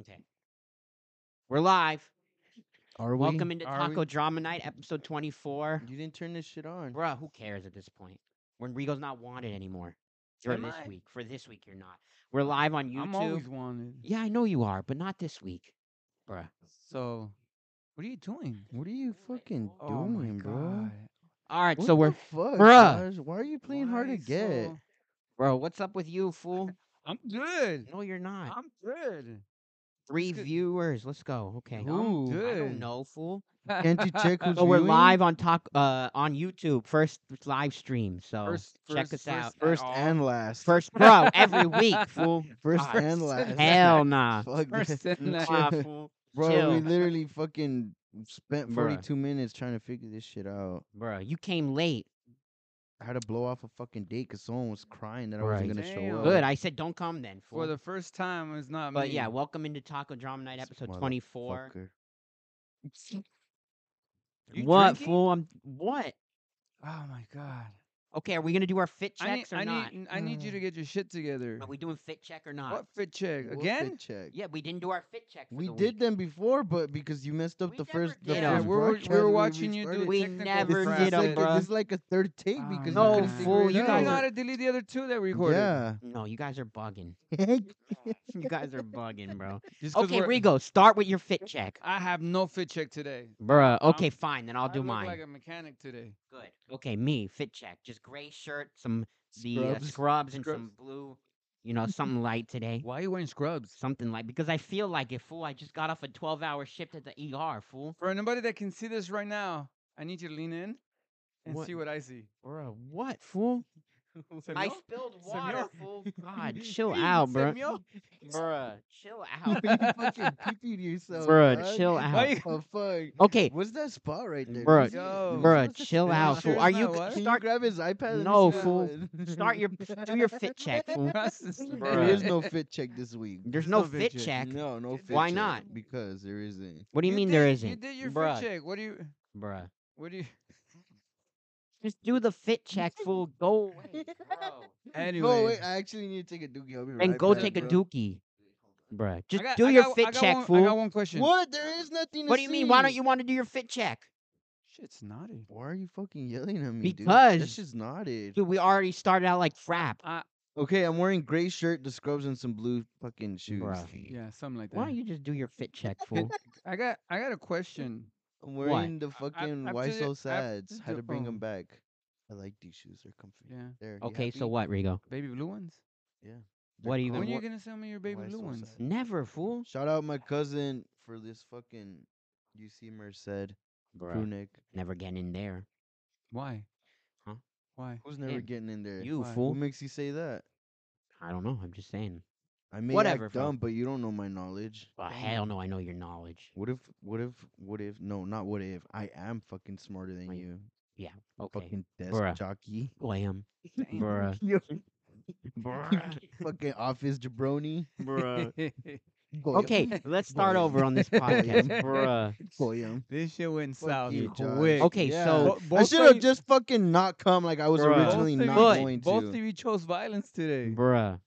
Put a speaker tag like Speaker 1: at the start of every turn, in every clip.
Speaker 1: Okay. We're live.
Speaker 2: Are we?
Speaker 1: Welcome into
Speaker 3: Are we?
Speaker 1: Taco Drama Night, episode 24.
Speaker 3: You didn't turn this shit on.
Speaker 1: Bruh, who cares at this point? When Rigo's not wanted anymore. For
Speaker 3: Am
Speaker 1: this
Speaker 3: I?
Speaker 1: week. For this week, you're not. We're live on YouTube.
Speaker 3: I'm always wanted.
Speaker 1: Yeah, I know you are, but not this week. Bruh.
Speaker 3: So, what are you doing?
Speaker 2: What are you fucking
Speaker 3: Oh my
Speaker 2: doing, bro?
Speaker 3: God.
Speaker 1: All right,
Speaker 2: What
Speaker 1: so
Speaker 2: the
Speaker 1: we're.
Speaker 2: fuck,
Speaker 1: Bruh.
Speaker 2: Josh? Why are you playing hard
Speaker 3: Why
Speaker 2: to get?
Speaker 3: so-
Speaker 1: Bro, what's up with you, fool?
Speaker 3: I'm good.
Speaker 1: No, you're not.
Speaker 3: I'm good.
Speaker 1: Three
Speaker 3: good.
Speaker 1: viewers. Let's go. Okay.
Speaker 3: Ooh.
Speaker 1: I don't
Speaker 3: Good.
Speaker 1: know, fool.
Speaker 2: Can't you check who's
Speaker 1: So we're
Speaker 2: viewing?
Speaker 1: live on talk uh on YouTube. First live stream. So
Speaker 3: First-
Speaker 1: check us
Speaker 3: first- first
Speaker 1: out.
Speaker 3: at
Speaker 2: First
Speaker 3: all?
Speaker 2: and last.
Speaker 1: First bro every week, fool.
Speaker 2: First
Speaker 1: God,
Speaker 2: and last.
Speaker 1: Hell nah.
Speaker 2: Fuck
Speaker 3: First
Speaker 2: that.
Speaker 3: and last.
Speaker 1: Nah, fool.
Speaker 2: Bro, we
Speaker 1: Chill.
Speaker 2: literally fucking spent
Speaker 1: Bruh.
Speaker 2: 42 minutes trying to figure this shit out.
Speaker 1: Bro, you came late.
Speaker 2: I had to blow off a fucking date because someone was crying that I
Speaker 1: Right.
Speaker 2: wasn't going to show
Speaker 3: Damn.
Speaker 2: up.
Speaker 1: Good. I said don't come then. Fool.
Speaker 3: For the first time, it's not
Speaker 1: but
Speaker 3: me.
Speaker 1: yeah, welcome into Taco Drama Night
Speaker 2: This
Speaker 1: episode 24.
Speaker 2: Fucker.
Speaker 3: You
Speaker 1: What,
Speaker 3: drinking?
Speaker 1: fool? I'm what?
Speaker 3: Oh my god.
Speaker 1: Okay, are we going to do our fit
Speaker 3: I need,
Speaker 1: checks
Speaker 3: I
Speaker 1: or not?
Speaker 3: need, I need you to get your shit together.
Speaker 1: Are we doing fit check or not?
Speaker 3: What fit check
Speaker 2: We'll fit
Speaker 3: again?
Speaker 2: check.
Speaker 1: Yeah, we didn't do our fit check for
Speaker 2: We
Speaker 1: the
Speaker 2: did
Speaker 1: week.
Speaker 2: them before, but because you messed up
Speaker 1: We
Speaker 2: the
Speaker 1: never
Speaker 2: first, the
Speaker 1: did
Speaker 3: yeah,
Speaker 1: them.
Speaker 2: first
Speaker 3: we were,
Speaker 2: broadcast
Speaker 3: we were
Speaker 2: when
Speaker 3: watching you do
Speaker 2: restarted.
Speaker 1: We
Speaker 3: technical
Speaker 1: never
Speaker 2: this,
Speaker 3: crap.
Speaker 2: is
Speaker 1: did 'em,
Speaker 2: like,
Speaker 1: bruh.
Speaker 2: this is like a third take
Speaker 3: Ah,
Speaker 2: because
Speaker 1: No,
Speaker 2: you couldn't figure
Speaker 1: fool,
Speaker 2: it
Speaker 1: you
Speaker 3: You
Speaker 1: guys
Speaker 3: don't
Speaker 2: out.
Speaker 3: know how
Speaker 1: are-
Speaker 3: to delete the other two that we recorded.
Speaker 2: Yeah.
Speaker 1: No, you guys are bugging. You guys are bugging, bro.
Speaker 3: Just 'cause
Speaker 1: Okay,
Speaker 3: we're-
Speaker 1: Rigo, start with your fit check.
Speaker 3: I have no fit check today.
Speaker 1: Bruh,
Speaker 3: Um,
Speaker 1: okay, fine, then I'll
Speaker 3: I
Speaker 1: do
Speaker 3: look
Speaker 1: mine.
Speaker 3: like a mechanic today.
Speaker 1: Good. Okay, me, fit check. Just gray shirt, some the uh,
Speaker 2: Scrubs.
Speaker 1: scrubs and
Speaker 3: Scrubs.
Speaker 1: some blue, you know, something light today.
Speaker 3: Why are you wearing scrubs?
Speaker 1: Something light because I feel like it, fool. I just got off a 12 hour shift at the ER, fool.
Speaker 3: For anybody that can see this right now, I need you to lean in and
Speaker 1: What?
Speaker 3: see what I see.
Speaker 1: Bro, what, fool? I
Speaker 3: Señor?
Speaker 1: spilled
Speaker 3: Señor?
Speaker 1: water, fool. God, chill out, bro.
Speaker 3: Señor?
Speaker 1: Bruh, chill out.
Speaker 2: you fucking pee-peed yourself.
Speaker 1: Bruh,
Speaker 2: dog.
Speaker 1: chill
Speaker 2: What
Speaker 1: out.
Speaker 2: the fuck?
Speaker 1: Okay,
Speaker 2: What's that spot right there?
Speaker 1: Bruh,
Speaker 2: Is it-
Speaker 3: Yo.
Speaker 2: is it
Speaker 1: bruh,
Speaker 2: supposed to
Speaker 1: chill
Speaker 2: stay
Speaker 1: out,
Speaker 2: on
Speaker 1: fool.
Speaker 2: there?
Speaker 1: Are you-
Speaker 3: What?
Speaker 2: Can you
Speaker 1: start-
Speaker 2: grab his iPad? and
Speaker 1: No,
Speaker 2: see that
Speaker 1: fool.
Speaker 2: one?
Speaker 1: start your do your fit check, fool.
Speaker 3: Across the street.
Speaker 1: Bruh.
Speaker 2: There is no fit check this week.
Speaker 1: There's
Speaker 3: no
Speaker 1: no fit
Speaker 3: bitches.
Speaker 1: check.
Speaker 2: No, no fit
Speaker 1: Why
Speaker 2: check,
Speaker 1: not?
Speaker 2: Because there isn't.
Speaker 1: What do you, mean
Speaker 3: did,
Speaker 1: there
Speaker 3: You
Speaker 1: isn't?
Speaker 3: did your
Speaker 1: Bruh.
Speaker 3: fit check. What do you?
Speaker 1: Bruh.
Speaker 3: What do you?
Speaker 1: Just do the fit check, fool. Go away, bro.
Speaker 3: Anyway.
Speaker 2: No, wait, I actually need to take a dookie. I'll be right
Speaker 1: And go
Speaker 2: back,
Speaker 1: take a
Speaker 2: bro.
Speaker 1: dookie. Bruh. Just
Speaker 3: I got-
Speaker 1: do
Speaker 3: I
Speaker 1: your
Speaker 3: got- I
Speaker 1: fit
Speaker 3: got
Speaker 1: check,
Speaker 3: one, I got
Speaker 1: fool.
Speaker 3: one question.
Speaker 2: What? There is nothing to
Speaker 1: What do you mean? Why don't
Speaker 2: see.
Speaker 1: you want to do your fit check?
Speaker 3: Shit's naughty.
Speaker 2: Why are you fucking yelling at me, dude?
Speaker 1: Because-
Speaker 2: That shit's knotted.
Speaker 1: Dude, we already started out like frap.
Speaker 3: I,
Speaker 2: Okay, I'm wearing gray shirt, the scrubs, and some blue fucking shoes.
Speaker 1: Bruh.
Speaker 3: yeah, something like that.
Speaker 1: Why don't you just do your fit check, fool?
Speaker 3: I got. I got a question.
Speaker 2: I'm wearing the
Speaker 3: I-
Speaker 2: fucking
Speaker 3: I've
Speaker 2: why
Speaker 3: to-
Speaker 2: so
Speaker 3: I've
Speaker 2: sad.
Speaker 3: to
Speaker 2: Had
Speaker 3: do-
Speaker 2: to bring
Speaker 3: oh.
Speaker 2: them back. I like these shoes. They're comfy.
Speaker 3: Yeah.
Speaker 2: There. you
Speaker 1: Okay, so
Speaker 2: happy?
Speaker 1: what, Rigo?
Speaker 3: Baby blue ones.
Speaker 2: They're
Speaker 1: what do you even
Speaker 2: comfy.
Speaker 3: When are you
Speaker 1: wa-
Speaker 3: gonna sell me your baby
Speaker 2: why
Speaker 3: blue
Speaker 2: so
Speaker 3: ones?
Speaker 2: sad?
Speaker 1: Never, fool.
Speaker 2: Shout out my cousin for this fucking UC Merced crew
Speaker 1: Bruh.
Speaker 2: neck.
Speaker 1: Never getting in there.
Speaker 3: Why?
Speaker 1: Huh?
Speaker 3: Why?
Speaker 2: Who's never
Speaker 1: Him.
Speaker 2: getting in there?
Speaker 1: You,
Speaker 3: Why?
Speaker 2: Who
Speaker 1: fool.
Speaker 2: makes you say that?
Speaker 1: I don't know. I'm just saying.
Speaker 2: I may
Speaker 1: Whatever,
Speaker 2: act
Speaker 1: fam.
Speaker 2: dumb, but you don't know my knowledge.
Speaker 1: Well, hell no, I know your knowledge.
Speaker 2: What if? What if? What if? No, not what if. I am fucking smarter than
Speaker 1: Wait,
Speaker 2: you.
Speaker 1: Yeah, okay.
Speaker 2: Fucking desk
Speaker 1: Bruh.
Speaker 2: jockey.
Speaker 1: Glam.
Speaker 3: Damn.
Speaker 1: Bruh.
Speaker 2: Yo,
Speaker 1: Bruh.
Speaker 2: fucking office jabroni. Uh,
Speaker 1: Bruh.
Speaker 2: Goyam,
Speaker 1: Okay, let's start
Speaker 2: Boy.
Speaker 1: over on this
Speaker 3: Boy.
Speaker 1: podcast. Bruh.
Speaker 2: goyam.
Speaker 3: this shit went
Speaker 2: Fuck
Speaker 3: south
Speaker 2: you, Josh.
Speaker 3: quick.
Speaker 1: Okay, so-
Speaker 3: Bo-
Speaker 2: I
Speaker 3: both
Speaker 2: should
Speaker 3: of
Speaker 2: have
Speaker 3: you-
Speaker 2: just fucking not come like I was
Speaker 1: Bruh.
Speaker 2: originally
Speaker 3: both of
Speaker 2: not
Speaker 3: you-
Speaker 1: But-
Speaker 2: going
Speaker 3: Both
Speaker 2: to.
Speaker 3: of you chose violence today.
Speaker 1: Bruh.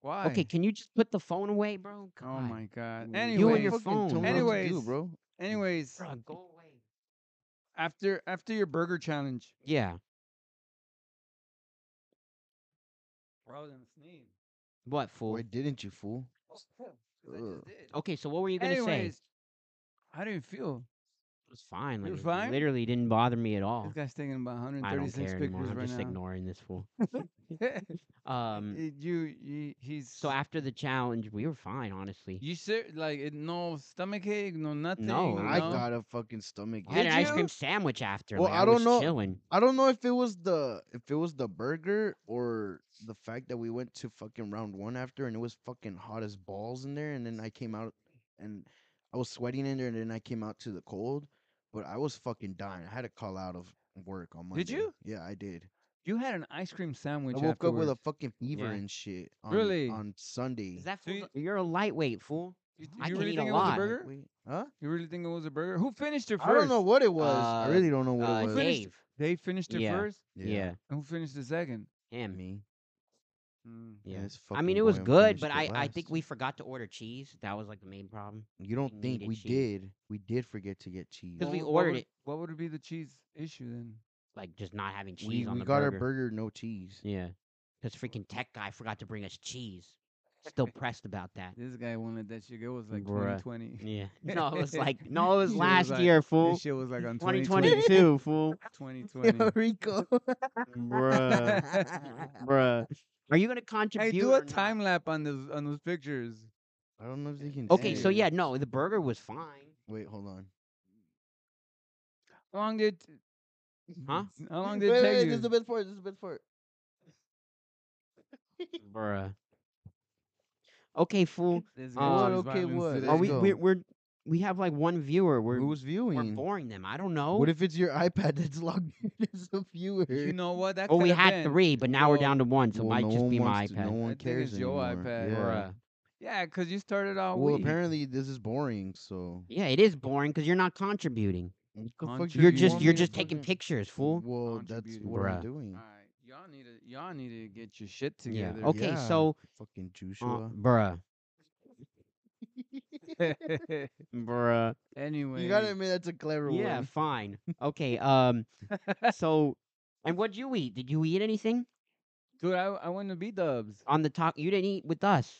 Speaker 3: Why?
Speaker 1: Okay, can you just put the phone away, bro?
Speaker 3: Oh
Speaker 1: God.
Speaker 3: my god.
Speaker 2: Well,
Speaker 3: Anyway,
Speaker 1: You and your
Speaker 2: fucking told me
Speaker 1: phone.
Speaker 2: what to do,
Speaker 3: Anyways.
Speaker 2: bro.
Speaker 3: anyways,
Speaker 1: Bruh, go away.
Speaker 3: after after your burger challenge.
Speaker 1: Yeah.
Speaker 3: Bro, then sneeze.
Speaker 1: What, fool?
Speaker 2: Why didn't you, fool?
Speaker 3: I
Speaker 2: Ugh.
Speaker 3: just did.
Speaker 1: Okay, so what were you going to say?
Speaker 3: Anyways,
Speaker 1: It
Speaker 3: Oh, how do you feel?
Speaker 1: was fine.
Speaker 3: It
Speaker 1: Like,
Speaker 3: was fine?
Speaker 1: literally didn't bother me at all.
Speaker 3: This guy's taking about
Speaker 1: Oh. I don't
Speaker 3: 136
Speaker 1: care
Speaker 3: pictures
Speaker 1: anymore. I'm
Speaker 3: right
Speaker 1: just
Speaker 3: now.
Speaker 1: ignoring this fool. Um,
Speaker 3: It- you, you, he's
Speaker 1: so after the challenge, we were fine, honestly.
Speaker 3: you ser- like it, no stomach ache, no nothing.
Speaker 1: No,
Speaker 2: I
Speaker 1: No.
Speaker 2: got a fucking stomach.
Speaker 1: I had
Speaker 3: Did
Speaker 1: an ice
Speaker 3: you?
Speaker 1: cream sandwich after.
Speaker 2: Well,
Speaker 1: like,
Speaker 2: I don't
Speaker 1: was
Speaker 2: know-
Speaker 1: Chilling.
Speaker 2: I don't know if it was the if it was the burger or the fact that we went to fucking round one after and it was fucking hot as balls in there and then I came out and I was sweating in there and then I came out to the cold, but I was fucking dying. I had to call out of work on Monday.
Speaker 3: Did you?
Speaker 2: Yeah, I did.
Speaker 3: You had an ice cream sandwich.
Speaker 2: I woke up with a
Speaker 3: afterwards.
Speaker 2: fucking fever
Speaker 1: Yeah.
Speaker 2: and shit. On,
Speaker 3: Really?
Speaker 2: On Sunday.
Speaker 1: Is that
Speaker 3: So
Speaker 1: fool's
Speaker 3: you-
Speaker 1: a- you're a lightweight fool.
Speaker 3: You,
Speaker 1: I
Speaker 3: you
Speaker 1: can
Speaker 3: really
Speaker 1: eat a
Speaker 3: think it was
Speaker 1: lot.
Speaker 3: a burger?
Speaker 2: Wait, huh?
Speaker 3: You really think it was a burger? Who finished it first?
Speaker 2: I don't know what it was. I
Speaker 1: Uh,
Speaker 2: really don't know what
Speaker 1: Uh,
Speaker 2: it was.
Speaker 3: finished-
Speaker 1: Dave.
Speaker 3: They finished it
Speaker 1: Yeah.
Speaker 3: first.
Speaker 1: Yeah.
Speaker 3: And who finished the second?
Speaker 1: Him.
Speaker 2: Me.
Speaker 3: Mm.
Speaker 2: Yeah,
Speaker 1: Yeah.
Speaker 2: it's
Speaker 1: I mean, it
Speaker 2: fucking
Speaker 1: was
Speaker 2: why I'm
Speaker 1: good,
Speaker 2: finished
Speaker 1: but
Speaker 2: it
Speaker 1: I, I think
Speaker 2: last.
Speaker 1: we forgot to order cheese. That was like the main problem.
Speaker 2: You don't
Speaker 1: we
Speaker 2: think
Speaker 1: needed
Speaker 2: we
Speaker 1: cheese.
Speaker 2: did? We did forget to get cheese.
Speaker 1: Because
Speaker 3: What
Speaker 1: we
Speaker 3: would- what
Speaker 1: ordered
Speaker 3: would-
Speaker 1: it.
Speaker 3: What would be the cheese issue then?
Speaker 1: Like just not having cheese
Speaker 2: we
Speaker 1: on
Speaker 2: we
Speaker 1: the
Speaker 2: got
Speaker 1: burger.
Speaker 2: our burger no cheese.
Speaker 1: Yeah. Because freaking tech guy forgot to bring us cheese. Still pressed about that.
Speaker 3: This guy wanted that shit. It was like
Speaker 1: Bruh.
Speaker 3: 2020.
Speaker 1: Yeah. No, it was like no, it was
Speaker 3: It was
Speaker 1: last
Speaker 3: like-
Speaker 1: year, fool.
Speaker 3: This shit was like on 2020.
Speaker 1: 2022, fool.
Speaker 3: 2020.
Speaker 2: Rico.
Speaker 1: Bruh. Bruh. Are you gonna contribute?
Speaker 3: Hey, do
Speaker 1: or
Speaker 3: a
Speaker 1: not?
Speaker 3: time lapse on those on those pictures.
Speaker 2: I don't know if they can.
Speaker 1: Okay, so
Speaker 2: see it.
Speaker 1: yeah, no, the burger was fine.
Speaker 2: Wait, hold on.
Speaker 3: How long did?
Speaker 1: Huh?
Speaker 3: How long
Speaker 2: Wait,
Speaker 3: did it
Speaker 2: wait,
Speaker 3: take
Speaker 2: This
Speaker 3: you?
Speaker 2: is the best part. This is the best part.
Speaker 1: Bruh. Okay, fool.
Speaker 3: This
Speaker 1: Uh,
Speaker 3: guy chose
Speaker 2: okay,
Speaker 3: violence
Speaker 2: what?
Speaker 3: today.
Speaker 1: Are
Speaker 2: Let's
Speaker 1: we
Speaker 2: go.
Speaker 1: we're, we're we have like one viewer. We're
Speaker 2: Who's
Speaker 1: we're
Speaker 2: viewing?
Speaker 1: boring them. I don't know.
Speaker 2: What if it's your iPad that's logged in as a viewer?
Speaker 3: You know what? That
Speaker 1: oh, we
Speaker 3: coulda
Speaker 1: had
Speaker 3: been.
Speaker 1: three, but now we're down to one, so
Speaker 2: Well,
Speaker 1: it
Speaker 2: no
Speaker 1: might just
Speaker 2: one
Speaker 1: be my
Speaker 2: wants to-
Speaker 1: iPad.
Speaker 2: No
Speaker 1: Or
Speaker 2: one
Speaker 3: I think
Speaker 2: cares
Speaker 3: it's your
Speaker 2: anymore.
Speaker 3: iPad.
Speaker 2: Yeah.
Speaker 1: Bruh.
Speaker 3: Yeah, because you started out.
Speaker 2: Well,
Speaker 3: weak.
Speaker 2: apparently this is boring. So
Speaker 1: Yeah, it is boring because you're not contributing.
Speaker 2: What the fuck
Speaker 3: Contribute.
Speaker 2: do
Speaker 1: You're
Speaker 2: you
Speaker 1: just
Speaker 2: want
Speaker 1: you're
Speaker 2: me to
Speaker 1: just taking
Speaker 2: fucking-
Speaker 1: pictures, fool.
Speaker 2: Well, that's
Speaker 3: Contribute.
Speaker 2: what I'm
Speaker 1: Bruh.
Speaker 2: doing.
Speaker 3: Alright, y'all need to y'all need to get your shit
Speaker 1: Yeah.
Speaker 3: together.
Speaker 1: Okay,
Speaker 2: Yeah.
Speaker 1: so
Speaker 2: Fucking
Speaker 1: uh,
Speaker 2: Joshua.
Speaker 1: bruh,
Speaker 3: Okay.
Speaker 1: bruh.
Speaker 3: anyway,
Speaker 2: you gotta admit that's a clever
Speaker 1: Yeah,
Speaker 2: one.
Speaker 1: fine. Okay, um, so, and what'd you eat? Did you eat anything
Speaker 3: dude, I I went to B Dubs.
Speaker 1: on the talk? You didn't eat with us.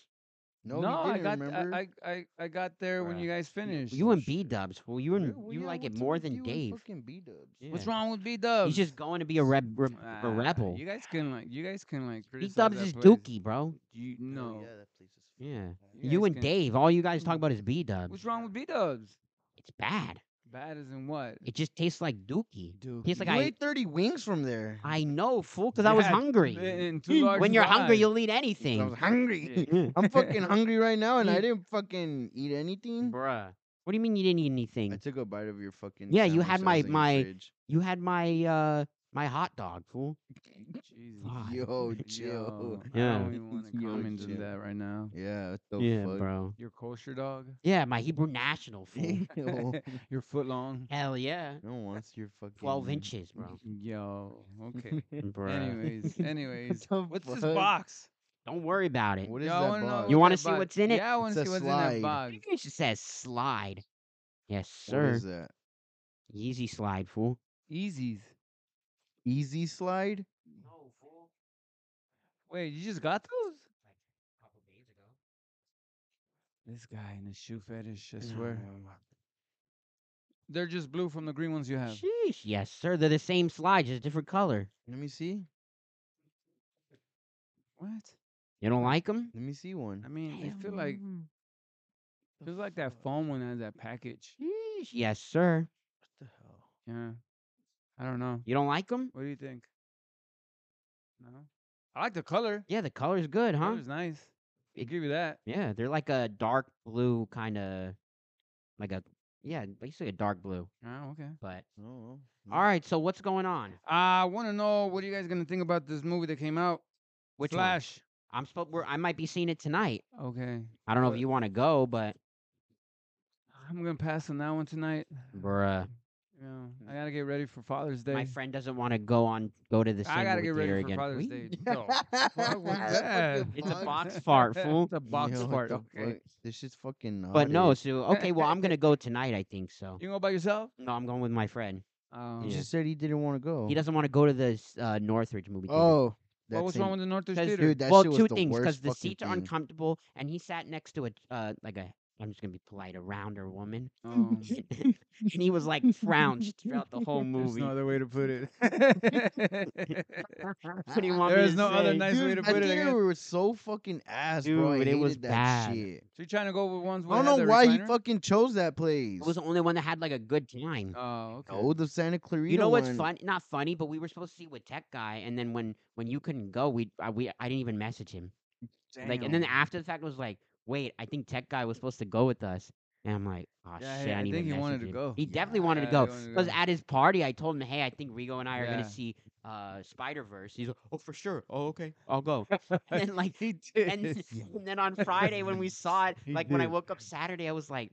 Speaker 2: No, you
Speaker 3: I
Speaker 2: didn't
Speaker 3: got th-
Speaker 2: remember.
Speaker 3: I, I I I got there when
Speaker 1: Bruh.
Speaker 3: you guys finished.
Speaker 1: You and
Speaker 2: shit.
Speaker 1: B Dubs, fool. You and
Speaker 2: Well,
Speaker 1: you
Speaker 2: yeah,
Speaker 1: like it
Speaker 2: what's up
Speaker 1: more
Speaker 2: with you
Speaker 1: than
Speaker 2: and
Speaker 1: Dave.
Speaker 2: Fucking B-dubs.
Speaker 1: Yeah.
Speaker 3: What's wrong with B Dubs?
Speaker 1: He's just going to be a reb, reb a
Speaker 3: Ah,
Speaker 1: rebel.
Speaker 3: You guys can like you guys can like
Speaker 1: B
Speaker 3: criticize
Speaker 1: Dubs
Speaker 3: that
Speaker 1: is
Speaker 3: place.
Speaker 1: dookie, bro.
Speaker 3: You
Speaker 2: Oh,
Speaker 3: know.
Speaker 2: Yeah, that place is fucking
Speaker 1: Yeah.
Speaker 2: bad.
Speaker 3: You
Speaker 1: You
Speaker 3: guys
Speaker 1: and
Speaker 3: can-
Speaker 1: Dave, all you guys talk about is B Dubs.
Speaker 3: Mm. What's wrong with B Dubs?
Speaker 1: It's bad.
Speaker 3: Bad as in what?
Speaker 1: It just tastes like dookie.
Speaker 2: Dude,
Speaker 1: Tastes like
Speaker 2: you
Speaker 1: I-
Speaker 2: ate 30 wings from there.
Speaker 1: I know, fool, because I was
Speaker 3: Yeah,
Speaker 1: hungry.
Speaker 3: And two large
Speaker 1: when you're hungry,
Speaker 3: fries.
Speaker 1: you'll eat
Speaker 2: I was
Speaker 1: anything.
Speaker 2: hungry.
Speaker 1: Yeah.
Speaker 2: I'm fucking hungry right now, and I
Speaker 1: You-
Speaker 2: didn't fucking eat anything.
Speaker 1: Bruh. What do you mean you didn't eat anything?
Speaker 2: I took a bite of your fucking.
Speaker 1: Yeah, you
Speaker 2: sandwich
Speaker 1: had
Speaker 2: that
Speaker 1: my-
Speaker 2: was in your
Speaker 1: my-
Speaker 2: fridge.
Speaker 1: you had my uh my hot dog, fool.
Speaker 3: Jesus.
Speaker 1: Fuck.
Speaker 2: Yo, chill.
Speaker 3: Yo,
Speaker 1: Yeah.
Speaker 3: I don't even want to
Speaker 2: Yo,
Speaker 3: comment
Speaker 2: chill.
Speaker 3: on that right now.
Speaker 2: Yeah, what the fuck?
Speaker 1: bro.
Speaker 3: Your kosher dog.
Speaker 1: Yeah, my Hebrew national fool.
Speaker 2: Yo,
Speaker 3: Your foot long.
Speaker 1: Hell yeah.
Speaker 2: no one wants your fucking.
Speaker 1: Twelve inches, bro.
Speaker 3: Yo. Okay.
Speaker 1: Bruh.
Speaker 3: anyways, anyways.
Speaker 2: the
Speaker 3: What's this
Speaker 2: fuck?
Speaker 3: box?
Speaker 1: Don't worry about it.
Speaker 2: What is
Speaker 3: Yo, I
Speaker 2: that
Speaker 3: wanna know
Speaker 2: box?
Speaker 1: You
Speaker 3: what's
Speaker 1: wanna
Speaker 3: that
Speaker 1: see
Speaker 3: box-
Speaker 1: what's in it?
Speaker 3: Yeah, I
Speaker 2: It's
Speaker 3: want to
Speaker 2: a
Speaker 3: see what's in that
Speaker 2: slide.
Speaker 1: I
Speaker 3: box.
Speaker 1: think it just says slide. Yes,
Speaker 2: What
Speaker 1: sir.
Speaker 2: is that?
Speaker 1: Easy slide, fool.
Speaker 3: Easies.
Speaker 2: Easy slide?
Speaker 1: No, fool.
Speaker 3: Wait, you just got those?
Speaker 1: Like a couple days ago.
Speaker 3: This guy in a shoe fetish, I swear. They're just blue from the green ones you have.
Speaker 1: Sheesh. Yes, sir. They're the same slide, just different color.
Speaker 2: Let me see.
Speaker 3: What?
Speaker 1: You don't like them?
Speaker 2: Let me see
Speaker 3: I
Speaker 2: one.
Speaker 3: mean, they feel like feels like that foam one has that package.
Speaker 1: Sheesh. Yes, sir.
Speaker 2: What the hell?
Speaker 3: Yeah. I don't know.
Speaker 1: You don't like them?
Speaker 3: What do you think? No. I like the color.
Speaker 1: Yeah, the color's good, huh?
Speaker 3: Color's nice. I
Speaker 1: Uh-huh. It-
Speaker 3: give you that.
Speaker 1: Yeah, they're like a dark blue kind of like a yeah, basically a dark blue.
Speaker 3: Oh, okay.
Speaker 1: But
Speaker 2: Oh.
Speaker 3: Mm-hmm.
Speaker 1: all right, so what's going on?
Speaker 3: I want to know what are you guys gonna think about this movie that came out?
Speaker 1: Which one?
Speaker 3: Flash.
Speaker 1: I'm supposed we're, I might be seeing it tonight.
Speaker 3: Okay.
Speaker 1: I don't know if
Speaker 3: But-
Speaker 1: you want to go, but
Speaker 3: I'm gonna pass on that one tonight.
Speaker 1: bruh,
Speaker 3: You know, I gotta get ready for Father's Day.
Speaker 1: uh, my friend doesn't want to go on go to the cinema
Speaker 3: I gotta
Speaker 1: with
Speaker 3: get ready
Speaker 1: Gary
Speaker 3: for
Speaker 1: again.
Speaker 3: Father's
Speaker 1: We-
Speaker 3: Day. No.
Speaker 2: Fuck
Speaker 3: was that?
Speaker 1: It's a
Speaker 3: Fuck.
Speaker 1: box fart, fool.
Speaker 3: It's a box
Speaker 2: Yo, what
Speaker 3: fart.
Speaker 2: the
Speaker 3: Okay.
Speaker 2: fuck? This shit's fucking naughty.
Speaker 1: But no, so okay, well I'm gonna go tonight. I think so.
Speaker 3: You gonna go by yourself?
Speaker 1: No, I'm going with my friend.
Speaker 3: Um,
Speaker 2: He
Speaker 1: Yeah.
Speaker 2: just said he didn't want to go.
Speaker 1: He doesn't want to go to the s- uh, Northridge movie theater.
Speaker 2: Oh.
Speaker 3: What was wrong with the Northridge
Speaker 1: Says
Speaker 3: Theater?
Speaker 2: Dude, that
Speaker 1: well,
Speaker 2: shit was
Speaker 1: two
Speaker 2: the
Speaker 1: things
Speaker 2: worst
Speaker 1: the
Speaker 2: fucking
Speaker 1: seats are
Speaker 2: thing.
Speaker 1: uncomfortable, and he sat next to a uh, like a I'm just gonna be polite, a rounder woman,
Speaker 3: Um,
Speaker 1: and he was like flounced throughout the whole
Speaker 3: There's
Speaker 1: movie.
Speaker 3: no other way to put it.
Speaker 1: what do you want me
Speaker 3: There's
Speaker 1: to
Speaker 3: no other
Speaker 1: say?
Speaker 3: nice way
Speaker 2: Dude,
Speaker 3: to
Speaker 2: that
Speaker 3: put it.
Speaker 2: theater
Speaker 3: again.
Speaker 2: was so fucking ass,
Speaker 1: Dude,
Speaker 2: bro. I
Speaker 1: it
Speaker 2: hated
Speaker 1: was
Speaker 2: that
Speaker 1: bad.
Speaker 2: shit.
Speaker 3: So you're trying to go with ones
Speaker 2: I
Speaker 3: where
Speaker 2: don't
Speaker 3: it had
Speaker 2: know
Speaker 3: the
Speaker 2: why he
Speaker 3: recliner?
Speaker 2: fucking chose that place.
Speaker 1: It was the only one that had like a good time.
Speaker 3: Oh, okay.
Speaker 2: Oh, the Santa Clarita.
Speaker 1: you know what's
Speaker 2: one.
Speaker 1: fun? Not funny, but we were supposed to see with Tech Guy, and then when when you couldn't go, we I, we I didn't even message him. Like, and then
Speaker 3: Damn.
Speaker 1: after the fact, it was like, wait, I think Tech Guy was supposed to go with us. And I'm like, oh
Speaker 3: Yeah,
Speaker 1: shit,
Speaker 3: hey,
Speaker 1: I,
Speaker 3: I
Speaker 1: didn't
Speaker 3: think
Speaker 1: even
Speaker 3: he wanted
Speaker 1: message
Speaker 3: to
Speaker 1: him."
Speaker 3: go.
Speaker 1: He definitely
Speaker 3: Yeah,
Speaker 1: wanted
Speaker 3: he
Speaker 1: to go
Speaker 3: wanted to
Speaker 1: because
Speaker 3: go.
Speaker 1: at his party, I told him, hey, I think Rigo and I are
Speaker 3: Yeah.
Speaker 1: gonna see uh Spider Verse. He's like, oh for sure, oh okay, I'll go. And then like,
Speaker 3: he did.
Speaker 1: and, and then on Friday when we saw it,
Speaker 3: He
Speaker 1: like when I
Speaker 3: did.
Speaker 1: woke up Saturday, I was like,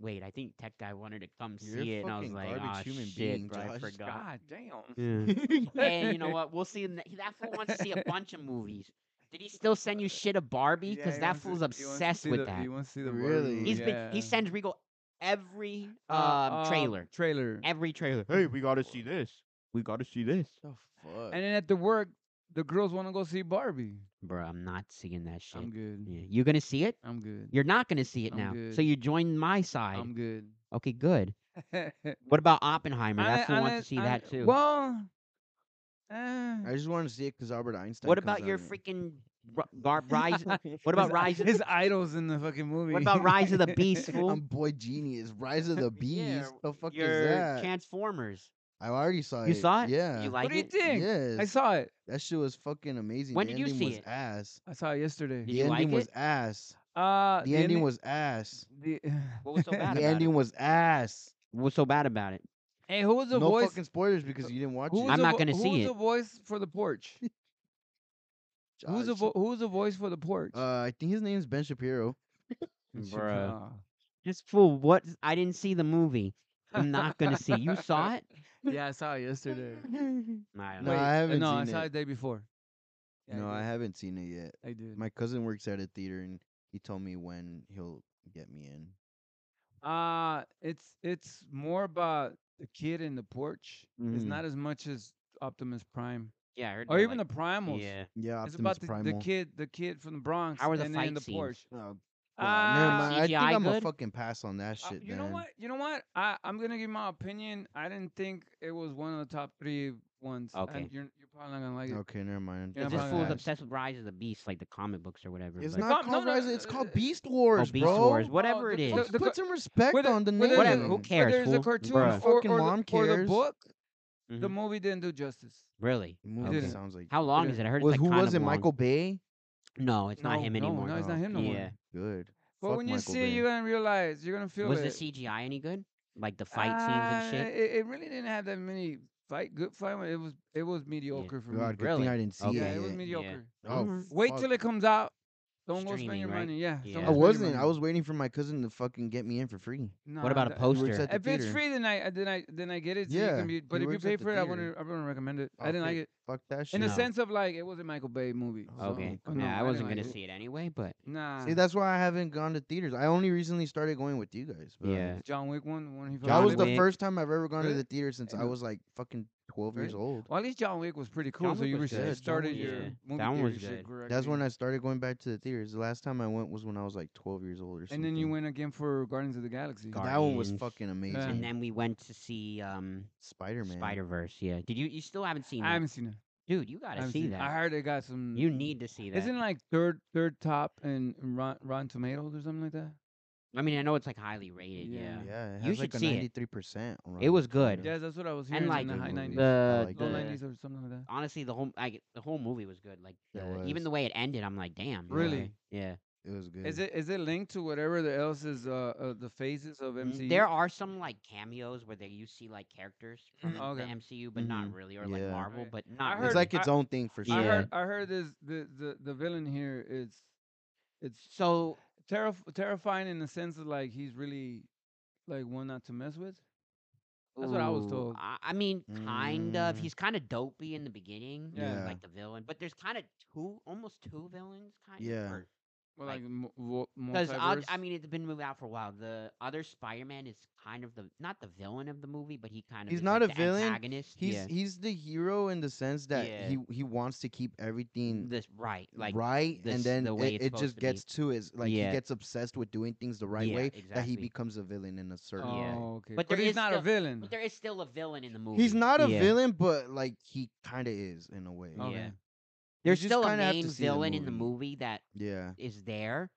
Speaker 1: wait, I think Tech Guy wanted to come
Speaker 2: You're
Speaker 1: see
Speaker 2: a
Speaker 1: it, and I was
Speaker 2: fucking
Speaker 1: like,
Speaker 2: garbage
Speaker 1: oh
Speaker 2: human
Speaker 1: shit,
Speaker 2: being,
Speaker 1: bro, I
Speaker 2: Josh.
Speaker 1: forgot.
Speaker 3: God damn.
Speaker 1: Yeah. hey, you know what? We'll see. him ne- That fool wants to see a bunch of movies. Did he still send you shit of Barbie?
Speaker 3: Uh, Yeah,
Speaker 1: Because
Speaker 3: he
Speaker 1: that
Speaker 3: wants to-
Speaker 1: fool's
Speaker 3: he wants to
Speaker 1: obsessed
Speaker 3: see
Speaker 1: with
Speaker 3: the-
Speaker 1: that.
Speaker 3: He wants to see the
Speaker 2: Really?
Speaker 3: Barbie,
Speaker 1: He's
Speaker 3: yeah.
Speaker 1: been he sends Regal every
Speaker 3: Uh,
Speaker 1: um
Speaker 3: uh,
Speaker 1: trailer.
Speaker 3: Trailer.
Speaker 1: Every trailer.
Speaker 2: Hey, we gotta see
Speaker 1: this. We gotta see this.
Speaker 2: The fuck?
Speaker 3: And then at the work, the girls want to go see Barbie.
Speaker 1: Bro, I'm not seeing that shit.
Speaker 3: I'm good.
Speaker 1: Yeah. You gonna see it?
Speaker 3: I'm good.
Speaker 1: You're not gonna see it
Speaker 3: I'm
Speaker 1: now. So
Speaker 3: good.
Speaker 1: you join my side.
Speaker 3: I'm good.
Speaker 1: okay, good.
Speaker 3: I
Speaker 1: What about Oppenheimer? That
Speaker 3: didn't-
Speaker 1: fool
Speaker 3: I
Speaker 1: wants
Speaker 3: didn't-
Speaker 1: to see
Speaker 3: I
Speaker 1: that
Speaker 3: didn't-
Speaker 1: too.
Speaker 3: Well, eh,
Speaker 2: I just want to see it because Albert Einstein.
Speaker 1: what
Speaker 2: comes
Speaker 1: about
Speaker 2: out
Speaker 1: your
Speaker 2: in it.
Speaker 1: freaking ru- gar- rise? What about
Speaker 3: his,
Speaker 1: Rise? Of,
Speaker 3: His idols in the fucking movie.
Speaker 1: what about Rise of the Beast? Fool?
Speaker 2: I'm boy genius. Rise of the Beast.
Speaker 1: Yeah,
Speaker 2: the fuck
Speaker 1: your
Speaker 2: is that?
Speaker 1: Transformers.
Speaker 2: I already saw it.
Speaker 1: You saw it?
Speaker 2: Yeah.
Speaker 1: You like
Speaker 3: what do you
Speaker 1: it?
Speaker 3: think?
Speaker 2: Yes.
Speaker 3: I saw it.
Speaker 2: that shit was fucking amazing.
Speaker 1: When
Speaker 2: the
Speaker 1: did you
Speaker 2: ending
Speaker 1: see
Speaker 2: was
Speaker 1: it?
Speaker 2: ass.
Speaker 3: I saw it yesterday.
Speaker 1: Did
Speaker 2: the
Speaker 1: you like
Speaker 2: ending was
Speaker 1: it?
Speaker 2: ass.
Speaker 3: Uh,
Speaker 2: The ending was ass.
Speaker 3: The,
Speaker 1: What was so bad
Speaker 2: The
Speaker 1: about it?
Speaker 2: ending was ass.
Speaker 1: What's so bad about it?
Speaker 3: hey, who was the
Speaker 2: no
Speaker 3: voice? uh,
Speaker 2: fucking spoilers because you didn't watch
Speaker 3: who
Speaker 2: it.
Speaker 3: was
Speaker 1: I'm
Speaker 3: the
Speaker 1: not
Speaker 3: vo-
Speaker 1: gonna
Speaker 3: who
Speaker 1: see
Speaker 3: was
Speaker 1: it.
Speaker 3: the voice for the porch? Who's the
Speaker 2: Josh.
Speaker 3: vo- who's the voice for the porch?
Speaker 2: Uh, I think his name's Ben Shapiro.
Speaker 3: Shit,
Speaker 1: bruh.
Speaker 3: uh,
Speaker 1: This fool. What? I didn't see the movie. I'm not gonna see. it. You saw it?
Speaker 3: Yeah, I saw it yesterday. uh,
Speaker 1: I don't know.
Speaker 2: No, I haven't
Speaker 3: No, I
Speaker 2: seen
Speaker 3: saw
Speaker 2: it.
Speaker 3: it the day before. Yeah,
Speaker 2: no, I
Speaker 3: did.
Speaker 2: haven't seen it yet.
Speaker 3: I did.
Speaker 2: My cousin works at a theater and he told me when he'll get me in.
Speaker 3: Uh it's it's more about the kid in the porch. It's
Speaker 2: Mhm.
Speaker 3: not as much as Optimus Prime
Speaker 1: Yeah, I heard
Speaker 3: Mm. or
Speaker 1: they're
Speaker 3: even
Speaker 1: like-
Speaker 3: the Primals.
Speaker 1: Yeah.
Speaker 2: Yeah,
Speaker 3: It's
Speaker 2: Optimus
Speaker 3: about the, the
Speaker 2: Primal.
Speaker 3: kid, the kid from the Bronx,
Speaker 1: How are the
Speaker 3: and then
Speaker 1: fight
Speaker 3: the
Speaker 1: scenes?
Speaker 3: Porsche.
Speaker 2: Oh,
Speaker 3: Ah,
Speaker 2: Wow, never mind. I think
Speaker 1: CGI
Speaker 2: I'm
Speaker 1: good?
Speaker 2: a fucking pass on that
Speaker 3: Uh,
Speaker 2: shit.
Speaker 3: you know
Speaker 2: then.
Speaker 3: what? You know what? I I'm gonna give my opinion. I didn't think it was one of the top three ones. and
Speaker 1: Okay.
Speaker 3: you're you're probably not gonna like it.
Speaker 2: Okay, never mind.
Speaker 3: Yeah,
Speaker 1: Cause
Speaker 3: I'm
Speaker 1: this
Speaker 3: not
Speaker 1: fool's
Speaker 3: gonna-
Speaker 1: obsessed with Rise of the Beast, like the comic books or whatever.
Speaker 2: It's
Speaker 1: but-
Speaker 2: not
Speaker 3: Come- no,
Speaker 2: called
Speaker 3: no,
Speaker 2: Rise.
Speaker 3: no,
Speaker 2: It's
Speaker 3: uh,
Speaker 2: called Beast Wars,
Speaker 1: oh, Beast
Speaker 2: bro.
Speaker 1: Wars, whatever it
Speaker 3: the-
Speaker 1: is.
Speaker 3: the-
Speaker 2: Put some respect
Speaker 3: whether-
Speaker 2: on the name.
Speaker 3: whether-
Speaker 1: Whatever, who cares,
Speaker 3: Whether it's
Speaker 1: fool?
Speaker 3: a cartoon
Speaker 1: Bruh.
Speaker 3: or,
Speaker 2: Fucking
Speaker 3: or,
Speaker 2: mom
Speaker 3: the, or the
Speaker 2: cares.
Speaker 3: book, the
Speaker 1: Mhm.
Speaker 3: movie didn't do justice.
Speaker 1: Really?
Speaker 2: The movie
Speaker 1: Okay.
Speaker 2: sounds like.
Speaker 1: How long
Speaker 3: Yeah.
Speaker 1: is it? I heard
Speaker 2: was
Speaker 1: it's
Speaker 2: who
Speaker 1: like kind
Speaker 2: was
Speaker 1: of
Speaker 2: it?
Speaker 1: long.
Speaker 2: Michael Bay.
Speaker 1: No, it's not
Speaker 3: No,
Speaker 1: him
Speaker 3: no,
Speaker 1: anymore.
Speaker 3: no, it's not him no more.
Speaker 1: yeah.
Speaker 2: Good.
Speaker 3: But
Speaker 2: Fuck
Speaker 3: when you
Speaker 2: Michael
Speaker 3: see
Speaker 2: Bay.
Speaker 3: it, you're gonna realize, you're gonna feel
Speaker 1: Was
Speaker 3: it.
Speaker 1: the CGI any good? Like the fight scenes and
Speaker 3: Uh,
Speaker 1: shit.
Speaker 3: It, it really didn't have that many fight good fight. It was it was mediocre for
Speaker 2: God,
Speaker 3: me.
Speaker 2: good
Speaker 1: Really?
Speaker 2: thing I didn't see
Speaker 1: Okay.
Speaker 3: Yeah,
Speaker 2: it.
Speaker 3: it was
Speaker 2: yet.
Speaker 3: mediocre.
Speaker 2: Oh,
Speaker 1: Mhm.
Speaker 3: Wait
Speaker 2: fuck.
Speaker 3: till it comes out. Don't go spend
Speaker 1: Streaming,
Speaker 3: your
Speaker 1: right?
Speaker 3: money. Yeah. don't
Speaker 1: Yeah.
Speaker 3: go
Speaker 2: I
Speaker 1: That's
Speaker 3: spend your
Speaker 2: wasn't. I
Speaker 3: money.
Speaker 2: was waiting for my cousin to fucking get me in for free.
Speaker 3: Uh, Nah,
Speaker 1: what about a
Speaker 3: that-
Speaker 1: poster?
Speaker 2: at the
Speaker 3: If it's
Speaker 2: theater.
Speaker 3: free, then I then I then I get it. So you
Speaker 2: Yeah,
Speaker 3: can be, but
Speaker 2: he
Speaker 3: if you
Speaker 2: works
Speaker 3: pay
Speaker 2: at the
Speaker 3: for it, I
Speaker 2: theater.
Speaker 3: wouldn't. I wouldn't recommend it. I
Speaker 2: Oh,
Speaker 3: didn't like
Speaker 2: fuck-
Speaker 3: it
Speaker 2: Fuck that shit.
Speaker 3: in the
Speaker 1: No.
Speaker 3: sense of like it was a Michael Bay movie. so-
Speaker 1: okay.
Speaker 3: oh, no,
Speaker 1: yeah, I
Speaker 3: didn't
Speaker 1: wasn't
Speaker 3: like
Speaker 1: gonna
Speaker 3: it.
Speaker 1: see it anyway, but
Speaker 3: Nah.
Speaker 2: See, that's why I haven't gone to theaters. I only recently started going with you guys. But
Speaker 1: yeah.
Speaker 3: John Wick one. the one he
Speaker 2: That
Speaker 1: John
Speaker 2: was the
Speaker 1: Wick.
Speaker 2: first time I've ever gone to
Speaker 3: Really?
Speaker 2: the theater since I
Speaker 3: Yeah.
Speaker 2: was like fucking 12 years
Speaker 3: Really? Oh,
Speaker 2: old.
Speaker 3: Well, at least John Wick was pretty cool.
Speaker 1: John
Speaker 3: so
Speaker 1: Wick
Speaker 3: you
Speaker 1: was
Speaker 3: re-
Speaker 2: good.
Speaker 3: you
Speaker 2: John
Speaker 3: started
Speaker 2: Wick was
Speaker 3: your
Speaker 1: good.
Speaker 3: movie
Speaker 1: That one was
Speaker 3: theater shit
Speaker 1: good.
Speaker 3: correctly.
Speaker 2: That's when I started going back to the theaters. The last time I went was when I was like 12 years old or something.
Speaker 3: And then you went again for Guardians of the Galaxy.
Speaker 1: Gar-
Speaker 2: That one was
Speaker 1: Guardians.
Speaker 2: fucking amazing.
Speaker 1: And then we went to see um
Speaker 2: Spider Man.
Speaker 1: Spider Verse. Yeah. Did you? You still haven't seen
Speaker 3: I
Speaker 1: that,
Speaker 3: haven't seen it.
Speaker 1: dude? You
Speaker 3: I
Speaker 1: gotta
Speaker 3: haven't
Speaker 1: see
Speaker 3: seen it. I
Speaker 1: that.
Speaker 3: heard it got some.
Speaker 1: You need to see that.
Speaker 3: Isn't it like third third top in Ron, Rotten Tomatoes or something like that?
Speaker 1: I mean, I know it's like highly rated. Yeah.
Speaker 3: Yeah.
Speaker 2: Yeah, it
Speaker 1: You
Speaker 2: has
Speaker 1: should
Speaker 2: like a
Speaker 1: see it.
Speaker 2: 93%. on
Speaker 1: It was
Speaker 2: Rotten
Speaker 1: good.
Speaker 2: Tomatoes.
Speaker 3: Yeah, that's what I was
Speaker 1: And
Speaker 3: hearing.
Speaker 1: like
Speaker 3: in the high
Speaker 2: Good
Speaker 1: the,
Speaker 2: movies.
Speaker 3: 90s,
Speaker 2: I like
Speaker 3: low
Speaker 2: that.
Speaker 3: 90s or something like that.
Speaker 1: honestly the whole I, the whole movie was good. Like
Speaker 2: It
Speaker 1: the, even
Speaker 2: was.
Speaker 1: the way it ended, I'm like, damn.
Speaker 2: Yeah.
Speaker 3: Really?
Speaker 1: Yeah.
Speaker 2: It was good.
Speaker 3: Is it is it linked to whatever the else is uh, uh the phases of
Speaker 1: Mm,
Speaker 3: MCU?
Speaker 1: There are some like cameos where they you see like characters from
Speaker 3: Mm. Okay.
Speaker 1: the MCU, but not
Speaker 2: Mhm.
Speaker 1: really, or like
Speaker 2: Yeah.
Speaker 1: Marvel,
Speaker 3: Right.
Speaker 1: but not.
Speaker 3: I
Speaker 1: really.
Speaker 2: It's like its
Speaker 3: I-
Speaker 2: own thing for sure.
Speaker 3: I
Speaker 1: Yeah.
Speaker 3: heard I heard this the the the villain here is it's
Speaker 1: so.
Speaker 3: terrif- terrifying in the sense of like he's really like one not to mess with. That's what I was
Speaker 1: ooh,
Speaker 3: told.
Speaker 1: I, I mean, kind of.
Speaker 2: Mm.
Speaker 1: He's kind of dopey in the beginning,
Speaker 3: Yeah.
Speaker 1: like the villain. But there's kind of two, almost two villains, kind
Speaker 2: Yeah.
Speaker 1: of.
Speaker 3: Well,
Speaker 1: Like-
Speaker 3: like mo- wo-
Speaker 1: Because
Speaker 3: multiverse.
Speaker 1: I mean, it's been moved out for a while. The other Spider-Man is kind of the not the villain of the movie, but he kind of
Speaker 2: He's
Speaker 1: is,
Speaker 2: not
Speaker 1: like,
Speaker 2: a
Speaker 1: the
Speaker 2: villain.
Speaker 1: Antagonist.
Speaker 2: He's
Speaker 1: yeah.
Speaker 2: he's the hero in the sense that
Speaker 1: Yeah.
Speaker 2: he he wants to keep everything
Speaker 1: this right, like
Speaker 2: right,
Speaker 1: this-
Speaker 2: and then
Speaker 1: the way
Speaker 2: it,
Speaker 1: it's
Speaker 2: it
Speaker 1: supposed
Speaker 2: just
Speaker 1: to be.
Speaker 2: gets to his like
Speaker 1: Yeah.
Speaker 2: he gets obsessed with doing things the right
Speaker 1: Yeah,
Speaker 2: way that
Speaker 1: exactly.
Speaker 2: he becomes a villain in a certain
Speaker 3: oh,
Speaker 1: yeah.
Speaker 3: okay.
Speaker 1: But
Speaker 3: But,
Speaker 1: there
Speaker 3: he's
Speaker 1: is
Speaker 3: not
Speaker 1: still-
Speaker 3: a villain.
Speaker 1: But there is still a villain in the
Speaker 2: way.
Speaker 1: movie.
Speaker 2: He's not a
Speaker 1: Yeah.
Speaker 2: villain, but like he kind of is in a way.
Speaker 1: Oh.
Speaker 3: okay.
Speaker 1: yeah. There's
Speaker 2: just
Speaker 1: still a
Speaker 2: kinda have to
Speaker 1: main
Speaker 2: see the
Speaker 1: villain in the
Speaker 2: movie.
Speaker 1: movie that
Speaker 2: Yeah,
Speaker 1: is there.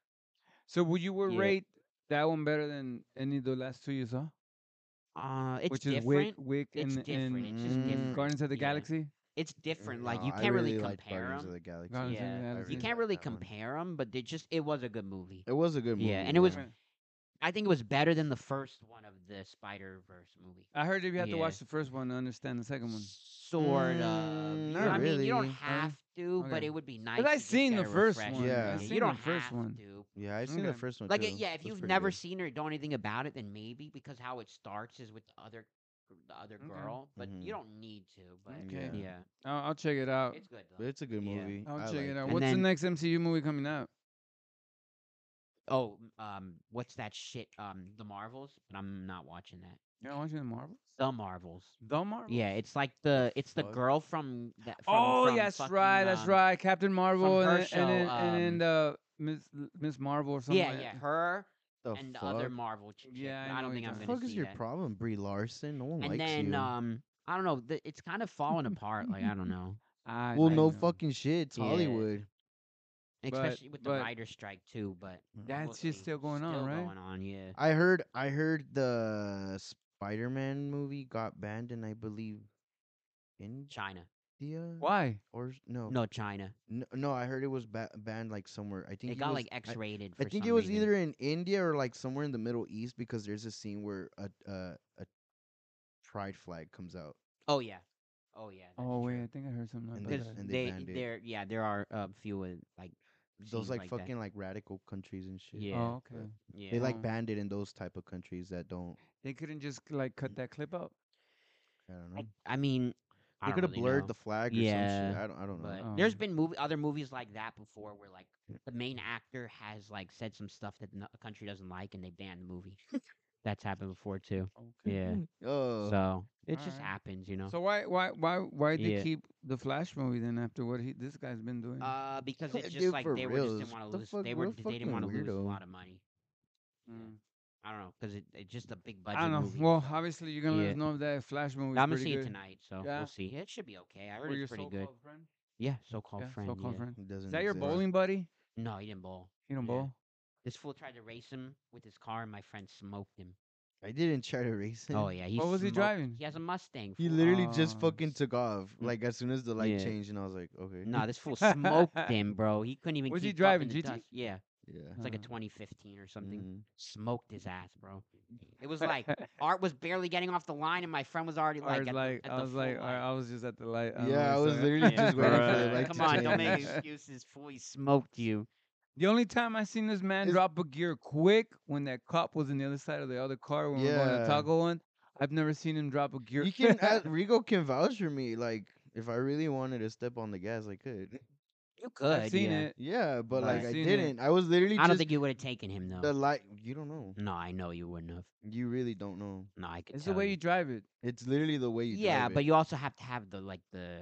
Speaker 3: So would you would
Speaker 1: Yeah.
Speaker 3: rate that one better than any of the last two you saw?
Speaker 1: Uh, it's
Speaker 3: Which is Wick,
Speaker 1: different.
Speaker 3: Wick,
Speaker 1: It's
Speaker 3: and,
Speaker 1: different.
Speaker 3: and
Speaker 1: It's just
Speaker 2: Mm.
Speaker 1: different.
Speaker 3: Guardians of the
Speaker 1: Yeah.
Speaker 3: Galaxy.
Speaker 1: It's different. Like
Speaker 2: No,
Speaker 1: you
Speaker 2: I
Speaker 1: can't really,
Speaker 2: liked
Speaker 1: compare
Speaker 2: Guardians
Speaker 1: 'em.
Speaker 2: of the Galaxy.
Speaker 3: Guardians
Speaker 1: Yeah,
Speaker 3: of the
Speaker 2: I
Speaker 3: Galaxy.
Speaker 1: You
Speaker 2: really
Speaker 1: can't
Speaker 2: liked
Speaker 1: really
Speaker 2: that one.
Speaker 1: compare them, but they just it was a good movie.
Speaker 2: It was a good movie.
Speaker 1: Yeah, and it was-
Speaker 2: yeah.
Speaker 1: I think it was better than the first one of the Spider Verse movie.
Speaker 3: I heard you have to
Speaker 1: Yeah.
Speaker 3: watch the first one to understand the second one.
Speaker 1: Sort of.
Speaker 2: Mm,
Speaker 1: You-
Speaker 2: not
Speaker 1: I mean, you don't
Speaker 2: really.
Speaker 1: have to, but
Speaker 3: Okay.
Speaker 1: it would be nice.
Speaker 3: I've
Speaker 1: to just
Speaker 3: seen
Speaker 1: get
Speaker 3: the
Speaker 1: a
Speaker 3: first
Speaker 1: refresher.
Speaker 2: one. Yeah. I've
Speaker 1: you
Speaker 3: seen the
Speaker 1: don't
Speaker 3: first
Speaker 1: have
Speaker 3: one.
Speaker 1: to.
Speaker 2: Yeah, I've seen the
Speaker 3: Okay.
Speaker 2: first one
Speaker 1: Like,
Speaker 2: too.
Speaker 1: it- yeah, if
Speaker 2: It was
Speaker 1: you've
Speaker 2: pretty
Speaker 1: never
Speaker 2: good.
Speaker 1: seen or don't anything about it, then maybe because how it starts is with the other gr- the other
Speaker 3: Okay.
Speaker 1: girl, but
Speaker 2: Mhm.
Speaker 3: mm-hmm.
Speaker 1: you don't need to. But
Speaker 3: Okay.
Speaker 1: yeah,
Speaker 3: I'll, I'll check it out.
Speaker 1: it's good
Speaker 2: But
Speaker 1: though.
Speaker 2: it's a good
Speaker 1: Yeah.
Speaker 2: movie.
Speaker 3: I'll
Speaker 2: I
Speaker 3: check it
Speaker 2: liked
Speaker 3: out.
Speaker 1: And
Speaker 3: What's
Speaker 1: then-
Speaker 3: the next MCU movie coming out?
Speaker 1: Oh, um, what's that shit? Um, The Marvels, but I'm not watching that.
Speaker 3: You're watching the Marvel?
Speaker 1: The Marvels.
Speaker 3: The Marvel?
Speaker 1: Yeah, it's like the it's the
Speaker 2: fuck?
Speaker 1: girl from that. From,
Speaker 3: oh,
Speaker 1: from
Speaker 3: yes,
Speaker 1: fucking,
Speaker 3: right. That's
Speaker 1: um,
Speaker 3: right. Captain Marvel
Speaker 1: her
Speaker 3: and, then-
Speaker 1: show,
Speaker 3: and, then- and,
Speaker 1: um,
Speaker 3: then uh, Miss Miss Marvel or something.
Speaker 1: Yeah,
Speaker 3: like
Speaker 1: yeah,
Speaker 3: that.
Speaker 1: her
Speaker 2: The
Speaker 1: and the
Speaker 2: fuck?
Speaker 1: other Marvel. Ch- chick,
Speaker 3: Yeah, I
Speaker 1: but
Speaker 3: know
Speaker 1: I don't
Speaker 3: what
Speaker 1: think
Speaker 3: you're
Speaker 1: I'm
Speaker 2: The
Speaker 3: talking
Speaker 1: gonna
Speaker 2: fuck
Speaker 1: see
Speaker 2: is your
Speaker 1: that.
Speaker 2: problem, Brie Larson? No one
Speaker 1: and
Speaker 2: likes
Speaker 1: then
Speaker 2: you.
Speaker 1: um, I don't know. th- it's kind of falling apart. Like I don't know,
Speaker 3: I
Speaker 2: well,
Speaker 3: don't
Speaker 2: no
Speaker 3: know.
Speaker 2: fucking shit. It's
Speaker 1: Yeah.
Speaker 2: Hollywood.
Speaker 3: But-
Speaker 1: especially with the
Speaker 3: but-
Speaker 1: writer strike too. But
Speaker 3: That
Speaker 1: we'll
Speaker 3: shit's
Speaker 1: see.
Speaker 3: still going on,
Speaker 1: Still
Speaker 3: right?
Speaker 1: Going on, yeah.
Speaker 2: I heard. I heard the Spider-Man movie got banned, in I believe India
Speaker 1: China.
Speaker 3: Why?
Speaker 2: or s- no,
Speaker 1: No, China.
Speaker 2: no, no. I heard it was ba- banned like somewhere. I think
Speaker 1: It got
Speaker 2: was,
Speaker 1: like
Speaker 2: I-
Speaker 1: X-rated.
Speaker 2: I
Speaker 1: for
Speaker 2: think
Speaker 1: some
Speaker 2: it was
Speaker 1: reason.
Speaker 2: either in India or like somewhere in the Middle East because there's a scene where a a, a pride flag comes out.
Speaker 1: Oh yeah, oh yeah. that's
Speaker 3: Oh wait,
Speaker 1: true.
Speaker 3: I think I heard something
Speaker 2: And
Speaker 3: about
Speaker 1: There's-
Speaker 2: there's-
Speaker 3: that.
Speaker 2: and they
Speaker 1: they,
Speaker 2: banned it.
Speaker 1: there yeah there are a few of like
Speaker 2: Those
Speaker 1: scenes
Speaker 2: like,
Speaker 1: that.
Speaker 2: fucking like radical countries and shit.
Speaker 1: Yeah.
Speaker 3: Oh,
Speaker 2: but
Speaker 3: okay.
Speaker 1: yeah.
Speaker 2: They
Speaker 3: Oh.
Speaker 2: like banned it in those type of countries that don't.
Speaker 3: They couldn't just like cut that clip out.
Speaker 2: I don't know.
Speaker 1: I, I mean, I
Speaker 2: they
Speaker 1: don't
Speaker 2: could have
Speaker 1: really
Speaker 2: blurred
Speaker 1: know,
Speaker 2: the Oh. flag or some shit.
Speaker 1: Yeah,
Speaker 2: I don't. I don't know.
Speaker 1: But there's
Speaker 3: Um,
Speaker 1: been movie other movies like that before where like the main actor has like said some stuff that no- a country doesn't like and they ban the movie. That's happened before too.
Speaker 3: Okay.
Speaker 1: Yeah.
Speaker 2: Oh,
Speaker 1: So it just
Speaker 3: Alright.
Speaker 1: happens, you know.
Speaker 3: So why why why why did
Speaker 1: Yeah.
Speaker 3: keep the Flash movie then after what he this guy's been doing?
Speaker 1: uh, because it's just
Speaker 2: Dude,
Speaker 1: like
Speaker 2: for
Speaker 1: they were just
Speaker 2: reals,
Speaker 1: didn't want to
Speaker 2: the
Speaker 1: lose.
Speaker 2: fuck-
Speaker 1: They
Speaker 2: what
Speaker 1: were
Speaker 2: a
Speaker 1: they
Speaker 2: fucking
Speaker 1: didn't want to lose a
Speaker 2: weirdo.
Speaker 1: lot of money.
Speaker 3: Mm.
Speaker 1: I don't know because it, it's just a big budget.
Speaker 3: I don't know.
Speaker 1: Movie,
Speaker 3: Well,
Speaker 1: so-
Speaker 3: obviously you're gonna let
Speaker 1: Yeah.
Speaker 3: us know if that Flash movie.
Speaker 1: I'm gonna see it tonight, so
Speaker 3: Yeah.
Speaker 1: we'll see. It should be okay. I
Speaker 3: Or
Speaker 1: heard
Speaker 3: your
Speaker 1: it's pretty good.
Speaker 3: so-called friend?
Speaker 1: Yeah, so-called
Speaker 3: Yeah,
Speaker 1: friend.
Speaker 3: so-called
Speaker 1: yeah.
Speaker 3: friend.
Speaker 2: it doesn't
Speaker 3: Is that your
Speaker 2: exist.
Speaker 3: bowling buddy?
Speaker 1: No, he didn't bowl.
Speaker 3: You don't
Speaker 1: Yeah.
Speaker 3: bowl.
Speaker 1: This fool tried to race him with his car, and my friend smoked him.
Speaker 2: I didn't try to race him.
Speaker 1: Oh yeah, he
Speaker 3: What was he
Speaker 1: smoked-
Speaker 3: driving?
Speaker 1: He has a Mustang.
Speaker 2: He
Speaker 1: fool. Um,
Speaker 2: literally just
Speaker 3: Oh,
Speaker 2: fucking
Speaker 3: s-
Speaker 2: took off. Like as soon as the light
Speaker 1: mm, Yeah.
Speaker 2: changed, and I was like, okay.
Speaker 1: Nah, this fool smoked him, bro. He couldn't even.
Speaker 3: Was he
Speaker 1: keep up
Speaker 3: driving
Speaker 1: in the
Speaker 3: GT?
Speaker 1: dust. Yeah,
Speaker 2: Yeah.
Speaker 1: it's like a
Speaker 3: Uh, Mm.
Speaker 1: 2015 or something.
Speaker 2: Mhm.
Speaker 1: Smoked his ass, bro. It was like Art was barely getting off the line, and my friend was already
Speaker 3: I
Speaker 1: like,
Speaker 3: was
Speaker 1: at-
Speaker 3: like,
Speaker 1: at
Speaker 3: I
Speaker 1: the
Speaker 3: was like,
Speaker 1: full
Speaker 3: I,
Speaker 1: line.
Speaker 3: I was just at the light.
Speaker 2: Yeah, I
Speaker 3: was
Speaker 2: was
Speaker 3: like-
Speaker 2: literally just waiting for the
Speaker 3: Bruh.
Speaker 2: light to
Speaker 1: Come on, don't make
Speaker 2: change.
Speaker 1: excuses. Fool, he smoked you.
Speaker 3: The only time I seen this man
Speaker 2: It's-
Speaker 3: drop a gear quick when that cop was on the other side of the other car when we were going to
Speaker 2: Yeah.
Speaker 3: taco one. I've never seen him drop a gear.
Speaker 2: You can uh, Rigo can vouch for me. Like if I really wanted to step on the gas, I could.
Speaker 1: You could.
Speaker 3: I've seen
Speaker 1: yeah.
Speaker 3: it.
Speaker 2: Yeah, but
Speaker 1: Right.
Speaker 2: like I
Speaker 3: Seen it.
Speaker 2: didn't. I was literally
Speaker 1: I don't
Speaker 2: just
Speaker 1: think you Mm. would have taken him though.
Speaker 2: the light. You don't know.
Speaker 1: No, I know you wouldn't have.
Speaker 2: You really don't know.
Speaker 1: No, I could.
Speaker 3: It's the
Speaker 1: tell
Speaker 3: way you drive it.
Speaker 2: It's literally the way you.
Speaker 1: yeah,
Speaker 2: drive it.
Speaker 1: but you also have to have the like the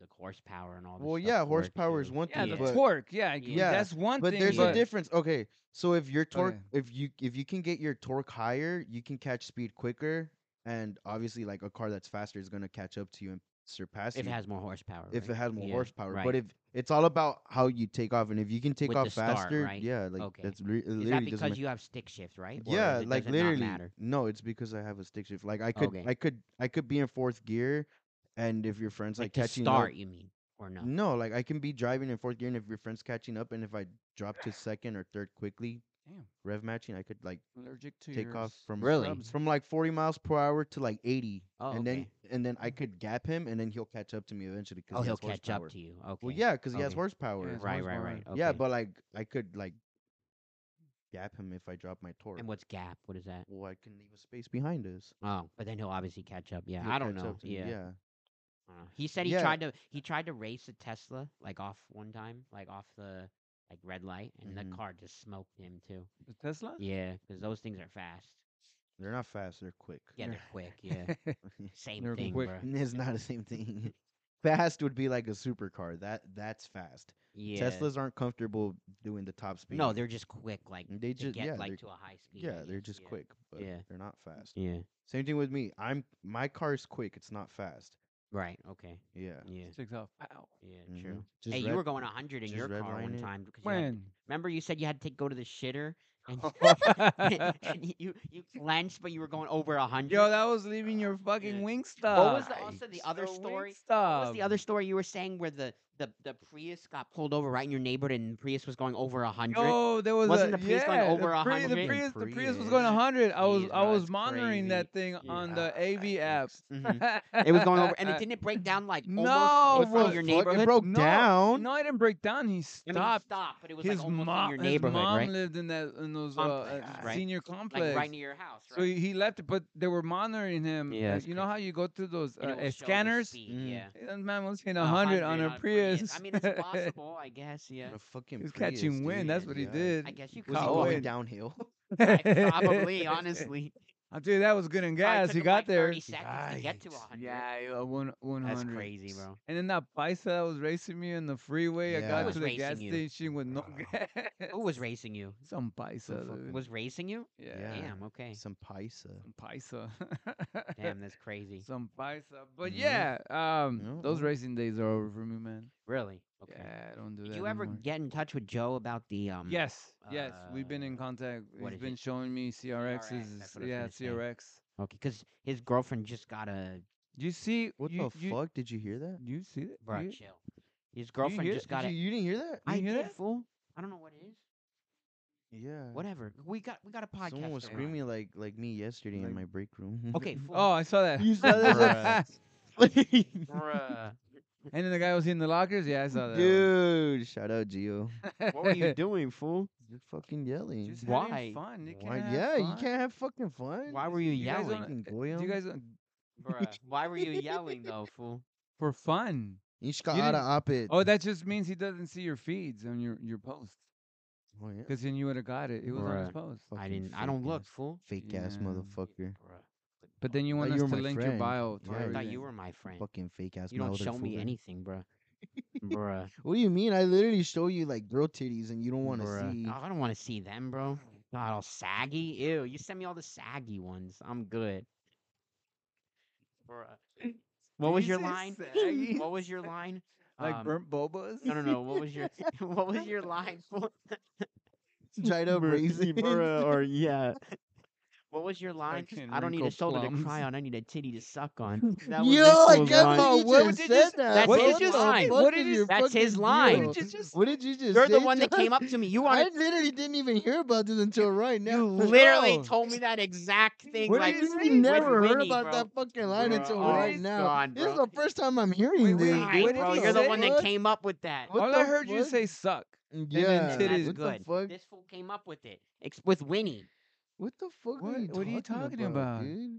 Speaker 1: the horsepower and all. This
Speaker 2: Well,
Speaker 1: stuff
Speaker 2: yeah,
Speaker 1: for it,
Speaker 2: horsepower is
Speaker 1: too.
Speaker 2: one
Speaker 3: Yeah,
Speaker 2: thing,
Speaker 3: the
Speaker 2: but
Speaker 3: torque. Yeah, I-
Speaker 1: Yeah.
Speaker 3: that's one
Speaker 2: but
Speaker 3: thing.
Speaker 2: there's
Speaker 1: but-
Speaker 2: a difference. Okay, so if your torque,
Speaker 3: Okay.
Speaker 2: if you if you can get your torque higher, you can catch speed quicker, and obviously, like a car that's faster is gonna catch up to you and surpass
Speaker 1: If
Speaker 2: you
Speaker 1: it has more horsepower.
Speaker 2: if
Speaker 1: right?
Speaker 2: it has more
Speaker 1: Yeah,
Speaker 2: horsepower.
Speaker 1: right.
Speaker 2: But if it's all about how you take off, and if you can take
Speaker 1: With the
Speaker 2: off
Speaker 1: start,
Speaker 2: faster,
Speaker 1: right?
Speaker 2: yeah, like
Speaker 1: Okay.
Speaker 2: that's re- it
Speaker 1: is
Speaker 2: literally
Speaker 1: that
Speaker 2: doesn't
Speaker 1: because
Speaker 2: matter.
Speaker 1: you have stick shift, right? Or
Speaker 2: yeah,
Speaker 1: is it-
Speaker 2: like
Speaker 1: does it not
Speaker 2: literally.
Speaker 1: matter?
Speaker 2: No, it's because I have a stick shift. Like I could,
Speaker 1: Okay.
Speaker 2: I could, I could be in fourth gear, and if your friends like,
Speaker 1: Like, to
Speaker 2: catching up,
Speaker 1: start, you mean, or no?
Speaker 2: No, like I can be driving in fourth gear, and if your friend's catching up, and if I drop to second or third quickly,
Speaker 3: Damn.
Speaker 2: rev matching, I could like
Speaker 3: Allergic to
Speaker 2: take
Speaker 3: your
Speaker 2: off
Speaker 3: s-
Speaker 2: from
Speaker 1: Really?
Speaker 3: subs.
Speaker 2: from like forty miles per hour to like eighty,
Speaker 1: Oh,
Speaker 2: and
Speaker 1: okay.
Speaker 2: then and then I
Speaker 3: Mm-hmm.
Speaker 2: could gap him, and then he'll catch up to me eventually. Cause
Speaker 1: oh,
Speaker 2: he
Speaker 1: he'll
Speaker 2: has
Speaker 1: catch
Speaker 2: horsepower.
Speaker 1: up to you. Okay.
Speaker 2: Well, yeah, because he has
Speaker 1: Okay.
Speaker 2: horsepower.
Speaker 3: Yeah, it's
Speaker 1: Right, right,
Speaker 3: horsepower.
Speaker 1: right.
Speaker 2: Yeah,
Speaker 1: okay.
Speaker 2: but like I could like gap him if I drop my torque.
Speaker 1: and what's gap? What is that?
Speaker 2: well, I can leave a space behind us.
Speaker 1: Oh, but then he'll obviously catch up. Yeah,
Speaker 2: He'll
Speaker 1: I don't
Speaker 2: catch
Speaker 1: know.
Speaker 2: up to me,
Speaker 1: Yeah.
Speaker 2: yeah.
Speaker 1: I don't know. Uh, He said he
Speaker 2: Yeah.
Speaker 1: tried to he tried to race a Tesla like off one time, like off the like red light, and
Speaker 2: Mhm.
Speaker 1: the car just smoked him too.
Speaker 3: The Tesla?
Speaker 1: Yeah, because those things are fast.
Speaker 2: They're not fast. They're quick.
Speaker 1: Yeah,
Speaker 3: They're-
Speaker 1: they're quick. Yeah, same
Speaker 3: They're
Speaker 1: thing,
Speaker 3: quick.
Speaker 1: bro.
Speaker 2: it's not the same thing. fast would be like a supercar. That that's fast.
Speaker 1: Yeah,
Speaker 2: Teslas aren't comfortable doing the top speed.
Speaker 1: No, they're just quick. Like
Speaker 2: they
Speaker 1: to
Speaker 2: just
Speaker 1: get
Speaker 2: yeah,
Speaker 1: like
Speaker 2: they're-
Speaker 1: to a high speed. I
Speaker 2: yeah, they're
Speaker 1: guess,
Speaker 2: just
Speaker 1: yeah.
Speaker 2: quick, but
Speaker 1: Yeah.
Speaker 2: they're not fast.
Speaker 1: Yeah,
Speaker 2: Same thing with me. I'm my car is quick. It's not fast.
Speaker 1: right. Okay.
Speaker 2: Yeah,
Speaker 1: Yeah,
Speaker 3: Takes off. Pow.
Speaker 1: yeah,
Speaker 2: Mhm.
Speaker 1: true.
Speaker 2: Just
Speaker 1: hey,
Speaker 2: red-
Speaker 1: you were going 100 in
Speaker 2: just
Speaker 1: your
Speaker 2: red
Speaker 1: car
Speaker 2: line
Speaker 1: one
Speaker 2: it.
Speaker 1: time because you had,
Speaker 3: When?
Speaker 1: remember you said you had to go to the shitter and,
Speaker 3: Yo,
Speaker 1: and you you clenched, but you were going over 100.
Speaker 3: that was leaving your fucking
Speaker 1: Yeah.
Speaker 3: wing
Speaker 1: What was
Speaker 3: stuff.
Speaker 1: the- also the other story-
Speaker 3: What Um,
Speaker 1: What was the other story you were saying where the the the Prius got pulled over right in your neighborhood, and Prius was going over a hundred.
Speaker 3: Oh, there was
Speaker 1: Wasn't
Speaker 3: a,
Speaker 1: the Prius going
Speaker 3: yeah,
Speaker 1: over
Speaker 3: the
Speaker 1: 100?
Speaker 3: The Prius, the Prius was
Speaker 2: Prius.
Speaker 3: going 100. I was
Speaker 1: Jeez,
Speaker 3: I
Speaker 1: bro,
Speaker 3: was
Speaker 1: that's
Speaker 3: monitoring that thing
Speaker 1: Yeah.
Speaker 3: on the AV app.
Speaker 1: Mhm. It was going over, and it didn't break down like
Speaker 3: No,
Speaker 1: almost
Speaker 3: Oh, bro.
Speaker 1: over your
Speaker 2: Fuck, it
Speaker 1: neighborhood.
Speaker 2: broke
Speaker 3: no,
Speaker 2: down.
Speaker 3: No, it didn't break down. He
Speaker 1: I mean, it
Speaker 3: stopped.
Speaker 1: stopped, but it was
Speaker 3: His,
Speaker 1: like almost
Speaker 3: mom,
Speaker 1: in your
Speaker 3: his
Speaker 1: neighborhood,
Speaker 3: mom
Speaker 1: right?
Speaker 3: lived in that in those uh,
Speaker 1: Complex,
Speaker 3: uh,
Speaker 1: right.
Speaker 3: senior complex.
Speaker 1: Like right near your house, right?
Speaker 3: So he he left it, but they were monitoring him.
Speaker 1: Yeah,
Speaker 3: uh,
Speaker 1: it's
Speaker 3: you know
Speaker 1: crazy.
Speaker 3: how you go through those uh,
Speaker 1: And it will
Speaker 3: uh,
Speaker 1: show the
Speaker 3: scanners?
Speaker 1: speed,
Speaker 2: Mm.
Speaker 1: Yeah.
Speaker 3: That man was hitting 100 on a Prius.
Speaker 1: I mean, it's possible, I guess. Yeah.
Speaker 2: On a fucking
Speaker 3: he was
Speaker 2: Prius,
Speaker 3: catching wind.
Speaker 2: dude,
Speaker 3: That's what he
Speaker 2: yeah.
Speaker 3: did.
Speaker 1: I guess you could
Speaker 2: Was he
Speaker 3: Caught
Speaker 1: go
Speaker 2: going
Speaker 3: wind.
Speaker 2: downhill?
Speaker 1: I probably, honestly.
Speaker 3: I'll tell you, that was good in
Speaker 1: Probably
Speaker 3: gas.
Speaker 1: took
Speaker 3: He
Speaker 1: him,
Speaker 3: got
Speaker 1: like,
Speaker 3: there.
Speaker 1: 30 seconds to get to
Speaker 2: Yikes.
Speaker 1: 100.
Speaker 3: Yeah, yeah, one, 100.
Speaker 1: That's crazy, bro.
Speaker 3: And then that paisa that was racing me in the freeway. I
Speaker 2: Yeah.
Speaker 3: got
Speaker 2: Who
Speaker 3: to
Speaker 1: was
Speaker 3: the gas
Speaker 1: racing you?
Speaker 3: station with no gas.
Speaker 1: Who was racing you?
Speaker 3: Some paisa.
Speaker 2: fuck
Speaker 3: dude.
Speaker 1: Was racing you?
Speaker 3: yeah.
Speaker 2: Yeah.
Speaker 1: Damn. Okay.
Speaker 2: Some paisa.
Speaker 3: Some paisa.
Speaker 1: Damn, Mm-hmm. that's crazy.
Speaker 3: Some paisa. But
Speaker 2: Mhm.
Speaker 3: yeah, um,
Speaker 2: Yeah,
Speaker 3: those
Speaker 2: well.
Speaker 3: racing days are over for me, man.
Speaker 1: Really? Okay.
Speaker 3: Yeah, I don't do that.
Speaker 1: Did you ever
Speaker 3: anymore.
Speaker 1: get in touch with Joe about the um?
Speaker 3: Yes, yes, we've been in
Speaker 1: uh,
Speaker 3: contact.
Speaker 1: what
Speaker 3: He's
Speaker 1: is
Speaker 3: been
Speaker 1: it?
Speaker 3: showing me
Speaker 1: CRX,
Speaker 3: CRXs.
Speaker 1: that's what I was
Speaker 3: yeah,
Speaker 1: gonna say.
Speaker 3: CRX.
Speaker 1: Okay, because his girlfriend just got a
Speaker 3: You see
Speaker 2: What
Speaker 3: you,
Speaker 2: the
Speaker 3: you,
Speaker 2: fuck? Did you hear that?
Speaker 3: You see that?
Speaker 1: bruh,
Speaker 3: You-
Speaker 1: chill. His girlfriend
Speaker 3: hear-
Speaker 1: just got
Speaker 2: Did
Speaker 1: it.
Speaker 2: you, you didn't hear that?
Speaker 3: you
Speaker 1: I
Speaker 3: hear
Speaker 1: did,
Speaker 3: that?
Speaker 1: fool. I don't know what it is.
Speaker 2: Yeah.
Speaker 1: Whatever. We got we got a podcast.
Speaker 2: Someone was
Speaker 1: to run.
Speaker 2: screaming like like me yesterday
Speaker 3: Like-
Speaker 2: in my break room.
Speaker 1: Okay, fool.
Speaker 3: Oh, I saw that.
Speaker 2: You saw that?
Speaker 1: Bruh.
Speaker 3: and then the guy was in the lockers. Yeah, I saw that. one.
Speaker 2: Dude, shout out Gio.
Speaker 1: What were you doing, fool?
Speaker 2: You're fucking yelling.
Speaker 3: Just
Speaker 1: Why?
Speaker 3: having Fun. You
Speaker 2: Why-
Speaker 3: can't have
Speaker 2: Yeah, you
Speaker 3: fun.
Speaker 2: can't have fucking fun.
Speaker 1: Why were you
Speaker 3: You guys
Speaker 1: yelling?
Speaker 3: wanna-
Speaker 2: Fucking
Speaker 3: Do
Speaker 2: goyim.
Speaker 3: you guys uh, want-
Speaker 1: Bruh. Why were you yelling though, fool?
Speaker 3: for fun?
Speaker 2: Inch
Speaker 3: you
Speaker 2: cara apit.
Speaker 3: Oh, that just means he doesn't see your feeds and your your posts.
Speaker 2: Oh, yeah.
Speaker 3: Because then you would have got it. It was on his
Speaker 1: Bruh.
Speaker 3: post.
Speaker 1: I
Speaker 2: Fucking
Speaker 1: didn't. I
Speaker 2: fake
Speaker 1: don't look,
Speaker 2: ass-
Speaker 1: fool.
Speaker 2: Fake ass
Speaker 3: Yeah.
Speaker 2: motherfucker.
Speaker 1: Bruh.
Speaker 3: But then you
Speaker 2: thought
Speaker 3: want
Speaker 2: you
Speaker 3: us
Speaker 2: were
Speaker 3: to
Speaker 2: my
Speaker 3: link your
Speaker 2: friend.
Speaker 3: bio. To
Speaker 2: Yeah,
Speaker 1: I thought
Speaker 3: everything.
Speaker 1: you were my friend.
Speaker 2: Fucking fake ass.
Speaker 1: You don't show me
Speaker 2: motherfucker.
Speaker 1: anything, bruh. bruh.
Speaker 2: What do you mean? I literally show you like girl titties and you don't want to
Speaker 1: bruh.
Speaker 2: see.
Speaker 3: Ah.
Speaker 1: I don't want to see them, bro. God, all saggy. Ew. You send me all the saggy ones. I'm good. Bruh. What
Speaker 3: Did
Speaker 1: was
Speaker 3: he
Speaker 1: your
Speaker 3: say
Speaker 1: line?
Speaker 3: saggy?
Speaker 1: What was your line?
Speaker 3: like
Speaker 1: Um,
Speaker 3: burnt bobas.
Speaker 1: No, no, no. What was your What was your line? fool?
Speaker 2: Dried up
Speaker 1: Bruh,
Speaker 2: raisins.
Speaker 1: bruh, or yeah. What was your line?
Speaker 3: Fucking
Speaker 1: I don't need a
Speaker 3: wrinkled
Speaker 1: shoulder to
Speaker 3: plums.
Speaker 1: cry on. I need a titty to suck on. That was
Speaker 2: Yo, I
Speaker 1: Nicole's
Speaker 2: can't
Speaker 1: line.
Speaker 2: believe
Speaker 3: Oh,
Speaker 2: you
Speaker 3: what did
Speaker 2: just
Speaker 3: you
Speaker 2: said
Speaker 3: just-
Speaker 2: that.
Speaker 1: That's
Speaker 2: bro.
Speaker 1: his
Speaker 2: What the
Speaker 1: line.
Speaker 2: fuck
Speaker 3: What did
Speaker 2: is
Speaker 3: you-
Speaker 2: your
Speaker 1: that's his
Speaker 2: fucking
Speaker 1: line.
Speaker 2: deal?
Speaker 3: What did you just-
Speaker 2: What did you just
Speaker 1: You're the
Speaker 2: say,
Speaker 1: one that
Speaker 2: John?
Speaker 1: came up to me. You
Speaker 2: I
Speaker 1: wanted.
Speaker 2: literally didn't even hear about this until right now.
Speaker 1: You literally
Speaker 3: No.
Speaker 1: told me that exact thing.
Speaker 3: What
Speaker 1: like,
Speaker 3: did you
Speaker 2: I
Speaker 3: say?
Speaker 1: with
Speaker 2: never heard
Speaker 1: Winnie,
Speaker 2: about
Speaker 1: bro.
Speaker 2: that fucking line
Speaker 1: Bruh,
Speaker 2: until
Speaker 1: oh
Speaker 2: right
Speaker 1: my
Speaker 2: now.
Speaker 1: God,
Speaker 2: this is
Speaker 1: bro.
Speaker 2: the first time I'm hearing
Speaker 3: Wait,
Speaker 2: this.
Speaker 3: wait,
Speaker 1: Right,
Speaker 3: what
Speaker 2: dude.
Speaker 3: did
Speaker 1: bro,
Speaker 3: he
Speaker 1: you're the
Speaker 3: say?
Speaker 1: one that came up with that.
Speaker 2: What
Speaker 3: All
Speaker 2: the
Speaker 3: I heard you
Speaker 2: fuck?
Speaker 3: say suck. then
Speaker 2: Yeah.
Speaker 1: That's
Speaker 3: titties.
Speaker 2: What
Speaker 1: good.
Speaker 2: the fuck?
Speaker 1: This fool came up with it. Ex- with Winnie. Ah,
Speaker 2: What the fuck?
Speaker 3: What-
Speaker 2: are you
Speaker 3: what are you talking about?
Speaker 2: dude?
Speaker 1: God, you guys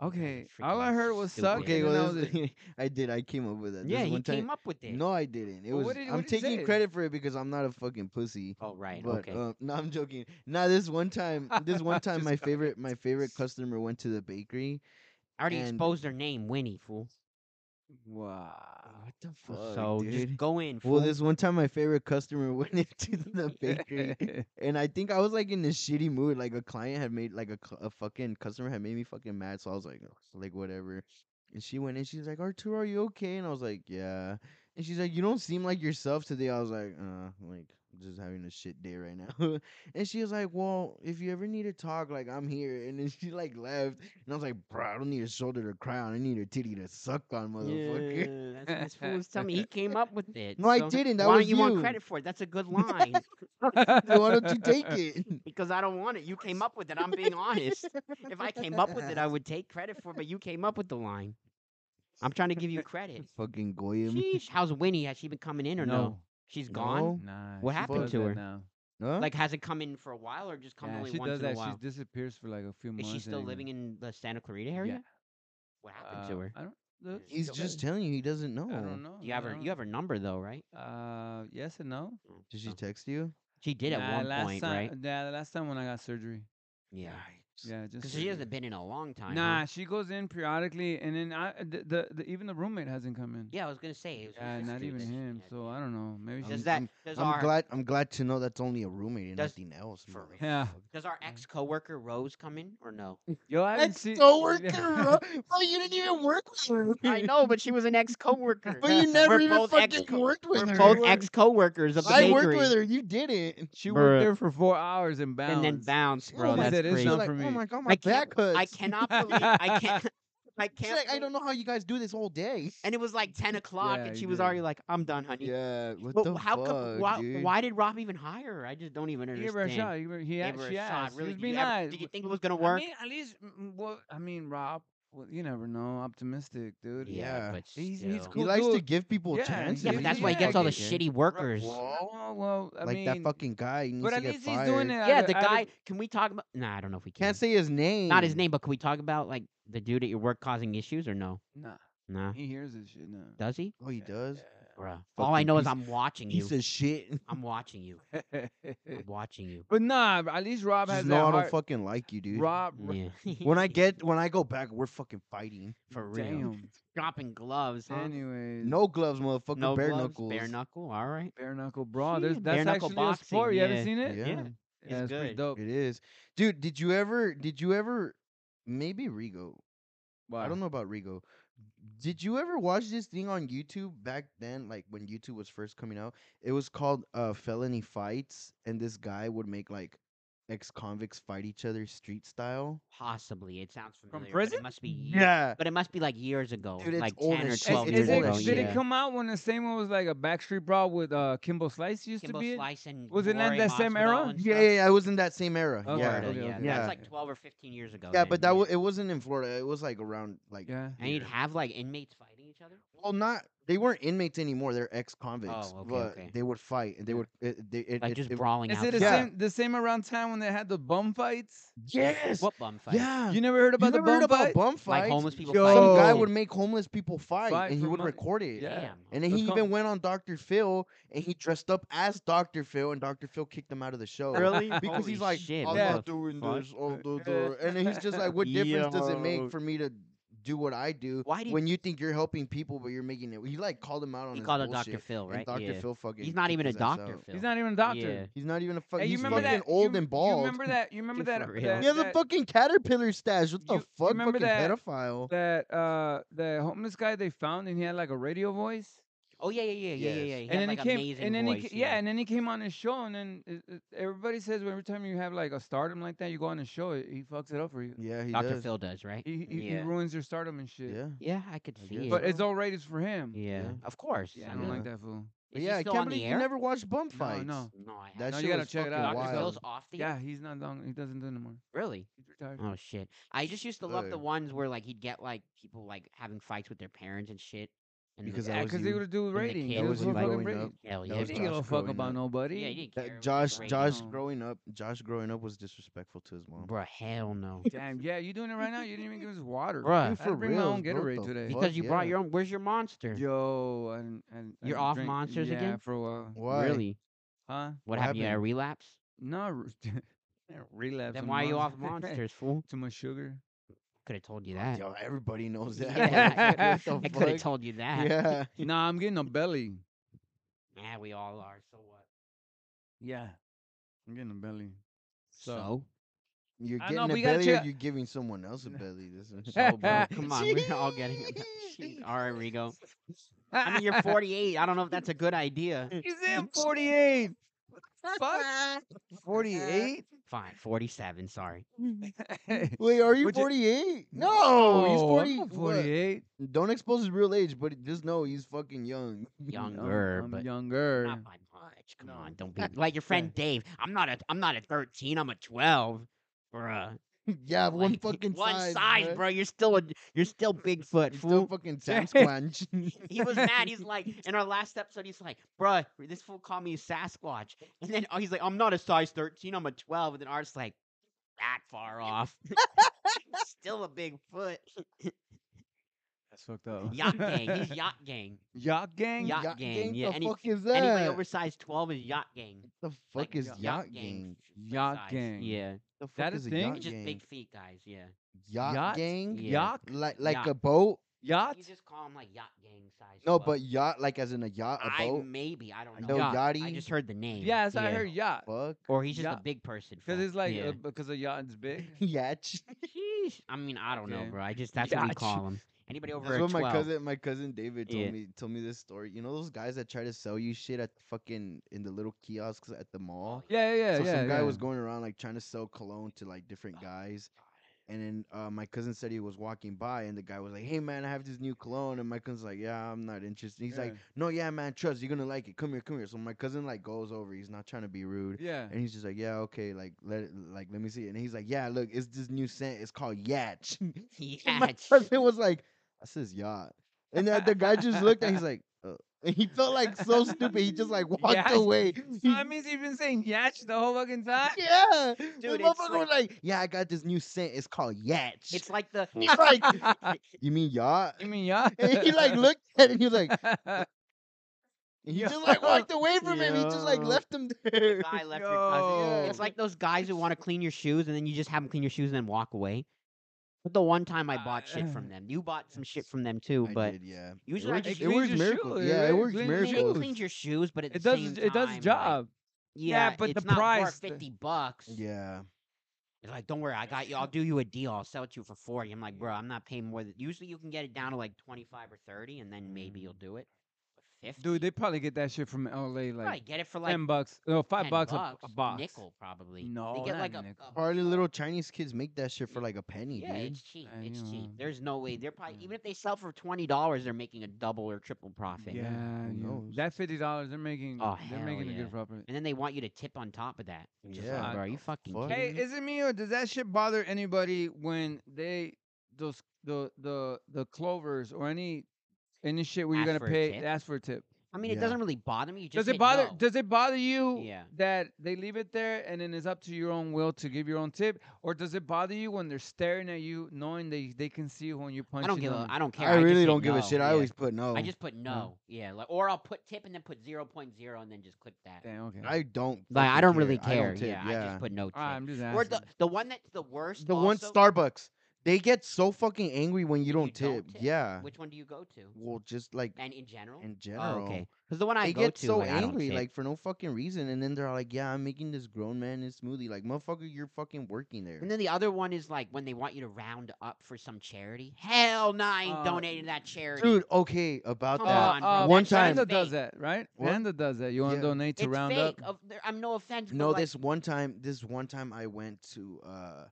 Speaker 1: are
Speaker 3: Okay, all I
Speaker 1: freaking
Speaker 3: heard was suck,
Speaker 1: stupid.
Speaker 2: Okay,
Speaker 3: and then I
Speaker 2: well,
Speaker 3: was
Speaker 2: this- I did. I came up with that.
Speaker 1: Yeah,
Speaker 2: this
Speaker 1: he
Speaker 2: one time.
Speaker 1: came up with it.
Speaker 2: No, I didn't. It
Speaker 3: Well,
Speaker 2: was.
Speaker 3: what did- what
Speaker 2: I'm
Speaker 3: did he
Speaker 2: taking
Speaker 3: say?
Speaker 2: credit for it because I'm not a fucking pussy.
Speaker 1: Oh right.
Speaker 2: But
Speaker 1: okay.
Speaker 2: uh, no, I'm joking. No, this one time, this one time,
Speaker 3: Just
Speaker 2: my
Speaker 3: got
Speaker 2: favorite,
Speaker 3: it.
Speaker 2: my favorite customer went to the bakery.
Speaker 1: I already
Speaker 2: and-
Speaker 1: exposed their name, Winnie, fool.
Speaker 3: Wow.
Speaker 2: What the fuck,
Speaker 1: so just
Speaker 2: dude?
Speaker 1: go in, fool.
Speaker 2: Well, this one time, my favorite customer went into the bakery, and I think I was like in a shitty mood. Like a client had made, like a, cl- a fucking customer had made me fucking mad. So I was like, "Ugh," like whatever. And she went in. She's like, "Arturo, are you okay?" And I was like, "Yeah." And she's like, "You don't seem like yourself today." I was like, "Uh, like just having a shit day right now." and she was like, "Well, if you ever need to talk, like I'm here." And then she like left, and I was like, "Bro, I don't need a shoulder to cry on. I need a titty to suck on, motherfucker."
Speaker 1: Yeah, that's what this fool was telling me. He came up with it.
Speaker 2: No, I
Speaker 1: so
Speaker 2: didn't. That
Speaker 1: why
Speaker 2: was
Speaker 1: don't you want
Speaker 2: you.
Speaker 1: credit for it? That's a good line.
Speaker 2: Then why don't you take it?
Speaker 1: because I don't want it. You came up with it. I'm being honest. If I came up with it, I would take credit for it, but you came up with the line. I'm trying to give you credit.
Speaker 2: Fucking Goyim.
Speaker 1: Sheesh. How's Winnie? Has she been coming in or no? She's
Speaker 2: No.
Speaker 1: gone?
Speaker 3: Nah.
Speaker 1: What
Speaker 3: she
Speaker 1: happened
Speaker 3: does
Speaker 1: to
Speaker 3: that
Speaker 1: her?
Speaker 3: Now.
Speaker 2: Huh?
Speaker 1: Like, has it come in for a while or just come
Speaker 3: Yeah,
Speaker 1: only
Speaker 3: she
Speaker 1: once
Speaker 3: does
Speaker 1: in a
Speaker 3: that.
Speaker 1: while?
Speaker 3: She disappears for like a few
Speaker 1: Is
Speaker 3: months.
Speaker 1: she still living in the Santa Clarita area? What happened to her?
Speaker 3: Uh, I don't. the-
Speaker 1: She's
Speaker 2: He's
Speaker 1: still
Speaker 2: just telling you he doesn't know.
Speaker 3: I don't know.
Speaker 1: You have her. You have her number though, right?
Speaker 3: Uh, yes and no.
Speaker 2: Did she
Speaker 1: Oh.
Speaker 2: text you?
Speaker 1: She did
Speaker 3: Nah,
Speaker 1: at one
Speaker 3: last
Speaker 1: point,
Speaker 3: time,
Speaker 1: right?
Speaker 3: Yeah, the last time when I got surgery.
Speaker 1: Yeah.
Speaker 3: Yeah, just.
Speaker 1: Because she
Speaker 3: surgery.
Speaker 1: hasn't been in a long time. huh?
Speaker 3: Nah, she goes in periodically, and then I uh, the, the, the even the roommate hasn't come in.
Speaker 1: Yeah, I was gonna say. It was her
Speaker 3: Yeah, not
Speaker 1: sister
Speaker 3: even
Speaker 1: that she
Speaker 3: him.
Speaker 1: had.
Speaker 3: So I don't know. Maybe
Speaker 1: Does
Speaker 3: she's
Speaker 1: that?
Speaker 2: I'm-
Speaker 1: does
Speaker 2: I'm
Speaker 1: our
Speaker 2: glad. I'm glad to know that's only a roommate and
Speaker 1: Does-
Speaker 2: nothing else.
Speaker 1: for real.
Speaker 3: Yeah.
Speaker 2: motherfucker.
Speaker 1: does our ex coworker Rose come in or no?
Speaker 3: Yo, I haven't
Speaker 2: Ex
Speaker 3: seen.
Speaker 2: coworker,
Speaker 3: Yeah.
Speaker 2: bro. Bro, you didn't even work with her.
Speaker 1: I know, but she was an ex coworker.
Speaker 2: But you never
Speaker 1: We're
Speaker 2: even
Speaker 1: both
Speaker 2: fucking
Speaker 1: ex-co-
Speaker 2: worked with
Speaker 1: We're
Speaker 2: her.
Speaker 1: both ex coworkers of the
Speaker 2: I
Speaker 1: bakery.
Speaker 2: worked with her. You didn't.
Speaker 3: She
Speaker 1: Bruh.
Speaker 3: worked there for four hours and bounced.
Speaker 1: and then bounce, bro.
Speaker 3: my
Speaker 1: that's
Speaker 3: God, it is
Speaker 1: crazy.
Speaker 2: She's
Speaker 3: not
Speaker 2: like,
Speaker 3: for
Speaker 2: Oh
Speaker 3: me.
Speaker 2: my god,
Speaker 1: I
Speaker 2: my
Speaker 1: can't-
Speaker 2: back hurts.
Speaker 1: I cannot believe. I can't. I
Speaker 2: She's
Speaker 1: can't.
Speaker 2: like, I don't know how you guys do this all day.
Speaker 1: And it was like ten o'clock,
Speaker 3: Yeah,
Speaker 1: and she
Speaker 3: you
Speaker 1: was
Speaker 3: did.
Speaker 1: already like, "I'm done, honey."
Speaker 4: Yeah. What
Speaker 1: But
Speaker 4: the
Speaker 1: how
Speaker 4: fuck,
Speaker 1: come? Why,
Speaker 4: dude?
Speaker 1: why did Rob even hire her? I just don't even
Speaker 3: Give her a
Speaker 1: understand.
Speaker 3: shot. Give her, he
Speaker 1: Gave
Speaker 3: a-
Speaker 1: her a
Speaker 3: she
Speaker 1: shot.
Speaker 3: asked.
Speaker 1: Really?
Speaker 3: Just
Speaker 1: Do
Speaker 3: be
Speaker 1: you ever-
Speaker 3: nice.
Speaker 1: did you think it was gonna work?
Speaker 3: I mean, at least, mm, well, I mean, Rob, well, you never know. Optimistic, dude.
Speaker 2: Yeah.
Speaker 1: but
Speaker 3: He's- he's
Speaker 1: still.
Speaker 3: cool.
Speaker 2: He likes to
Speaker 3: dude.
Speaker 2: give people
Speaker 3: Yeah,
Speaker 2: chances.
Speaker 1: Yeah, but
Speaker 3: Yeah,
Speaker 1: that's why he
Speaker 3: yeah,
Speaker 1: gets all the
Speaker 3: yeah.
Speaker 1: shitty workers.
Speaker 3: Well, oh, well, I
Speaker 2: like
Speaker 3: mean,
Speaker 2: that fucking guy. He needs
Speaker 3: But
Speaker 2: to
Speaker 3: at
Speaker 2: get
Speaker 3: least
Speaker 2: fired.
Speaker 3: he's doing it. out
Speaker 1: Yeah,
Speaker 3: of-
Speaker 1: the
Speaker 3: out of-
Speaker 1: guy. Can we talk about? Nah, I don't know if we can.
Speaker 2: Can't say his name.
Speaker 1: not his name, but can we talk about like the dude at your work causing issues or no?
Speaker 3: Nah,
Speaker 1: Nah,
Speaker 3: he hears this shit now.
Speaker 1: does he?
Speaker 2: Oh, he does.
Speaker 1: Bruh. All I
Speaker 2: Fucking
Speaker 1: know is
Speaker 2: piece-
Speaker 1: I'm watching you.
Speaker 2: Piece of shit.
Speaker 1: I'm watching you. I'm watching you.
Speaker 3: but nah, at least Rob
Speaker 2: Just
Speaker 3: has
Speaker 2: know
Speaker 3: that
Speaker 2: I don't
Speaker 3: heart.
Speaker 2: fucking like you, dude.
Speaker 3: Rob, Ro-
Speaker 1: Yeah.
Speaker 2: When I get when I go back, we're fucking fighting.
Speaker 1: for real,
Speaker 3: damn.
Speaker 1: dropping gloves. Huh?
Speaker 3: Anyways,
Speaker 2: No gloves, motherfucker.
Speaker 1: no
Speaker 2: bare
Speaker 1: gloves,
Speaker 2: knuckles.
Speaker 1: bare knuckle. All right.
Speaker 3: bare knuckle brawl.
Speaker 1: Shit,
Speaker 3: There's that's
Speaker 1: bare knuckle
Speaker 3: actually a
Speaker 1: boxing,
Speaker 3: sport. You
Speaker 1: yeah.
Speaker 3: haven't seen it?
Speaker 2: Yeah.
Speaker 1: Yeah, it's
Speaker 3: it's pretty
Speaker 1: good.
Speaker 3: dope.
Speaker 2: It is, dude. Did you ever? Did you ever? Maybe Rigo. I don't know about Rigo. Did you ever watch this thing on YouTube back then, like when YouTube was first coming out? It was called uh, Felony Fights, and this guy would make like ex convicts fight each other street style.
Speaker 1: Possibly. It sounds familiar. but It
Speaker 3: prison?
Speaker 1: must be. ye-
Speaker 2: Yeah,
Speaker 1: But it must be like years ago,
Speaker 2: Dude, it's
Speaker 1: like
Speaker 2: old
Speaker 1: ten or
Speaker 2: as shit.
Speaker 1: twelve
Speaker 2: It's-
Speaker 3: Is
Speaker 1: years
Speaker 3: it,
Speaker 1: ago.
Speaker 3: did
Speaker 1: yeah.
Speaker 3: it come out when the same one was like a Backstreet Brawl with uh, Kimbo Slice used
Speaker 1: Kimbo
Speaker 3: to be? it?
Speaker 1: Slice and
Speaker 3: Was it in
Speaker 1: Glory
Speaker 3: that same era?
Speaker 1: Masvidal and
Speaker 2: yeah,
Speaker 1: stuff?
Speaker 2: yeah, yeah. I was in that same era.
Speaker 3: Okay,
Speaker 2: yeah,
Speaker 1: Oh, Florida,
Speaker 3: okay,
Speaker 1: yeah.
Speaker 3: okay.
Speaker 1: That's
Speaker 2: Yeah.
Speaker 1: like 12 or 15 years ago.
Speaker 2: yeah.
Speaker 1: then,
Speaker 2: But that w- it wasn't in Florida. It was like around like.
Speaker 3: Yeah.
Speaker 1: And you'd have like inmates fighting each other?
Speaker 2: Well, not they weren't inmates anymore. They're ex convicts,
Speaker 1: Oh, okay,
Speaker 2: but
Speaker 1: okay.
Speaker 2: they would fight and they would. It, they, it,
Speaker 1: Like
Speaker 2: it-
Speaker 1: just
Speaker 2: it-
Speaker 1: brawling
Speaker 3: Is
Speaker 1: out.
Speaker 3: it the
Speaker 2: Yeah.
Speaker 3: same the same around time when they had the bum fights?
Speaker 2: Yes.
Speaker 1: What bum fight?
Speaker 2: yeah.
Speaker 3: You never heard about
Speaker 2: you
Speaker 3: the
Speaker 2: never heard
Speaker 3: bum
Speaker 2: about
Speaker 3: fight?
Speaker 2: bum
Speaker 1: Like
Speaker 2: fights?
Speaker 1: homeless Oh. people
Speaker 3: Yo.
Speaker 1: fighting.
Speaker 2: Some guy
Speaker 1: each
Speaker 2: would
Speaker 1: other?
Speaker 2: make homeless people fight,
Speaker 3: Fight
Speaker 2: and he
Speaker 3: for
Speaker 2: would
Speaker 3: money.
Speaker 2: record it.
Speaker 3: Yeah.
Speaker 1: Damn.
Speaker 2: And then
Speaker 3: That's
Speaker 2: he
Speaker 3: called-
Speaker 2: even went on Dr. Phil and he dressed up as Dr. Phil, and Dr. Phil kicked him out of the show.
Speaker 1: Really?
Speaker 2: Because
Speaker 1: Holy
Speaker 2: he's like,
Speaker 1: shit,
Speaker 2: I'm
Speaker 1: what
Speaker 2: not
Speaker 1: the
Speaker 2: doing
Speaker 1: fuck?"
Speaker 2: this. I'll do- do it." And then he's just like, what difference does it make for me to do what I do
Speaker 1: Why did
Speaker 2: when you think you're helping people, but you're making it? He like called him out on
Speaker 1: he
Speaker 2: his
Speaker 1: called it
Speaker 2: bullshit,
Speaker 1: Dr. Phil,
Speaker 2: and
Speaker 1: right?
Speaker 2: Dr.
Speaker 1: Yeah.
Speaker 2: Phil fucking.
Speaker 1: He's not
Speaker 2: kicked
Speaker 1: even a
Speaker 2: his ass
Speaker 1: doctor,
Speaker 2: out.
Speaker 1: Phil.
Speaker 3: He's not even a doctor.
Speaker 1: Yeah.
Speaker 2: He's not even a
Speaker 3: Hey,
Speaker 2: fucking.
Speaker 3: you
Speaker 2: He's
Speaker 3: remember
Speaker 2: fucking
Speaker 3: that?
Speaker 2: old
Speaker 3: you,
Speaker 2: and bald.
Speaker 3: You remember that? You remember
Speaker 1: For
Speaker 3: that?
Speaker 1: real.
Speaker 3: that
Speaker 2: he has a
Speaker 3: that-
Speaker 2: fucking caterpillar stash. What the
Speaker 3: You- you
Speaker 2: fuck?
Speaker 3: remember
Speaker 2: fucking
Speaker 3: that-
Speaker 2: pedophile.
Speaker 3: that uh the homeless guy they found and he had like a radio voice
Speaker 1: Oh, yeah, yeah, yeah, yeah, yeah,
Speaker 2: Yes.
Speaker 1: yeah. He
Speaker 3: and
Speaker 1: had
Speaker 3: then
Speaker 1: like
Speaker 3: he came
Speaker 1: amazing
Speaker 3: and then
Speaker 1: voice.
Speaker 3: he ca- yeah. and then he came on his show and then uh, uh, everybody says every time you have like a stardom like that you go on a show he he fucks it up for you
Speaker 2: Yeah, he
Speaker 1: Dr.
Speaker 2: does.
Speaker 1: Phil does, right?
Speaker 3: he, he, he
Speaker 1: Yeah.
Speaker 3: ruins your stardom and shit
Speaker 2: Yeah.
Speaker 1: Yeah, I could
Speaker 2: I
Speaker 1: see
Speaker 2: guess
Speaker 1: it.
Speaker 3: but
Speaker 2: so.
Speaker 3: it's all rated for him
Speaker 1: yeah,
Speaker 2: Yeah.
Speaker 1: of course.
Speaker 3: yeah,
Speaker 1: I
Speaker 3: I don't
Speaker 1: mean,
Speaker 3: like that fool
Speaker 1: is he
Speaker 2: yeah, I
Speaker 1: still
Speaker 2: can't
Speaker 1: on the
Speaker 2: believe
Speaker 1: air?
Speaker 2: you never watched bump
Speaker 3: No,
Speaker 2: fights.
Speaker 3: no.
Speaker 1: No, I
Speaker 2: That
Speaker 1: haven't.
Speaker 3: No,
Speaker 2: shit
Speaker 3: you gotta
Speaker 2: was
Speaker 3: check it
Speaker 2: fucking
Speaker 3: out.
Speaker 1: Dr.
Speaker 2: wild.
Speaker 1: Phil's off the
Speaker 3: yeah he's not on he doesn't do it anymore
Speaker 1: Really?
Speaker 3: he's retired
Speaker 1: Oh shit! I just used to love the
Speaker 2: Ugh.
Speaker 1: ones where like he'd get like people like having fights with their parents and shit. And the
Speaker 2: Because that
Speaker 3: yeah
Speaker 2: was
Speaker 3: because he
Speaker 2: you.
Speaker 3: would do
Speaker 1: the
Speaker 3: ratings
Speaker 1: kid
Speaker 3: He
Speaker 2: was
Speaker 3: was
Speaker 2: you
Speaker 3: fucking
Speaker 2: growing
Speaker 3: ratings.
Speaker 2: up.
Speaker 1: hell
Speaker 2: That
Speaker 1: yeah,
Speaker 3: he
Speaker 2: was
Speaker 1: dude.
Speaker 3: didn't give a
Speaker 2: Josh
Speaker 3: fuck
Speaker 2: growing
Speaker 3: about
Speaker 2: up.
Speaker 3: nobody
Speaker 1: yeah, he didn't
Speaker 2: That
Speaker 1: care. It was
Speaker 2: Josh,
Speaker 1: great.
Speaker 2: Josh
Speaker 3: No.
Speaker 2: growing up, Josh growing up was disrespectful to his mom.
Speaker 1: Bruh, hell no.
Speaker 3: damn yeah you doing it right now you didn't even give us water
Speaker 1: Bruh.
Speaker 3: I
Speaker 1: Dude,
Speaker 3: had to
Speaker 2: for
Speaker 3: bring my own
Speaker 2: reals, bro,
Speaker 3: Gatorade
Speaker 2: the
Speaker 3: today
Speaker 2: fuck?
Speaker 1: Because you brought
Speaker 2: yeah.
Speaker 1: your own. Where's your monster?
Speaker 3: Yo, and, and
Speaker 1: You're off
Speaker 3: drink-
Speaker 1: Monsters
Speaker 3: yeah,
Speaker 1: again?
Speaker 3: for a while.
Speaker 2: Why?
Speaker 1: Really?
Speaker 3: Huh?
Speaker 1: What,
Speaker 2: What
Speaker 1: happened? You had a
Speaker 2: happened?
Speaker 1: relapse?
Speaker 3: No, re- relapse.
Speaker 1: Then
Speaker 3: on
Speaker 1: why are you off
Speaker 3: Monster.
Speaker 1: monsters, fool?
Speaker 3: Too much sugar.
Speaker 1: Could have told you that.
Speaker 2: Yo, everybody knows that.
Speaker 1: Yeah.
Speaker 2: Like, what
Speaker 1: I
Speaker 2: the
Speaker 1: could have
Speaker 2: fuck?
Speaker 1: told you that.
Speaker 2: Yeah.
Speaker 3: nah, I'm getting a belly.
Speaker 1: Yeah, we all are. So what?
Speaker 3: Yeah, I'm getting a belly.
Speaker 1: So,
Speaker 2: You're
Speaker 3: I
Speaker 2: getting
Speaker 3: know,
Speaker 2: a
Speaker 3: but you gotta
Speaker 2: belly or
Speaker 3: check-
Speaker 2: you're giving someone else a belly. This is
Speaker 1: so, bro, come on, we're all getting. it. Jeez, all right, Rigo. I mean, you're 48. I don't know if that's a good idea.
Speaker 3: He's in 48. Fuck.
Speaker 2: 48?
Speaker 1: Fine, 47. Sorry.
Speaker 2: Wait, are you
Speaker 3: Would you-
Speaker 2: 48? No, Oh, he's 40.
Speaker 3: Oh, I'm not
Speaker 2: what?
Speaker 3: 48.
Speaker 2: Don't expose his real age, but just know he's fucking young.
Speaker 1: Younger,
Speaker 3: I'm,
Speaker 1: but
Speaker 3: younger.
Speaker 1: Not by much. Come on, don't be like your friend Dave. I'm not a I'm not a 13. I'm a 12, bruh.
Speaker 2: yeah, one
Speaker 1: Like,
Speaker 2: fucking
Speaker 1: one
Speaker 2: size,
Speaker 1: size,
Speaker 2: bruh.
Speaker 1: bro. You're still a you're still Bigfoot,
Speaker 2: He's
Speaker 1: fool.
Speaker 2: still fucking Sam Squanch.
Speaker 1: he was mad. He's like, in our last episode, he's like, bruh, this fool called me a Sasquatch. And then oh, he's like, I'm not a size 13, I'm a 12. And then Art's like, that far off. Still a big foot.
Speaker 3: That's fucked up.
Speaker 1: Yacht gang. He's yacht gang.
Speaker 3: Yacht gang.
Speaker 1: Yacht
Speaker 2: Yacht
Speaker 1: gang,
Speaker 2: gang?
Speaker 1: yeah,
Speaker 2: the
Speaker 1: any-
Speaker 2: fuck is that?
Speaker 1: Anybody over size 12 is yacht gang.
Speaker 2: the fuck
Speaker 1: Like,
Speaker 2: is
Speaker 1: yacht-
Speaker 2: yacht
Speaker 1: yacht gang.
Speaker 2: gang?
Speaker 3: Yacht
Speaker 1: Size,
Speaker 3: gang.
Speaker 1: Yeah.
Speaker 2: The fuck
Speaker 3: That a
Speaker 2: is a
Speaker 3: thing?
Speaker 2: yacht
Speaker 1: It's just
Speaker 2: gang?
Speaker 1: big feet, guys. Yeah.
Speaker 2: yacht,
Speaker 3: Yacht?
Speaker 2: gang?
Speaker 1: Yeah.
Speaker 3: Yacht.
Speaker 2: Like like a
Speaker 1: Yacht.
Speaker 2: boat?
Speaker 3: Yacht.
Speaker 1: You just call them like yacht gang size.
Speaker 2: No,
Speaker 1: 12.
Speaker 2: but yacht like as in a yacht, a
Speaker 1: I
Speaker 2: boat.
Speaker 1: maybe I don't
Speaker 2: No
Speaker 1: know.
Speaker 2: yacht.
Speaker 1: I
Speaker 2: yachty.
Speaker 1: just heard the name.
Speaker 3: Yeah, that's what I
Speaker 1: Yeah.
Speaker 3: heard yacht.
Speaker 2: Fuck.
Speaker 1: Or he's just a
Speaker 3: Yacht.
Speaker 1: big person.
Speaker 3: Because
Speaker 1: fuck,
Speaker 3: it's like
Speaker 1: yeah.
Speaker 3: uh, because a yacht is big.
Speaker 2: Yatch.
Speaker 1: Sheesh. I mean, I don't know,
Speaker 3: Okay.
Speaker 1: bro. I just that's what we
Speaker 3: Yatch.
Speaker 1: call them. Anybody over
Speaker 2: That's
Speaker 1: a
Speaker 2: what my
Speaker 1: twelve?
Speaker 2: cousin, my cousin David told
Speaker 1: Yeah.
Speaker 2: me told me this story. You know those guys that try to sell you shit at fucking in the little kiosks
Speaker 1: Oh,
Speaker 2: at the mall.
Speaker 3: Yeah, yeah, yeah.
Speaker 2: so
Speaker 3: yeah,
Speaker 2: some guy
Speaker 3: yeah.
Speaker 2: was going around like trying to sell cologne to like different guys, And then uh, my cousin said he was walking by, and the guy was like, "Hey man, I have this new cologne." And my cousin's like, "Yeah, I'm not interested." He's like, "No, yeah, man, trust you're gonna like it. Come here, come here." So my cousin like goes over. He's not trying to be rude.
Speaker 3: yeah,
Speaker 2: And he's just like, yeah, okay, like let it, like let me see. And he's like, yeah, look, it's this new scent. It's called Yatch. And my
Speaker 1: Yeah.
Speaker 2: cousin was like, I says yacht. And then the guy just looked and he's like, uh, and he felt like so stupid. He just like walked
Speaker 3: Yatch?
Speaker 2: away.
Speaker 3: So
Speaker 2: He-
Speaker 3: that means you've been saying yatch the whole fucking time.
Speaker 2: yeah, the
Speaker 1: Dude, it's
Speaker 2: motherfucker was
Speaker 1: like-
Speaker 2: like, yeah, I got this new scent. It's called Yatch.
Speaker 1: It's like the
Speaker 2: like, you mean yacht?
Speaker 3: I mean, yeah.
Speaker 2: And he like looked at it and he was like, and he
Speaker 3: Yo.
Speaker 2: just like walked away from him. He just like
Speaker 1: Yo.
Speaker 2: left him there.
Speaker 1: guy left your cousin.
Speaker 2: Yo.
Speaker 1: It's like those guys who want to clean your shoes and then you just have them clean your shoes and then walk away. But the one time I
Speaker 3: Ah,
Speaker 1: bought shit from them, you bought some shit from them too.
Speaker 2: I
Speaker 1: but
Speaker 2: did, yeah.
Speaker 1: usually I
Speaker 2: it
Speaker 1: just-
Speaker 2: works,
Speaker 1: It
Speaker 2: it works
Speaker 3: cleans your
Speaker 2: miracles.
Speaker 3: shoe,
Speaker 2: yeah,
Speaker 3: right?
Speaker 2: it works
Speaker 3: Clean-
Speaker 1: I
Speaker 3: It
Speaker 1: mean, it
Speaker 2: miracles.
Speaker 1: cleans your shoes, but at
Speaker 3: it
Speaker 1: the
Speaker 3: does
Speaker 1: same time,
Speaker 3: it does the
Speaker 1: like,
Speaker 3: job.
Speaker 1: yeah,
Speaker 3: but the
Speaker 1: it's not worth
Speaker 3: price, the-
Speaker 1: fifty bucks.
Speaker 2: Yeah.
Speaker 1: They're like, don't worry, I got you. I'll do you a deal. I'll sell it to you for forty. I'm like, bro, I'm not paying more. Than... Usually, you can get it down to like twenty five or thirty, and then maybe you'll do it. But fifty,
Speaker 3: Dude, they probably get that shit from LA
Speaker 1: probably
Speaker 3: like,
Speaker 1: get it for like
Speaker 3: ten bucks. No, five
Speaker 1: 10
Speaker 3: bucks, a-
Speaker 1: bucks
Speaker 3: a, box.
Speaker 1: nickel probably.
Speaker 3: No,
Speaker 1: they get
Speaker 3: not
Speaker 1: like
Speaker 3: a
Speaker 1: a,
Speaker 3: nickel.
Speaker 1: a
Speaker 2: Probably little Chinese kids make that shit for like a penny,
Speaker 1: Yeah,
Speaker 2: dude.
Speaker 1: it's cheap.
Speaker 3: I
Speaker 1: It's
Speaker 3: know.
Speaker 1: cheap. There's no way they're probably
Speaker 3: Yeah.
Speaker 1: even if they sell for twenty dollars, they're making a double or triple profit.
Speaker 3: Yeah,
Speaker 2: Who
Speaker 3: you-
Speaker 2: knows?
Speaker 3: that fifty dollars they're making.
Speaker 1: Oh,
Speaker 3: they're
Speaker 1: hell
Speaker 3: making a
Speaker 1: yeah.
Speaker 3: good profit.
Speaker 1: And then they want you to tip on top of that. I'm Just
Speaker 2: Yeah.
Speaker 1: like, bro, are you fucking
Speaker 2: fuck?
Speaker 1: kidding
Speaker 3: Hey,
Speaker 1: me?
Speaker 3: is it me or does that shit bother anybody when they those the the the clovers or any any shit where you're
Speaker 1: Ask
Speaker 3: gonna
Speaker 1: for a
Speaker 3: pay
Speaker 1: tip?
Speaker 3: ask for a tip?
Speaker 1: I mean,
Speaker 2: Yeah.
Speaker 1: it doesn't really bother me. You just
Speaker 3: does it
Speaker 1: say
Speaker 3: bother
Speaker 1: no.
Speaker 3: does it bother you
Speaker 1: Yeah.
Speaker 3: that they leave it there and then it's up to your own will to give your own tip or does it bother you when they're staring at you knowing they they can see when you punch
Speaker 1: I don't give a. I don't care.
Speaker 2: I
Speaker 1: just
Speaker 2: really
Speaker 1: say
Speaker 2: don't give a
Speaker 1: no,
Speaker 2: shit. I
Speaker 1: yeah.
Speaker 2: always put no.
Speaker 1: I just put no. Yeah, like or I'll put tip and then put 0.0 and then just click that.
Speaker 3: Damn, okay.
Speaker 2: I don't.
Speaker 1: Like I
Speaker 2: fucking
Speaker 1: don't really
Speaker 2: I
Speaker 1: care.
Speaker 2: don't tip,
Speaker 1: yeah, I just put no tip.
Speaker 3: Ah, I'm just
Speaker 1: or
Speaker 3: asking.
Speaker 1: the the one that's the worst.
Speaker 2: the one
Speaker 1: also-
Speaker 2: Starbucks, they get so fucking angry when you
Speaker 1: If
Speaker 2: don't,
Speaker 1: you
Speaker 2: tip.
Speaker 1: don't tip,
Speaker 2: Yeah.
Speaker 1: Which one do you go to?
Speaker 2: Well, just like
Speaker 1: And in general.
Speaker 2: in
Speaker 1: Oh,
Speaker 2: general,
Speaker 1: okay. Because the one I
Speaker 2: they
Speaker 1: go
Speaker 2: get
Speaker 1: to,
Speaker 2: so
Speaker 1: like, I don't
Speaker 2: angry
Speaker 1: tip.
Speaker 2: like for no fucking reason, and then they're like, "Yeah, I'm making this grown man his smoothie." Like, motherfucker, you're fucking working there.
Speaker 1: And then the other one is like when they want you to round up for some charity. Hell no, I ain't
Speaker 3: Uh,
Speaker 1: donating to that charity.
Speaker 2: Dude, okay, about
Speaker 1: Come
Speaker 2: that.
Speaker 1: on, bro,
Speaker 3: uh,
Speaker 2: One
Speaker 1: that shit's
Speaker 2: time-
Speaker 3: Panda does
Speaker 1: fake.
Speaker 3: that, right?
Speaker 2: What?
Speaker 3: Panda does that. You want to
Speaker 2: Yeah.
Speaker 3: donate to
Speaker 1: It's
Speaker 3: round
Speaker 1: fake.
Speaker 3: up?
Speaker 1: Of, there- I'm no offense.
Speaker 2: No,
Speaker 1: but, like,
Speaker 2: this one time, this one time I went to, uh, I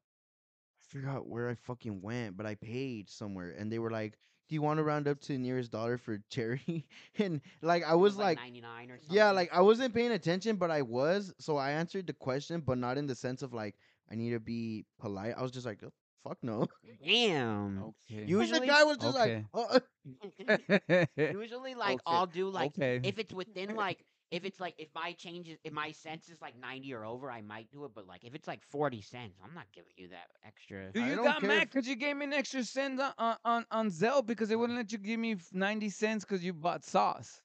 Speaker 2: forgot where I fucking went, but I paid somewhere, and they were like, "Do you want to round up to the nearest dollar for charity?" And like, I
Speaker 1: it
Speaker 2: was like,
Speaker 1: 99 or something.
Speaker 2: yeah, like I wasn't paying attention, but I was, so I answered the question, but not in the sense of like I need to be polite. I was just like, "Oh, "Fuck no."
Speaker 1: damn.
Speaker 2: oh.
Speaker 3: Okay.
Speaker 1: You-
Speaker 2: And the
Speaker 1: Usually-
Speaker 2: guy was just
Speaker 3: Okay.
Speaker 2: like, uh,
Speaker 1: Usually, like
Speaker 3: Okay.
Speaker 1: I'll do like
Speaker 3: okay.
Speaker 1: if it's within like if it's like if my changes if my sense is like 90 or over, I might do it. But like if it's like 40 cents, I'm not giving you that extra.
Speaker 3: Dude,
Speaker 2: I
Speaker 3: you
Speaker 2: don't
Speaker 3: got
Speaker 2: care
Speaker 3: mad
Speaker 2: if-
Speaker 3: because you gave me an extra cent on- on on on Zelle because they wouldn't let you give me f- ninety cents because you bought sauce.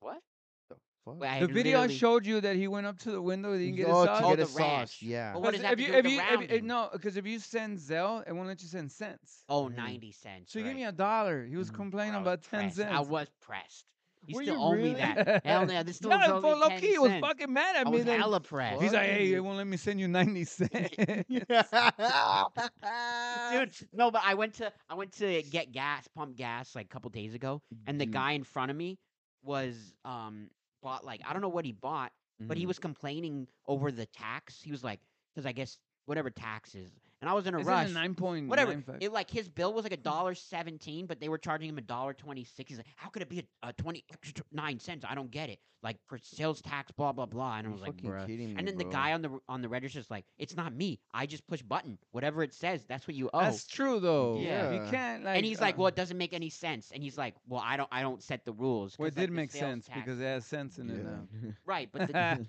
Speaker 1: What?
Speaker 2: "Fuck."
Speaker 1: Well, I
Speaker 3: the video
Speaker 1: literally-
Speaker 3: showed you that he went up to the window. He didn't get
Speaker 2: Oh,
Speaker 3: his sauce.
Speaker 2: to get
Speaker 1: the
Speaker 2: a sauce,
Speaker 1: ranch.
Speaker 2: yeah.
Speaker 1: Well, what does
Speaker 3: Because
Speaker 1: that
Speaker 3: if
Speaker 1: to
Speaker 3: you,
Speaker 1: do with
Speaker 3: if
Speaker 1: the
Speaker 3: you, if, if,
Speaker 1: rounding?
Speaker 3: no, because if you send Zelle, it won't let you send cents.
Speaker 1: Oh,
Speaker 2: Mhm.
Speaker 1: 90 cents.
Speaker 3: So you
Speaker 1: right.
Speaker 3: give me a dollar. He was
Speaker 2: Mhm.
Speaker 3: complaining
Speaker 1: I was
Speaker 3: about ten
Speaker 1: pressed.
Speaker 3: cents.
Speaker 1: I was pressed. You
Speaker 3: Were
Speaker 1: still
Speaker 3: you
Speaker 1: owe me
Speaker 3: really?
Speaker 1: that. Hell no, this still
Speaker 3: no,
Speaker 1: owes
Speaker 3: for
Speaker 1: me
Speaker 3: low
Speaker 1: 10
Speaker 3: key, he was
Speaker 1: cents.
Speaker 3: fucking mad
Speaker 1: I
Speaker 3: at me.
Speaker 1: was
Speaker 3: Then
Speaker 1: hella pressed.
Speaker 3: he's
Speaker 2: Fuck
Speaker 3: like, "Hey,
Speaker 2: you."
Speaker 3: they won't let me send you ninety cents."
Speaker 1: Oh, dude no but i went to i went to get gas pump gas like a couple days ago and the
Speaker 3: Mm-hmm.
Speaker 2: Dude.
Speaker 1: guy in front of me was um bought like i don't know what he bought but
Speaker 3: Mm.
Speaker 1: he
Speaker 2: Mhm.
Speaker 1: was complaining over the tax he was like because i guess whatever taxes and i was in a
Speaker 3: Isn't
Speaker 1: rush
Speaker 3: it nine Mm. point
Speaker 1: whatever
Speaker 3: nine five?
Speaker 1: it like his bill was like a dollar 17 but they were charging him a dollar 26 he's like how could it be a, a 20 extra tw- 9 cents i don't get it like for sales tax blah blah blah and i
Speaker 2: You're
Speaker 1: was like
Speaker 2: fucking
Speaker 1: "Bruh."
Speaker 2: kidding me,
Speaker 1: And then the
Speaker 2: bro.
Speaker 1: guy on the r- on the register's like, "It's not me. I just push button. Whatever it says, that's what you owe."
Speaker 3: That's true though. you
Speaker 2: Yeah.
Speaker 3: can't. Like,
Speaker 1: oh, and he's like,
Speaker 3: uh,
Speaker 1: "Well, it doesn't make any sense." And he's like, "Well, I don't I don't set the rules."
Speaker 3: Well,
Speaker 1: 'cause,
Speaker 3: it
Speaker 1: like,
Speaker 3: did
Speaker 1: the
Speaker 3: make
Speaker 1: sales
Speaker 3: sense
Speaker 1: tax-
Speaker 3: because it has sense in it now.
Speaker 1: right? Mm-hmm. But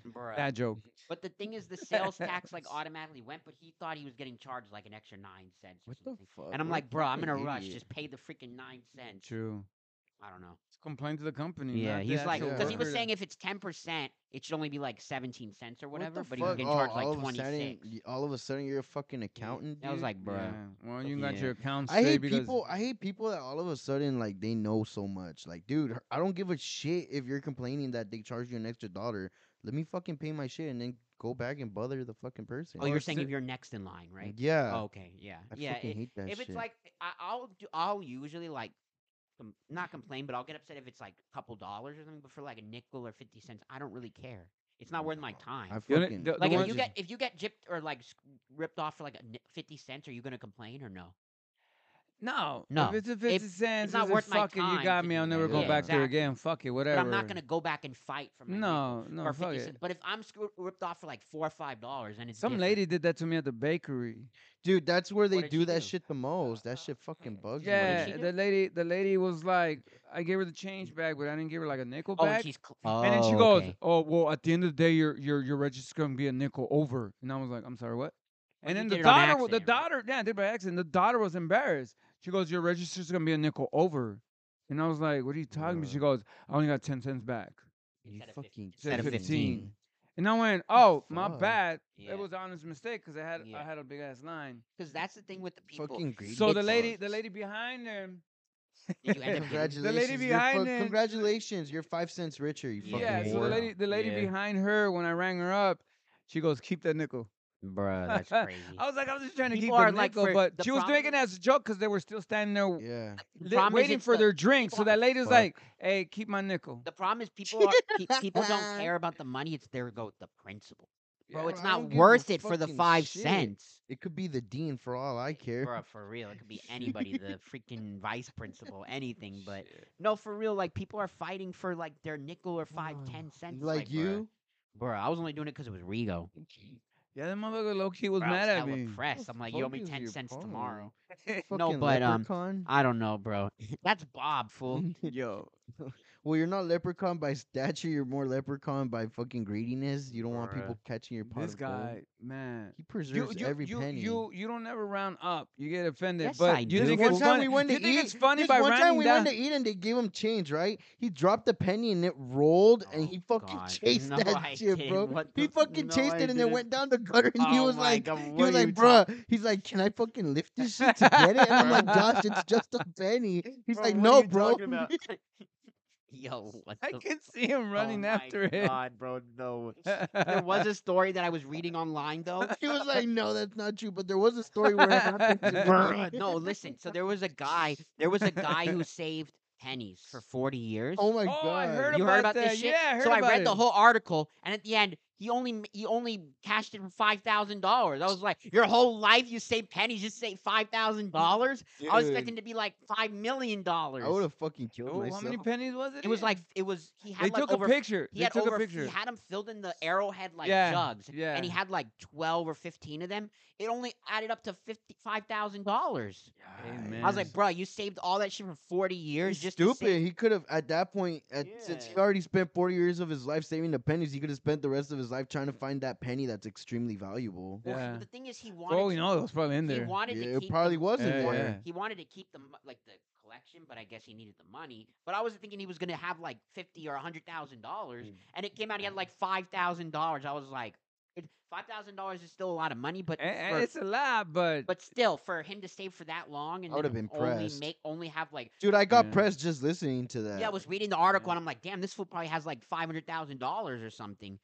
Speaker 1: the, bruh.
Speaker 3: That joke.
Speaker 1: but the thing is, the sales tax like automatically went, but he thought he was getting charged like an extra nine cents. Or
Speaker 2: What the
Speaker 1: something.
Speaker 2: fuck?
Speaker 1: And I'm
Speaker 2: What a
Speaker 1: like, "Bro, I'm in a
Speaker 2: fucking
Speaker 1: rush.
Speaker 2: idiot."
Speaker 1: Just pay the freaking nine cents."
Speaker 3: True.
Speaker 1: I don't know.
Speaker 3: Complain to the company.
Speaker 1: Yeah,
Speaker 3: not
Speaker 1: he's
Speaker 3: the
Speaker 1: like,
Speaker 3: actual
Speaker 1: because he was
Speaker 3: worker.
Speaker 1: saying if it's ten percent, it should only be like seventeen cents or
Speaker 2: What
Speaker 1: whatever,
Speaker 2: the
Speaker 1: but he was
Speaker 2: fuck?
Speaker 1: getting
Speaker 2: Oh,
Speaker 1: charged
Speaker 2: all
Speaker 1: like
Speaker 2: of a
Speaker 1: twenty
Speaker 2: sudden-
Speaker 1: six.
Speaker 2: y- All of a sudden, you're a fucking accountant.
Speaker 1: I was
Speaker 2: dude?
Speaker 1: like, "Bro,
Speaker 3: Yeah. Well, you got
Speaker 1: Yeah.
Speaker 3: your accounts.
Speaker 2: I hate
Speaker 3: straight because-
Speaker 2: people. I hate people that all of a sudden like they know so much. Like, dude, I don't give a shit if you're complaining that they charge you an extra dollar. Let me fucking pay my shit and then go back and bother the fucking person.
Speaker 1: oh,
Speaker 3: Or
Speaker 1: you're saying
Speaker 3: si-
Speaker 1: if you're next in line, right?"
Speaker 2: Yeah.
Speaker 1: Oh, okay, yeah,
Speaker 2: I
Speaker 1: yeah.
Speaker 2: fucking
Speaker 1: it-
Speaker 2: hate that
Speaker 1: if
Speaker 2: shit.
Speaker 1: it's like eh, I, I'll do, I'll usually like com- not complain, but I'll get upset if it's like a couple dollars or something. But for like a nickel or fifty cents, I don't really care. It's not worth my
Speaker 2: No,
Speaker 1: time.
Speaker 2: I
Speaker 3: You know,
Speaker 2: fucking
Speaker 3: the- the
Speaker 1: like if
Speaker 3: ones-
Speaker 1: you
Speaker 2: just-
Speaker 1: get if you get gypped or like s- ripped off for like a ni- fifty cents, are you gonna complain or no?
Speaker 3: No,
Speaker 1: No.
Speaker 3: If it's a fifty
Speaker 1: If-
Speaker 3: cents,
Speaker 1: not
Speaker 3: it's a
Speaker 1: worth my
Speaker 3: fuck it. You
Speaker 1: time
Speaker 3: got
Speaker 1: to
Speaker 3: me. I'll
Speaker 1: do that.
Speaker 3: never go
Speaker 2: Yeah,
Speaker 3: back there
Speaker 1: exactly.
Speaker 3: again. Fuck it.
Speaker 1: But
Speaker 3: Whatever.
Speaker 1: I'm not gonna go back and fight for my nickel
Speaker 3: No,
Speaker 1: or
Speaker 3: no,
Speaker 1: 50
Speaker 3: fuck it.
Speaker 1: cents. But if I'm screw- ripped off for like four or five dollars, and it's
Speaker 3: Some
Speaker 1: different.
Speaker 3: lady did that to me at the bakery.
Speaker 2: dude, that's where they
Speaker 1: did she
Speaker 2: do that
Speaker 1: do?
Speaker 2: shit the most. That shit fucking bugs
Speaker 1: did
Speaker 2: me.
Speaker 3: Yeah,
Speaker 1: she do?
Speaker 3: the lady, the lady was like, I gave her the change bag, but I didn't give her like a nickel
Speaker 1: Oh, and
Speaker 3: back.
Speaker 1: she's cl-
Speaker 3: and then she goes,
Speaker 1: okay.
Speaker 3: "Oh well, at the end of the day, your your your register's gonna be a nickel over." And I was like, "I'm sorry, what?"
Speaker 1: you
Speaker 3: And then
Speaker 1: did
Speaker 3: the
Speaker 1: it on
Speaker 3: daughter, wa- the
Speaker 1: accident, right?
Speaker 3: daughter, yeah, I did by accident. The daughter was embarrassed. She goes, "Your register's gonna be a nickel over," and I was like, "What are you talking about?" She goes, "I only got ten cents back,"
Speaker 2: You
Speaker 1: Instead of fifty-
Speaker 2: fucking
Speaker 1: instead
Speaker 3: of
Speaker 2: kidding me.
Speaker 3: 15. and I went, "Oh, my
Speaker 2: Fuck.
Speaker 3: bad.
Speaker 1: Yeah.
Speaker 3: It was an honest mistake because I had
Speaker 1: Yeah.
Speaker 3: I had a big ass line."
Speaker 1: Because that's the thing with the people.
Speaker 2: Fucking greedy.
Speaker 3: So the
Speaker 1: It's-
Speaker 3: lady, the lady behind him,
Speaker 1: Did you end up getting-
Speaker 2: Congratulations. you're
Speaker 3: behind
Speaker 2: fuck-
Speaker 3: it-
Speaker 2: Congratulations. You're five cents richer. You fucking
Speaker 3: yeah. So the
Speaker 2: whore.
Speaker 3: lady, the lady
Speaker 1: Yeah.
Speaker 3: behind her, when I rang her up, she goes, "Keep that nickel."
Speaker 1: Bruh, that's crazy.
Speaker 3: I was like, I was just trying to
Speaker 1: People
Speaker 3: keep
Speaker 1: are
Speaker 3: the
Speaker 1: like
Speaker 3: nickel,
Speaker 1: for-
Speaker 3: but
Speaker 1: the
Speaker 3: she was
Speaker 1: problem
Speaker 3: making it as a joke because they were still standing there li-
Speaker 2: Yeah.
Speaker 1: The problem is
Speaker 3: waiting
Speaker 1: it's
Speaker 3: for
Speaker 1: the-
Speaker 3: their drink. So
Speaker 1: people
Speaker 3: that lady's
Speaker 2: Fuck.
Speaker 3: like, "Hey, keep my nickel."
Speaker 1: The problem is people are, pe- people don't care about the money. It's their go the principle, bro.
Speaker 2: Yeah,
Speaker 1: it's
Speaker 2: I
Speaker 1: not
Speaker 2: don't give a
Speaker 1: worth it for the
Speaker 2: fucking
Speaker 1: five
Speaker 2: shit.
Speaker 1: cents,
Speaker 2: It could be the dean for all I care.
Speaker 1: bro. For real, it could be anybody, the freaking vice principal, anything. But no, for real, like people are fighting for like their nickel or five, ten cents.
Speaker 2: Like, you?
Speaker 1: bro. I was only doing it because it was Rigo.
Speaker 3: yeah, that motherfucker low key was
Speaker 1: Bro,
Speaker 3: mad
Speaker 1: I was
Speaker 3: at
Speaker 1: hella
Speaker 3: me.
Speaker 1: pressed.
Speaker 2: The
Speaker 1: I'm like, you owe
Speaker 2: fuck
Speaker 1: me
Speaker 2: is
Speaker 1: ten
Speaker 2: your
Speaker 1: cents
Speaker 2: problem?
Speaker 1: tomorrow. No,
Speaker 2: Fucking
Speaker 1: but, um,
Speaker 2: leprechaun.
Speaker 1: I don't know, bro. That's Bob, fool.
Speaker 3: Yo,
Speaker 2: well, you're not leprechaun by stature. You're more leprechaun by fucking greediness. You don't want
Speaker 1: Bruh.
Speaker 2: people catching your pot
Speaker 3: this
Speaker 2: of gold.
Speaker 3: guy, man.
Speaker 2: He
Speaker 3: You,
Speaker 2: preserves
Speaker 3: you,
Speaker 2: every
Speaker 3: you,
Speaker 2: penny.
Speaker 3: you, you don't ever round up. You get offended.
Speaker 1: Yes,
Speaker 3: but
Speaker 1: I
Speaker 3: you
Speaker 1: do.
Speaker 3: think
Speaker 2: one
Speaker 3: it's
Speaker 2: time we
Speaker 3: funny.
Speaker 2: went
Speaker 3: you
Speaker 2: to
Speaker 3: think
Speaker 2: eat.
Speaker 3: it's funny
Speaker 2: Just
Speaker 3: by
Speaker 2: one time
Speaker 3: rounding
Speaker 2: we
Speaker 3: down.
Speaker 2: went to eat and they gave him change, right? He dropped the penny and it rolled,
Speaker 1: Oh,
Speaker 2: and he fucking
Speaker 1: God.
Speaker 2: chased
Speaker 1: No,
Speaker 2: that
Speaker 1: I
Speaker 2: shit,
Speaker 1: didn't.
Speaker 2: bro.
Speaker 1: What
Speaker 2: he
Speaker 1: the-
Speaker 2: fucking
Speaker 1: no,
Speaker 2: chased
Speaker 1: I
Speaker 2: it and
Speaker 1: didn't.
Speaker 2: it went down the gutter, and he
Speaker 1: Oh
Speaker 2: was
Speaker 1: my
Speaker 2: like,
Speaker 1: God,
Speaker 2: he
Speaker 1: what
Speaker 2: was
Speaker 1: are
Speaker 2: like,
Speaker 1: you
Speaker 2: bruh, he's like, can I fucking lift this shit to get it? And I'm like, Josh, it's just a penny. He's
Speaker 1: Bro,
Speaker 2: like,
Speaker 1: what are
Speaker 2: no,
Speaker 1: you
Speaker 2: bro.
Speaker 1: talking about? Yo, what
Speaker 3: I
Speaker 1: the Oh
Speaker 3: can see him running after it.
Speaker 1: God, bro, no. There was a story that I was reading online though.
Speaker 2: He was like, no, that's not true. But there was a story where it happened to
Speaker 1: Bruh,
Speaker 2: Bruh.
Speaker 1: no, listen. So there was a guy. There was a guy who saved pennies for forty years.
Speaker 2: Oh my
Speaker 3: oh,
Speaker 2: god.
Speaker 3: I heard
Speaker 1: you
Speaker 3: about,
Speaker 1: heard about
Speaker 3: that.
Speaker 1: this shit?
Speaker 3: Yeah, I heard
Speaker 1: so I
Speaker 3: about
Speaker 1: read the
Speaker 3: it.
Speaker 1: whole article, and at the end, he only m- he only cashed in five thousand dollars. I was like, your whole life you save pennies, you save five thousand dollars. I was
Speaker 3: Dude.
Speaker 1: expecting to be like five million dollars.
Speaker 2: I would have fucking killed
Speaker 3: Oh, how
Speaker 2: myself.
Speaker 3: many pennies was it?
Speaker 1: It was
Speaker 3: again?
Speaker 1: like it was. He had
Speaker 3: they
Speaker 1: like
Speaker 3: took
Speaker 1: over
Speaker 3: a picture.
Speaker 1: He
Speaker 3: They
Speaker 1: had
Speaker 3: took
Speaker 1: over. f-
Speaker 3: a picture.
Speaker 1: He had them filled in the arrowhead like
Speaker 3: Yeah,
Speaker 1: jugs, and he
Speaker 3: yeah.
Speaker 1: had like twelve or fifteen of them. It only added up to fifty five thousand dollars. I was like,
Speaker 3: Yes.
Speaker 1: bro, you saved all that shit for forty years.
Speaker 2: He's
Speaker 1: just to
Speaker 2: stupid.
Speaker 1: save-"
Speaker 2: He could have at that point, at, since he
Speaker 1: Yeah.
Speaker 2: already spent forty years of his life saving the pennies, he could have spent the rest of his life trying to find that penny that's extremely valuable.
Speaker 1: Well, he-
Speaker 3: Yeah.
Speaker 1: The thing is, he wanted.
Speaker 3: Oh, we
Speaker 1: to-
Speaker 3: know it was probably in
Speaker 1: He
Speaker 3: there.
Speaker 1: wanted
Speaker 2: Yeah,
Speaker 1: to
Speaker 2: it
Speaker 1: keep.
Speaker 2: probably
Speaker 1: the,
Speaker 2: wasn't
Speaker 3: Yeah,
Speaker 2: there.
Speaker 3: yeah.
Speaker 1: He wanted to keep the mo- like the collection, but I guess he needed the money. But I was thinking he was gonna have like fifty or hundred thousand dollars,
Speaker 2: Mm.
Speaker 1: and it came out he had like five thousand dollars. I was like, five thousand dollars is still a lot of money, but
Speaker 3: A- a-
Speaker 1: for-
Speaker 3: it's a lot, but,
Speaker 1: But still, for him to stay for that long and
Speaker 2: I would've
Speaker 1: then
Speaker 2: been
Speaker 1: only
Speaker 2: pressed.
Speaker 1: make only have like
Speaker 2: Dude, I got
Speaker 3: Yeah.
Speaker 2: pressed just listening to that.
Speaker 1: yeah, I was reading the article and I'm like, damn, this fool probably has like five hundred thousand dollars or something.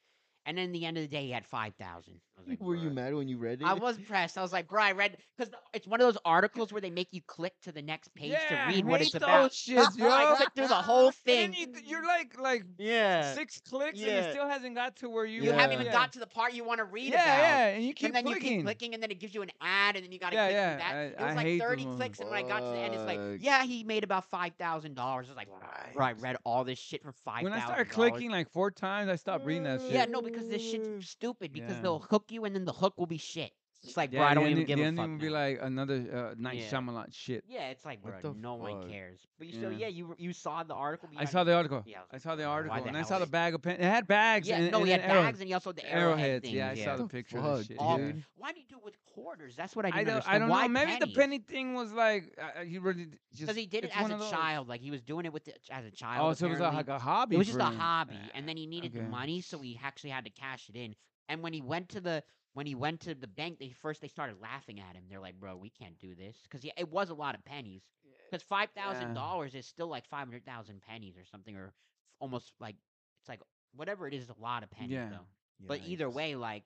Speaker 1: And then the end of the day, he had five thousand.
Speaker 2: Were you mad when you read it?
Speaker 1: I was pressed. I was like, bro, I read because it's one of those articles where they make you click to the next page
Speaker 3: yeah,
Speaker 1: to read what
Speaker 3: hate
Speaker 1: it's
Speaker 3: those
Speaker 1: about.
Speaker 3: Shits, yo.
Speaker 1: Bro, I clicked through the whole
Speaker 3: And then
Speaker 1: thing.
Speaker 3: you, th- you're like like
Speaker 1: Yeah,
Speaker 3: six clicks, and
Speaker 1: Yeah.
Speaker 3: it still hasn't got to where you.
Speaker 1: you haven't
Speaker 2: Yeah.
Speaker 1: even
Speaker 3: yeah.
Speaker 1: got to the part you want to read
Speaker 3: Yeah,
Speaker 1: about.
Speaker 3: yeah, and you keep
Speaker 1: and then
Speaker 3: clicking.
Speaker 1: you keep clicking, and then it gives you an ad, and then you got to
Speaker 3: Yeah,
Speaker 1: click
Speaker 3: yeah,
Speaker 1: through that.
Speaker 3: I-
Speaker 1: it
Speaker 3: I
Speaker 1: was
Speaker 3: hate
Speaker 1: like
Speaker 3: those
Speaker 1: 30 clicks, and when I got to the end, it's like,
Speaker 2: Fuck.
Speaker 1: yeah, he made about five thousand dollars. I was like, bro, I read all this shit for five thousand.
Speaker 3: when I started clicking like four times, I stopped reading that shit. Mm,
Speaker 1: yeah, no, because this shit's stupid. Because
Speaker 3: Yeah.
Speaker 1: they'll hook you, and then the hook will be shit. It's like,
Speaker 3: Yeah,
Speaker 1: bro, I
Speaker 3: the
Speaker 1: don't even
Speaker 3: ending-
Speaker 1: give
Speaker 3: the
Speaker 1: a
Speaker 3: ending
Speaker 1: fuck.
Speaker 3: would be
Speaker 1: now.
Speaker 3: like another uh, Night
Speaker 1: Yeah.
Speaker 3: Shyamalan shit.
Speaker 1: yeah, it's like,
Speaker 2: What
Speaker 1: bro,
Speaker 2: the
Speaker 1: no one
Speaker 2: fuck?
Speaker 1: cares. But you, so
Speaker 3: Yeah.
Speaker 1: yeah, you were- you saw the article. but you
Speaker 3: I
Speaker 1: had-
Speaker 3: saw the article.
Speaker 1: Yeah, was
Speaker 3: I
Speaker 1: like,
Speaker 3: saw the
Speaker 1: "Bro, why
Speaker 3: article,
Speaker 1: the
Speaker 3: and I
Speaker 1: hell
Speaker 3: saw the
Speaker 1: is-"
Speaker 3: bag of pen. It had bags.
Speaker 1: Yeah,
Speaker 3: and,
Speaker 1: no,
Speaker 3: and
Speaker 1: he had
Speaker 3: an arrow-
Speaker 1: bags, and he also had the arrowhead
Speaker 3: arrowheads.
Speaker 1: thing.
Speaker 3: Yeah, I saw the
Speaker 2: What the
Speaker 3: picture of
Speaker 2: fuck,
Speaker 3: that shit.
Speaker 1: All-
Speaker 3: yeah.
Speaker 2: dude?
Speaker 1: Why do you do it with quarters? That's what I didn't
Speaker 3: I don't. I
Speaker 1: understand.
Speaker 3: don't
Speaker 1: Why
Speaker 3: know. Maybe
Speaker 1: pennies?
Speaker 3: the penny thing was like uh, uh, he really d- just
Speaker 1: because he did it
Speaker 3: it's
Speaker 1: as
Speaker 3: one
Speaker 1: a
Speaker 3: of those.
Speaker 1: child. Like he was doing it with the, as a child.
Speaker 3: Oh, so it was a,
Speaker 1: apparently.
Speaker 3: like a hobby.
Speaker 1: It was just
Speaker 3: for
Speaker 1: a
Speaker 3: him.
Speaker 1: hobby,
Speaker 3: Uh,
Speaker 1: and then he needed
Speaker 3: okay.
Speaker 1: the money, so he actually had to cash it in. And when he went to the when he went to the bank, they first they started laughing at him. They're like, "Bro, we can't do this," because it was a lot of pennies.
Speaker 3: Eh,
Speaker 1: Because five thousand dollars is still like five hundred thousand pennies or something, or almost like it's like whatever it is, is a lot of pennies
Speaker 3: Yeah.
Speaker 1: though. But either way, like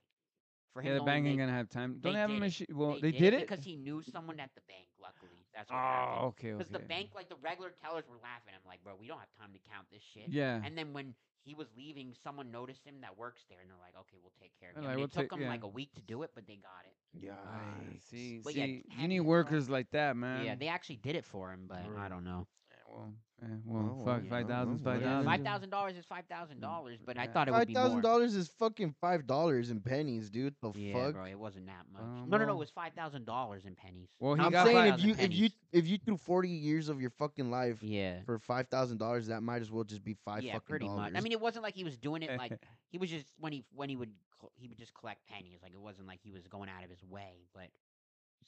Speaker 1: for him.
Speaker 3: Yeah, the
Speaker 1: knowing
Speaker 3: bank
Speaker 1: they-
Speaker 3: ain't gonna have time. Don't
Speaker 1: they
Speaker 3: they have a
Speaker 1: did it.
Speaker 3: machine? Well, they,
Speaker 1: did,
Speaker 3: did
Speaker 1: it
Speaker 3: it.
Speaker 1: because he knew someone at the bank. Luckily, that's what happened.
Speaker 3: oh, okay, okay.
Speaker 1: Because the bank, like the regular tellers, were laughing. I'm like, bro, we don't have time to count this shit.
Speaker 3: Yeah.
Speaker 1: And then when he was leaving, someone noticed him that works there, and they're like, okay, we'll take care of
Speaker 3: They're
Speaker 1: him.
Speaker 3: like,
Speaker 1: and
Speaker 3: "We'll
Speaker 1: it took
Speaker 3: take-
Speaker 1: him
Speaker 3: yeah.
Speaker 1: like a week to do it, but they got it.
Speaker 2: Yeah.
Speaker 3: Ah, see,
Speaker 1: But yeah,
Speaker 3: see, you
Speaker 1: having
Speaker 3: need
Speaker 1: a girl-
Speaker 3: workers like that, man.
Speaker 1: Yeah, they actually did it for him, but I
Speaker 2: Right.
Speaker 1: don't know.
Speaker 3: Yeah, Well, eh,
Speaker 2: Well,
Speaker 3: well,
Speaker 2: well,
Speaker 3: fuck,
Speaker 2: yeah,
Speaker 3: five thousand,
Speaker 2: well,
Speaker 3: five
Speaker 2: yeah.
Speaker 3: thousand.
Speaker 1: Five thousand dollars is five thousand dollars, but I
Speaker 3: um, Yeah.
Speaker 1: thought it would
Speaker 2: Five
Speaker 1: be
Speaker 2: thousand
Speaker 1: more.
Speaker 2: dollars is fucking five dollars in pennies, dude. The
Speaker 1: Yeah,
Speaker 2: fuck.
Speaker 1: bro, it wasn't that much.
Speaker 3: Um,
Speaker 1: no, no, no,
Speaker 3: well-
Speaker 1: it was five thousand dollars in pennies.
Speaker 3: Well, he
Speaker 1: Not
Speaker 2: I'm
Speaker 3: got
Speaker 2: saying if
Speaker 1: 5,000
Speaker 2: you if you
Speaker 1: pennies.
Speaker 2: if you threw forty years of your fucking life
Speaker 1: yeah,
Speaker 2: for five thousand dollars, that might as well just be five
Speaker 1: yeah,
Speaker 2: fucking
Speaker 1: pretty
Speaker 2: dollars.
Speaker 1: much. I mean, it wasn't like he was doing it like he was just when he when he would col- he would just collect pennies. Like it wasn't like he was going out of his way, but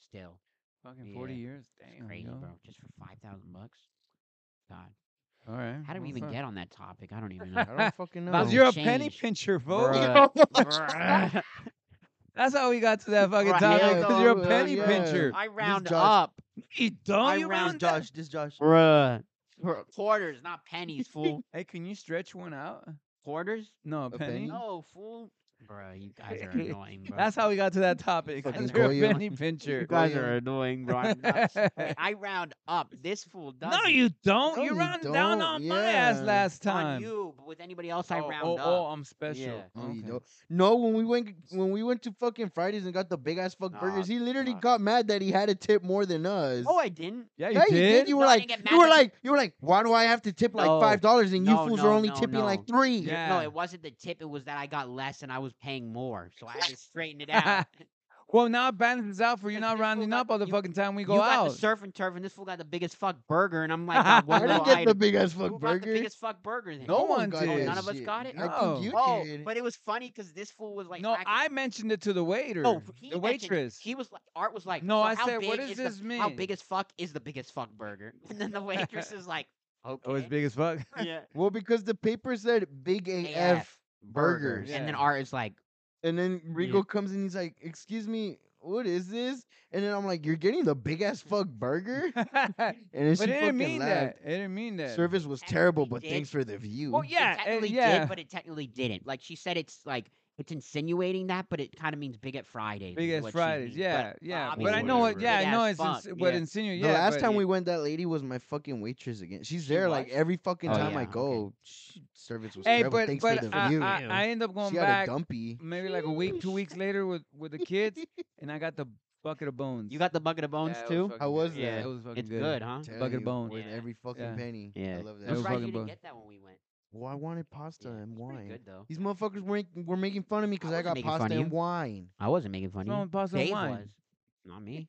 Speaker 1: still,
Speaker 3: fucking forty
Speaker 1: yeah,
Speaker 3: years.
Speaker 1: it's
Speaker 3: Damn,
Speaker 1: crazy,
Speaker 3: yo.
Speaker 1: bro. Just for five thousand bucks. God,
Speaker 3: All right.
Speaker 1: how did we
Speaker 3: well,
Speaker 1: even
Speaker 3: fuck.
Speaker 1: get on that topic? I don't even know.
Speaker 2: I don't fucking know.
Speaker 1: Bounce
Speaker 3: Cause
Speaker 1: No,
Speaker 3: you're a
Speaker 1: change.
Speaker 3: penny pincher, folks.
Speaker 1: Bruh.
Speaker 3: Bruh. That's how we got to that fucking
Speaker 1: Right,
Speaker 3: topic.
Speaker 2: yeah,
Speaker 3: Because you're a
Speaker 2: dog,
Speaker 3: penny
Speaker 2: yeah.
Speaker 3: pincher.
Speaker 1: I round
Speaker 2: Josh-
Speaker 1: up,
Speaker 3: You dumb.
Speaker 1: I
Speaker 3: you
Speaker 1: round
Speaker 3: round up.
Speaker 2: Josh, this Josh.
Speaker 1: bruh. For quarters, not pennies, fool.
Speaker 3: Hey, can you stretch one out?
Speaker 1: quarters?
Speaker 3: No, a penny.
Speaker 2: penny?
Speaker 1: No, fool. Bruh, you guys are annoying, bro.
Speaker 3: That's how we got to that topic.
Speaker 2: Fucking
Speaker 3: 'cause You're a
Speaker 2: Goyo.
Speaker 3: penny
Speaker 1: you
Speaker 3: pincher.
Speaker 1: guys
Speaker 2: Goyo.
Speaker 1: are annoying, bro. I'm nuts. Wait, I round up. This fool does.
Speaker 3: no, you don't.
Speaker 2: No,
Speaker 3: you
Speaker 2: you
Speaker 3: round down
Speaker 2: don't.
Speaker 3: on my ass
Speaker 2: Yeah.
Speaker 3: last
Speaker 1: on
Speaker 3: time.
Speaker 1: you, but with anybody else, I
Speaker 3: oh,
Speaker 1: round
Speaker 3: oh,
Speaker 1: up.
Speaker 3: oh, I'm special.
Speaker 1: Yeah.
Speaker 2: No, you
Speaker 3: Okay.
Speaker 2: don't. No, when we went when we went to fucking Fridays and got the big ass fuck
Speaker 1: Nah,
Speaker 2: burgers, he literally
Speaker 1: nah.
Speaker 2: got mad that he had to tip more than us.
Speaker 1: Oh, I didn't.
Speaker 3: Yeah, you
Speaker 2: yeah,
Speaker 3: did.
Speaker 2: you You were
Speaker 1: No, I didn't
Speaker 2: like,
Speaker 1: get mad
Speaker 2: you were
Speaker 1: that-
Speaker 2: like, you were like, why do I have to tip like
Speaker 1: No.
Speaker 2: five dollars and you
Speaker 1: No,
Speaker 2: fools
Speaker 1: no,
Speaker 2: are only
Speaker 1: no,
Speaker 2: tipping
Speaker 1: no.
Speaker 2: like three?
Speaker 3: Yeah.
Speaker 1: No, it wasn't the tip. It was that I got less and I was paying more, so I had to straighten it out.
Speaker 3: Well, now it balances out for you
Speaker 1: Because
Speaker 3: not
Speaker 1: this fool
Speaker 3: rounding
Speaker 1: got-
Speaker 3: up all the
Speaker 1: you-
Speaker 3: fucking time we
Speaker 1: you
Speaker 3: go
Speaker 1: got
Speaker 3: out.
Speaker 1: the surf and turf, and this fool got the biggest fuck burger, and I'm like, "God,
Speaker 2: I
Speaker 1: one
Speaker 2: didn't
Speaker 1: little
Speaker 2: get the
Speaker 1: item.
Speaker 2: big ass fuck
Speaker 1: Who got the
Speaker 2: burger.
Speaker 1: biggest fuck burger? Then?
Speaker 2: No one
Speaker 3: Oh,
Speaker 2: got it.
Speaker 1: none of us got it?
Speaker 2: I
Speaker 3: No.
Speaker 2: think you
Speaker 1: oh,
Speaker 2: did.
Speaker 1: but it was funny because this fool was like,
Speaker 3: no,
Speaker 1: cracking-
Speaker 3: I mentioned it to the waiter,
Speaker 1: Oh, he
Speaker 3: the
Speaker 1: mentioned-
Speaker 3: waitress.
Speaker 1: He was like, Art was like,
Speaker 3: No,
Speaker 1: "So
Speaker 3: I
Speaker 1: how
Speaker 3: said,
Speaker 1: big
Speaker 3: what
Speaker 1: is
Speaker 3: does
Speaker 1: the-
Speaker 3: this
Speaker 1: How
Speaker 3: mean?
Speaker 1: big as fuck is the biggest fuck burger? And then the waitress is like, okay.
Speaker 3: Oh, it's big as fuck.
Speaker 1: Yeah.
Speaker 2: Well, because the paper said big AF
Speaker 1: AF
Speaker 2: burgers,
Speaker 1: And then
Speaker 3: Yeah.
Speaker 1: Art is like,
Speaker 2: and then Rigo comes and he's like, "Excuse me, what is this?" And then I'm like, "You're getting the big ass fuck burger?"
Speaker 3: but
Speaker 2: And then she
Speaker 3: it
Speaker 2: fucking
Speaker 3: didn't mean
Speaker 2: laughed.
Speaker 3: that. It didn't mean that.
Speaker 2: Service was
Speaker 1: Technically
Speaker 2: terrible, but
Speaker 1: did.
Speaker 2: thanks for the view.
Speaker 3: Well, yeah,
Speaker 1: it
Speaker 3: it-
Speaker 1: technically
Speaker 3: yeah.
Speaker 1: did, but it technically didn't. Like she said, it's like it's insinuating that, but it kind of means Big at Fridays. is
Speaker 3: Big ass
Speaker 1: what she
Speaker 3: Fridays,
Speaker 1: means.
Speaker 3: yeah,
Speaker 1: But
Speaker 3: yeah.
Speaker 1: obviously
Speaker 3: But I know
Speaker 1: it's
Speaker 2: whatever.
Speaker 3: what, yeah, I
Speaker 1: big
Speaker 3: know
Speaker 1: as
Speaker 3: it's ins-
Speaker 1: fuck,
Speaker 3: but
Speaker 1: yeah.
Speaker 3: insinuate.
Speaker 2: the
Speaker 3: yeah,
Speaker 2: last
Speaker 3: but-
Speaker 2: time we went, that lady was my fucking waitress again. She's
Speaker 1: She
Speaker 2: there like
Speaker 1: was?
Speaker 2: every fucking
Speaker 1: Oh,
Speaker 2: time I
Speaker 1: yeah, okay.
Speaker 2: go. She, service was
Speaker 3: Hey,
Speaker 2: terrible.
Speaker 3: but
Speaker 2: thanks for
Speaker 3: but
Speaker 2: the
Speaker 3: I,
Speaker 2: view.
Speaker 3: I, I end up going
Speaker 2: she
Speaker 3: back
Speaker 2: had a dumpy.
Speaker 3: maybe like a week, two weeks later with with the kids, and I got the bucket of bones.
Speaker 1: You got the bucket of bones too.
Speaker 2: How was
Speaker 1: Yeah, that?
Speaker 3: it was fucking
Speaker 1: It's good, huh?
Speaker 2: Tell
Speaker 3: Bucket of
Speaker 2: you,
Speaker 3: bones.
Speaker 2: with
Speaker 1: Yeah.
Speaker 2: every fucking
Speaker 3: Yeah.
Speaker 2: penny.
Speaker 1: Yeah.
Speaker 2: I love that.
Speaker 1: I'm
Speaker 3: was
Speaker 1: surprised
Speaker 2: shit.
Speaker 1: you
Speaker 3: fucking
Speaker 1: didn't
Speaker 3: bone.
Speaker 1: get that when we went.
Speaker 2: Well, I wanted pasta
Speaker 1: Yeah,
Speaker 2: and
Speaker 1: it's pretty
Speaker 2: wine.
Speaker 1: good though.
Speaker 2: These motherfuckers were, were making fun of me because I,
Speaker 1: wasn't
Speaker 2: got
Speaker 1: making fun
Speaker 2: pasta
Speaker 1: of
Speaker 2: and
Speaker 1: you.
Speaker 2: wine.
Speaker 1: I wasn't making fun
Speaker 3: What's wrong
Speaker 1: of
Speaker 3: with pasta
Speaker 1: you.
Speaker 3: and
Speaker 1: Dave
Speaker 3: wine?
Speaker 1: was. Not me.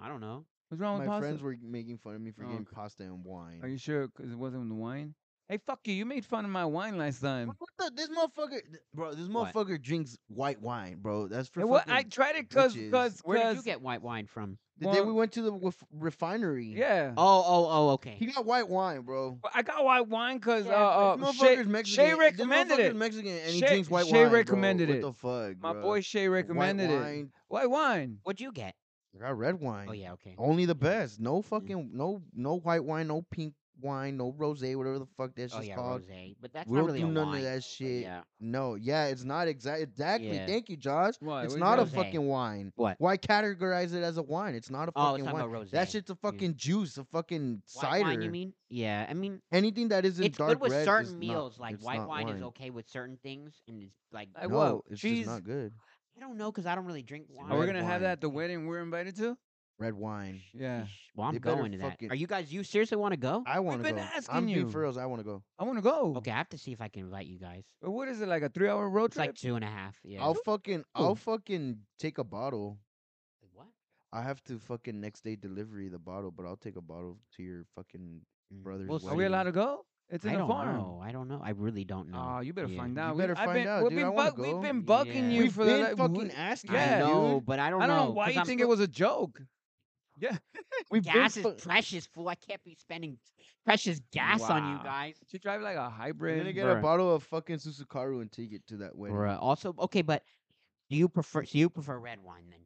Speaker 1: I don't know.
Speaker 3: What's wrong
Speaker 2: My
Speaker 3: with pasta?
Speaker 2: friends were making fun of me for
Speaker 3: Oh,
Speaker 2: getting
Speaker 3: okay.
Speaker 2: pasta and wine.
Speaker 3: Are you sure? Because it wasn't the wine. Hey, fuck you! You made fun of my wine last time.
Speaker 2: What the, this motherfucker, th- bro. This
Speaker 1: What?
Speaker 2: motherfucker drinks white wine, bro. That's for
Speaker 3: And what I
Speaker 2: fucking-
Speaker 3: tried it because
Speaker 2: bitches.
Speaker 3: because
Speaker 1: Where did you get white wine from?
Speaker 2: the day
Speaker 3: well-
Speaker 2: we went to the ref- refinery.
Speaker 3: Yeah.
Speaker 1: Oh, oh, oh, okay.
Speaker 2: Uh, he got white wine, bro.
Speaker 3: Well, I got white wine because
Speaker 1: Yeah,
Speaker 3: uh,
Speaker 2: this
Speaker 3: uh,
Speaker 2: motherfucker's
Speaker 3: Shay,
Speaker 2: Mexican.
Speaker 3: Shay
Speaker 2: This
Speaker 3: recommended
Speaker 2: motherfucker's
Speaker 3: it.
Speaker 2: Mexican and he
Speaker 3: Shay-
Speaker 2: drinks white
Speaker 3: Shay
Speaker 2: wine. bro.
Speaker 3: recommended it.
Speaker 2: What the fuck,
Speaker 3: My
Speaker 2: bro?
Speaker 3: boy Shay recommended
Speaker 2: white
Speaker 3: it.
Speaker 2: wine.
Speaker 3: White wine.
Speaker 1: What'd you get?
Speaker 2: I got red wine.
Speaker 1: Oh yeah, okay.
Speaker 2: Only the best. No
Speaker 3: Mm.
Speaker 2: fucking no no white wine, no pink wine, no rosé, whatever the fuck that shit's
Speaker 1: Oh yeah,
Speaker 2: called.
Speaker 1: rosé. But that's
Speaker 2: We
Speaker 1: not
Speaker 2: don't
Speaker 1: really
Speaker 2: do
Speaker 1: a
Speaker 2: none of
Speaker 1: wine,
Speaker 2: that
Speaker 1: though, but
Speaker 2: shit.
Speaker 1: Yeah.
Speaker 2: No, yeah, it's not exact. Exactly.
Speaker 1: Yeah.
Speaker 2: Thank you, Josh.
Speaker 3: Why?
Speaker 2: it's
Speaker 3: What is
Speaker 2: not a
Speaker 1: rosé?
Speaker 2: fucking wine.
Speaker 1: What?
Speaker 2: Why categorize it as a wine? It's not a
Speaker 1: Oh, it's
Speaker 2: fucking
Speaker 1: talking
Speaker 2: wine.
Speaker 1: about rosé.
Speaker 2: That shit's a fucking juice, a fucking
Speaker 1: White
Speaker 2: cider.
Speaker 1: wine, you mean? Yeah, I mean
Speaker 2: Anything that isn't
Speaker 1: it's
Speaker 2: dark
Speaker 1: good with
Speaker 2: red is
Speaker 1: certain
Speaker 2: not-
Speaker 1: meals. like
Speaker 2: it's
Speaker 1: white
Speaker 2: not
Speaker 1: wine,
Speaker 2: wine
Speaker 1: is okay with certain things, and it's like
Speaker 3: Like
Speaker 2: no,
Speaker 3: what?
Speaker 2: it's
Speaker 3: cheese.
Speaker 2: just not good.
Speaker 1: I don't know because I don't really drink wine.
Speaker 3: Are we
Speaker 2: Red
Speaker 3: gonna have
Speaker 2: wine.
Speaker 3: that at the wedding we're invited to?
Speaker 2: Red wine.
Speaker 3: Yeah.
Speaker 1: Yeesh. Well, I'm
Speaker 2: They better
Speaker 1: going to that.
Speaker 2: fucking-
Speaker 1: Are you guys? You seriously want to go?
Speaker 2: I want to
Speaker 3: been
Speaker 2: go.
Speaker 3: asking
Speaker 2: I'm being
Speaker 3: you.
Speaker 2: for reals. I want to go.
Speaker 3: I want to go.
Speaker 1: Okay, I have to see if I can invite you guys.
Speaker 3: But What is it like a three-hour road
Speaker 1: It's
Speaker 3: trip?
Speaker 1: like two and a half. Yeah.
Speaker 2: I'll fucking I'll
Speaker 3: Ooh.
Speaker 2: fucking take a bottle.
Speaker 1: what?
Speaker 2: I have to fucking next day delivery the bottle, but I'll take a bottle to your fucking
Speaker 1: Mm.
Speaker 2: brother's
Speaker 1: We'll
Speaker 3: Are we
Speaker 1: see.
Speaker 3: allowed to go? It's in
Speaker 1: I
Speaker 3: a
Speaker 1: don't
Speaker 3: farm.
Speaker 1: know. I don't know. I really don't know.
Speaker 3: Oh, you better
Speaker 1: Yeah.
Speaker 3: find out.
Speaker 2: Ah, better
Speaker 3: I've
Speaker 2: find
Speaker 3: been,
Speaker 2: out,
Speaker 3: we've
Speaker 2: dude.
Speaker 3: been
Speaker 2: I wanna
Speaker 3: We've
Speaker 2: go.
Speaker 3: been bugging
Speaker 1: Yeah.
Speaker 3: you
Speaker 2: We've
Speaker 3: for
Speaker 2: been
Speaker 3: the la-
Speaker 2: fucking
Speaker 3: we-
Speaker 2: asking,
Speaker 1: I
Speaker 3: Yeah.
Speaker 1: know,
Speaker 2: dude.
Speaker 1: but I don't
Speaker 3: I don't know
Speaker 1: know
Speaker 3: why
Speaker 1: 'cause
Speaker 3: you
Speaker 1: I'm
Speaker 3: think
Speaker 1: still-
Speaker 3: it was a joke. Yeah.
Speaker 2: We've been
Speaker 1: gas
Speaker 2: fu-
Speaker 1: is precious, fool. I can't be spending precious gas on you
Speaker 3: Wow.
Speaker 1: guys.
Speaker 3: She drive like a
Speaker 2: I'm
Speaker 3: hybrid.
Speaker 2: gonna get a
Speaker 1: Bruh.
Speaker 2: bottle of fucking Susukaru and take it to that wedding.
Speaker 1: Bruh. Also, okay, but do you prefer? So you prefer red wine then?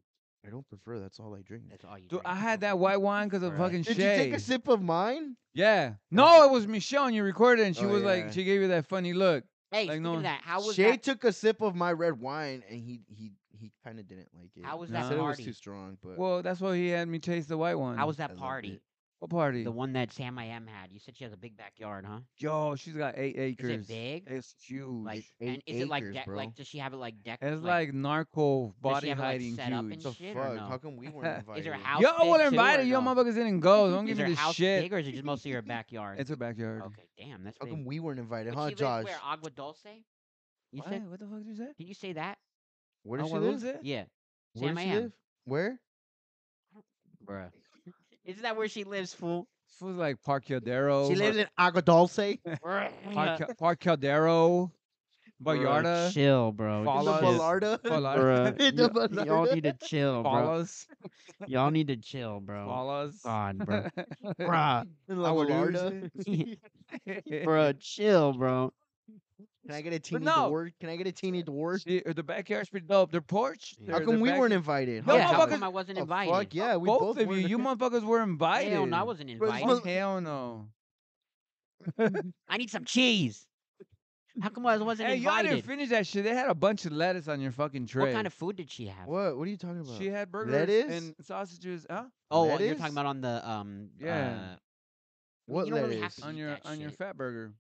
Speaker 2: I don't prefer. That's all I drink.
Speaker 1: That's all you.
Speaker 3: Dude,
Speaker 1: drink.
Speaker 3: I had
Speaker 1: Okay.
Speaker 3: that white wine because of
Speaker 1: Bruh.
Speaker 3: fucking
Speaker 2: Did
Speaker 3: Shay.
Speaker 2: you take a sip of mine?
Speaker 3: Yeah. No, it was Michelle, and you recorded, it, and she
Speaker 2: Oh,
Speaker 3: was
Speaker 2: yeah.
Speaker 3: like, she gave you that funny look.
Speaker 1: Hey,
Speaker 3: Like,
Speaker 1: speaking
Speaker 3: no-
Speaker 1: of that, how was
Speaker 2: Shay
Speaker 1: that?
Speaker 2: took a sip of my red wine and he he he kind of didn't like it.
Speaker 1: How was
Speaker 2: He
Speaker 3: that
Speaker 2: said
Speaker 1: party?
Speaker 2: It was too strong, but
Speaker 3: Well, that's why he had me chase the white one.
Speaker 1: How was
Speaker 2: I
Speaker 1: that
Speaker 2: loved
Speaker 1: party?
Speaker 2: it.
Speaker 3: what party?
Speaker 1: The one that Sam I M had. You said she has a big backyard, huh?
Speaker 3: Yo, she's got eight acres.
Speaker 1: big?
Speaker 3: It's huge.
Speaker 1: Like,
Speaker 2: eight
Speaker 1: and is it like
Speaker 2: acres,
Speaker 1: deck?
Speaker 2: bro.
Speaker 1: Like, does she have it like deck?
Speaker 3: it's like, narco body
Speaker 1: have it, like,
Speaker 3: hiding
Speaker 1: set up
Speaker 3: huge.
Speaker 1: and
Speaker 2: the
Speaker 1: shit or
Speaker 2: fuck?
Speaker 1: no?
Speaker 2: How come we weren't invited?
Speaker 1: is her house?
Speaker 3: Yo,
Speaker 1: big
Speaker 3: I wasn't
Speaker 1: too, or
Speaker 3: invited. Yo,
Speaker 1: no?
Speaker 3: motherfuckers didn't go. Don't
Speaker 1: Is
Speaker 3: give
Speaker 1: her
Speaker 3: me this
Speaker 1: house
Speaker 3: shit.
Speaker 1: big or is it just mostly her backyard?
Speaker 3: It's her backyard.
Speaker 1: okay, damn, that's
Speaker 2: How
Speaker 1: big.
Speaker 2: come we weren't invited,
Speaker 1: But
Speaker 2: huh,
Speaker 1: she lives
Speaker 2: Josh?
Speaker 1: Where Agua Dulce? You
Speaker 3: What?
Speaker 1: said?
Speaker 3: what the fuck did you say?
Speaker 1: Did you oh, say that?
Speaker 2: Where does
Speaker 3: I
Speaker 2: she
Speaker 3: wanna
Speaker 2: live?
Speaker 3: lose it?
Speaker 1: Yeah, Sam
Speaker 2: Where does
Speaker 1: I
Speaker 2: she
Speaker 1: am.
Speaker 2: live? Where?
Speaker 1: bruh. Isn't that where she lives, fool?
Speaker 3: This was like Park Caldero.
Speaker 2: She lives in Agua Dulce.
Speaker 3: Park,
Speaker 1: Bruh.
Speaker 3: Ca- Park Caldero,
Speaker 1: Bruh,
Speaker 3: Vallarta,
Speaker 1: Chill, bro.
Speaker 3: Fall
Speaker 1: Just
Speaker 3: out.
Speaker 1: chill.
Speaker 2: Ballarda.
Speaker 3: Fala-
Speaker 2: In the
Speaker 1: Bruh, y- Y'all
Speaker 2: Vallarta.
Speaker 1: need to chill, bro.
Speaker 3: Falas,
Speaker 1: Y'all need to chill, bro.
Speaker 3: Falas.
Speaker 1: God, bro. Bruh.
Speaker 2: In La
Speaker 3: I would lose
Speaker 2: Vallarda.
Speaker 1: it. Bruh, chill, bro.
Speaker 2: Can I get a teeny
Speaker 3: no.
Speaker 2: dwarf? Can I get a teeny dwarf?
Speaker 3: See, uh, the backyard's pretty dope. Their porch.
Speaker 1: Yeah.
Speaker 2: How
Speaker 3: their-
Speaker 2: come
Speaker 3: their
Speaker 2: we
Speaker 3: back-
Speaker 2: weren't invited?
Speaker 3: No,
Speaker 2: huh,
Speaker 1: yeah, how
Speaker 2: Josh?
Speaker 1: come
Speaker 3: motherfucker-
Speaker 1: I wasn't
Speaker 2: Oh,
Speaker 1: invited?
Speaker 2: Fuck yeah, we
Speaker 3: both,
Speaker 2: both
Speaker 3: of you,
Speaker 2: weren't-
Speaker 3: you motherfuckers were invited.
Speaker 1: Hell no, I wasn't
Speaker 2: Bro, it's
Speaker 1: invited.
Speaker 2: mother-
Speaker 3: Oh, hell no.
Speaker 1: I need some cheese. How come I wasn't
Speaker 3: Hey, y'all
Speaker 1: invited?
Speaker 3: didn't finish that shit. They had a bunch of lettuce on your fucking tray.
Speaker 1: what kind of food did she have?
Speaker 2: What? What are you talking about?
Speaker 3: She had burgers
Speaker 2: Lettuce?
Speaker 3: and sausages. Huh?
Speaker 1: Oh,
Speaker 2: Lettuce?
Speaker 1: you're talking about on the um.
Speaker 3: Yeah.
Speaker 1: uh,
Speaker 2: what
Speaker 1: you don't really have
Speaker 2: lettuce?
Speaker 1: to
Speaker 3: On
Speaker 1: eat
Speaker 3: your
Speaker 1: that
Speaker 3: on your
Speaker 1: shit.
Speaker 3: fat burger.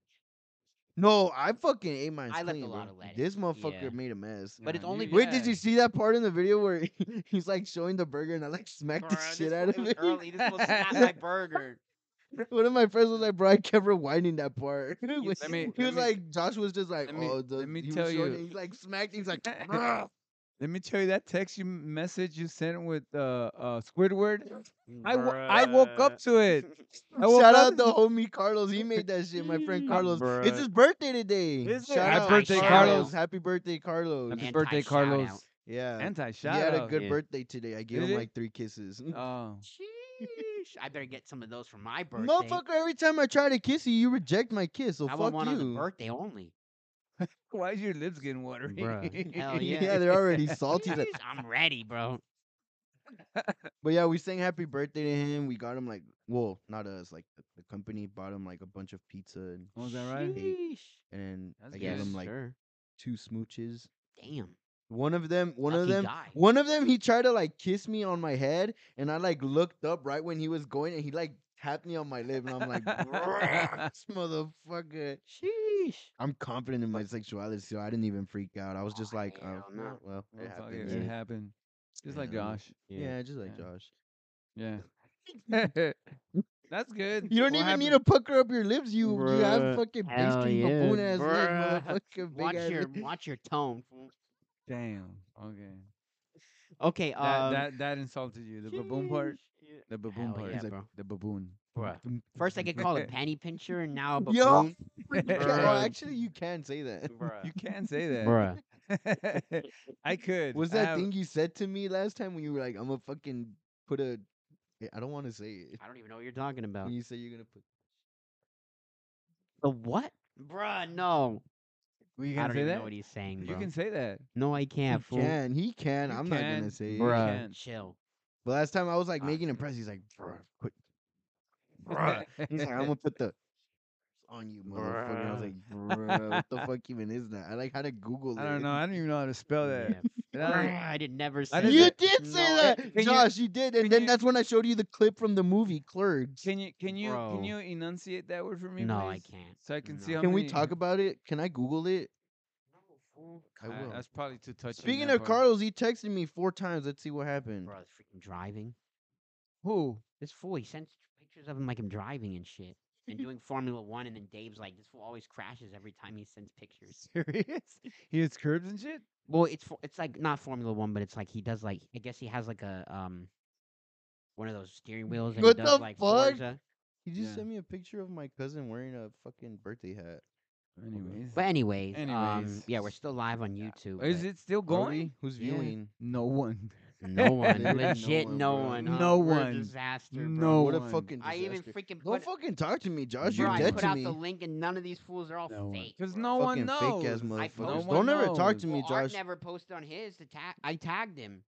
Speaker 2: No, I fucking ate mine.
Speaker 1: I left a
Speaker 2: clean,
Speaker 1: lot
Speaker 2: bro.
Speaker 1: of lettuce,
Speaker 2: This motherfucker
Speaker 1: yeah.
Speaker 2: made a mess.
Speaker 1: But it's
Speaker 3: Yeah,
Speaker 1: only
Speaker 3: you-
Speaker 2: Wait, did you
Speaker 3: yeah.
Speaker 2: see that part in the video where he- he's like showing the burger and I like smacked the
Speaker 1: Bruh,
Speaker 2: shit
Speaker 1: this
Speaker 2: out
Speaker 1: fool-
Speaker 2: of
Speaker 1: it
Speaker 2: it?
Speaker 1: was early. This was not my burger.
Speaker 2: One of my friends was like, "Bro, I kept rewinding that part." When
Speaker 1: Let
Speaker 2: he-
Speaker 3: me-
Speaker 2: he
Speaker 3: let
Speaker 2: was
Speaker 3: me-
Speaker 2: like, "Josh was just like,
Speaker 3: let me-
Speaker 2: oh, the,
Speaker 3: let me
Speaker 2: he was
Speaker 3: tell
Speaker 2: showing
Speaker 3: you.
Speaker 2: it, He's like smacked. He's like,
Speaker 3: Let me tell you that text you message you sent with uh, uh Squidward. I, w- I woke up to it. I woke
Speaker 2: shout
Speaker 3: up.
Speaker 2: out the homie Carlos. He made that shit. My friend Carlos.
Speaker 3: Bruh.
Speaker 2: It's his birthday today.
Speaker 3: Is it?
Speaker 2: Shout
Speaker 3: Happy
Speaker 2: out
Speaker 1: birthday, Carlos.
Speaker 2: Happy birthday, Carlos.
Speaker 3: Happy
Speaker 1: Anti
Speaker 3: birthday,
Speaker 1: shout
Speaker 3: Carlos.
Speaker 1: out.
Speaker 2: Yeah,
Speaker 3: Anti shout
Speaker 2: he had a
Speaker 3: out.
Speaker 2: good
Speaker 1: Yeah.
Speaker 2: birthday today. I gave
Speaker 3: Did
Speaker 2: him
Speaker 3: he?
Speaker 2: like three kisses.
Speaker 3: Oh.
Speaker 1: Sheesh. I better get some of those for my birthday.
Speaker 2: Motherfucker, every time I try to kiss you, you reject my kiss. So
Speaker 1: I
Speaker 2: fuck
Speaker 1: want one on the
Speaker 2: you.
Speaker 1: birthday only.
Speaker 3: Why is your lips getting watery?
Speaker 1: Bruh. Hell
Speaker 2: yeah.
Speaker 1: Oh, yeah.
Speaker 2: they're already salty. as-
Speaker 1: Sheesh, I'm ready, bro.
Speaker 2: But yeah, we sang happy birthday to him. We got him like, well, not us, like the, the company bought him like a bunch of pizza and
Speaker 3: Was that right?
Speaker 1: Sheesh.
Speaker 2: and
Speaker 3: That's
Speaker 2: I
Speaker 1: Oh, good.
Speaker 2: gave him like
Speaker 1: Sure.
Speaker 2: two smooches.
Speaker 1: Damn.
Speaker 2: One of them, one of
Speaker 1: Lucky
Speaker 2: them,
Speaker 1: guy.
Speaker 2: one of them, he tried to like kiss me on my head, and I like looked up right when he was going, and he like tapped me on my lip, and I'm like, "Bruh, this motherfucker.
Speaker 1: Sheesh.
Speaker 2: I'm confident in my sexuality, so I didn't even freak out. I was just
Speaker 1: Oh,
Speaker 2: like, oh,
Speaker 1: hell no.
Speaker 2: well,
Speaker 3: Well,
Speaker 2: it
Speaker 3: fuck it,
Speaker 2: happened.
Speaker 3: it
Speaker 2: Yeah.
Speaker 3: happened. Just like
Speaker 2: Yeah.
Speaker 3: Josh.
Speaker 2: Yeah, just like
Speaker 3: Yeah.
Speaker 2: Josh.
Speaker 3: Yeah. That's good.
Speaker 2: You don't
Speaker 3: What
Speaker 2: even need to
Speaker 3: happened-
Speaker 2: pucker up your lips. You you have
Speaker 1: Bruh.
Speaker 2: fucking
Speaker 1: Hell
Speaker 2: pastry
Speaker 1: yeah,
Speaker 2: baboon ass
Speaker 1: bruh.
Speaker 2: lips, motherfucker. Big
Speaker 1: Watch
Speaker 2: ass
Speaker 1: your
Speaker 2: lips.
Speaker 1: watch your tone. fool.
Speaker 3: Damn. Okay.
Speaker 1: Okay.
Speaker 3: That,
Speaker 1: um,
Speaker 3: that that insulted you. The baboon part.
Speaker 1: sheesh. Yeah.
Speaker 3: The baboon
Speaker 1: Hell
Speaker 3: part.
Speaker 1: yeah,
Speaker 3: He's like,
Speaker 1: bro.
Speaker 3: The baboon.
Speaker 1: Bruh. First I get called a panty pincher and now a baboon.
Speaker 2: Yo, you can- oh,
Speaker 1: Bruh.
Speaker 2: actually, you can say that.
Speaker 3: You can't say that.
Speaker 1: Bruh.
Speaker 3: I could.
Speaker 2: Was
Speaker 3: I
Speaker 2: that
Speaker 3: have-
Speaker 2: thing you said to me last time when you were like, "I'm gonna fucking put a," I- I don't want to say it.
Speaker 1: I don't even know what you're talking about.
Speaker 2: When you say you're gonna put,
Speaker 1: The what? Bruh, no.
Speaker 3: We
Speaker 1: I
Speaker 3: can
Speaker 1: don't
Speaker 3: say
Speaker 1: even
Speaker 3: that.
Speaker 1: know what he's saying,
Speaker 3: You
Speaker 1: bro.
Speaker 3: can say that.
Speaker 1: no, I can't,
Speaker 2: he
Speaker 1: fool.
Speaker 2: can, he can.
Speaker 3: You
Speaker 2: I'm not
Speaker 3: can,
Speaker 2: gonna say
Speaker 3: you
Speaker 1: Bruh.
Speaker 2: it.
Speaker 3: can.
Speaker 1: Chill.
Speaker 2: But last time I was like
Speaker 1: Ah.
Speaker 2: making him press. He's like, "Bruh, quit." Bruh. He's like, "I'm gonna put the." On you, motherfucker! I was like, "Bruh, what the fuck even is that?" I like had to Google it.
Speaker 3: I don't know. I don't even know how to spell that.
Speaker 1: Yeah.
Speaker 3: And I don't-
Speaker 1: Bruh, I did never say
Speaker 3: I did
Speaker 2: You
Speaker 1: that.
Speaker 2: did say
Speaker 1: No,
Speaker 2: that,
Speaker 3: can you-
Speaker 2: Josh. You did, and
Speaker 3: can
Speaker 2: then
Speaker 3: you-
Speaker 2: that's when I showed you the clip from the movie Clerks. Can,
Speaker 3: Can you can you
Speaker 1: Bro.
Speaker 3: can you enunciate that word for me?
Speaker 1: No, I
Speaker 3: please?
Speaker 1: can't.
Speaker 3: So I can see
Speaker 1: No.
Speaker 3: how
Speaker 2: we
Speaker 3: many-
Speaker 2: talk about it? Can I Google it?
Speaker 1: No, fool.
Speaker 2: I
Speaker 3: Uh,
Speaker 2: will.
Speaker 3: That's probably too touchy.
Speaker 2: Speaking
Speaker 3: that
Speaker 2: of
Speaker 3: part.
Speaker 2: Carlos, he texted me four times. Let's see what happened.
Speaker 1: Bruh, freaking driving.
Speaker 3: who?
Speaker 1: This fool, he sends pictures of him like him driving and shit. And doing Formula One, and then Dave's like, this fool always crashes every time he sends pictures.
Speaker 3: Serious? He has curbs and shit.
Speaker 1: Well, it's for, it's like not Formula One, but it's like he does like I guess he has like a um one of those steering wheels and he
Speaker 2: What
Speaker 1: does
Speaker 2: the
Speaker 1: like
Speaker 2: fuck?
Speaker 1: Forza.
Speaker 2: He just
Speaker 3: Yeah.
Speaker 2: sent me a picture of my cousin wearing a fucking birthday hat.
Speaker 3: Anyways,
Speaker 1: But anyways, um,
Speaker 3: Anyways.
Speaker 1: yeah, we're still live on
Speaker 3: Yeah.
Speaker 1: YouTube.
Speaker 3: is
Speaker 1: but
Speaker 3: it still
Speaker 2: Are
Speaker 3: going?
Speaker 2: we? Who's
Speaker 1: Yeah.
Speaker 2: viewing?
Speaker 3: No one.
Speaker 1: No one,
Speaker 2: Literally no
Speaker 1: legit,
Speaker 2: one,
Speaker 1: no
Speaker 2: bro.
Speaker 1: one, huh?
Speaker 3: No
Speaker 1: We're a
Speaker 3: one.
Speaker 1: disaster, bro.
Speaker 3: No
Speaker 2: what a
Speaker 3: one.
Speaker 2: fucking. Disaster.
Speaker 1: I even freaking
Speaker 2: Don't
Speaker 1: put,
Speaker 2: fucking talk to me, Josh.
Speaker 3: Bro,
Speaker 2: You're
Speaker 1: bro, I
Speaker 2: dead
Speaker 1: put
Speaker 2: to
Speaker 1: out
Speaker 2: me.
Speaker 1: the link, and none of these fools are all
Speaker 3: No one.
Speaker 1: fake.
Speaker 3: Because
Speaker 1: bro.
Speaker 3: no
Speaker 2: fucking
Speaker 3: one knows.
Speaker 2: fake ass
Speaker 1: I
Speaker 2: motherfuckers.
Speaker 1: posted- No
Speaker 2: Don't
Speaker 1: one
Speaker 2: ever talk
Speaker 3: knows.
Speaker 2: to me,
Speaker 1: well, Art
Speaker 2: Josh.
Speaker 1: never posted on his. To tag, I tagged him.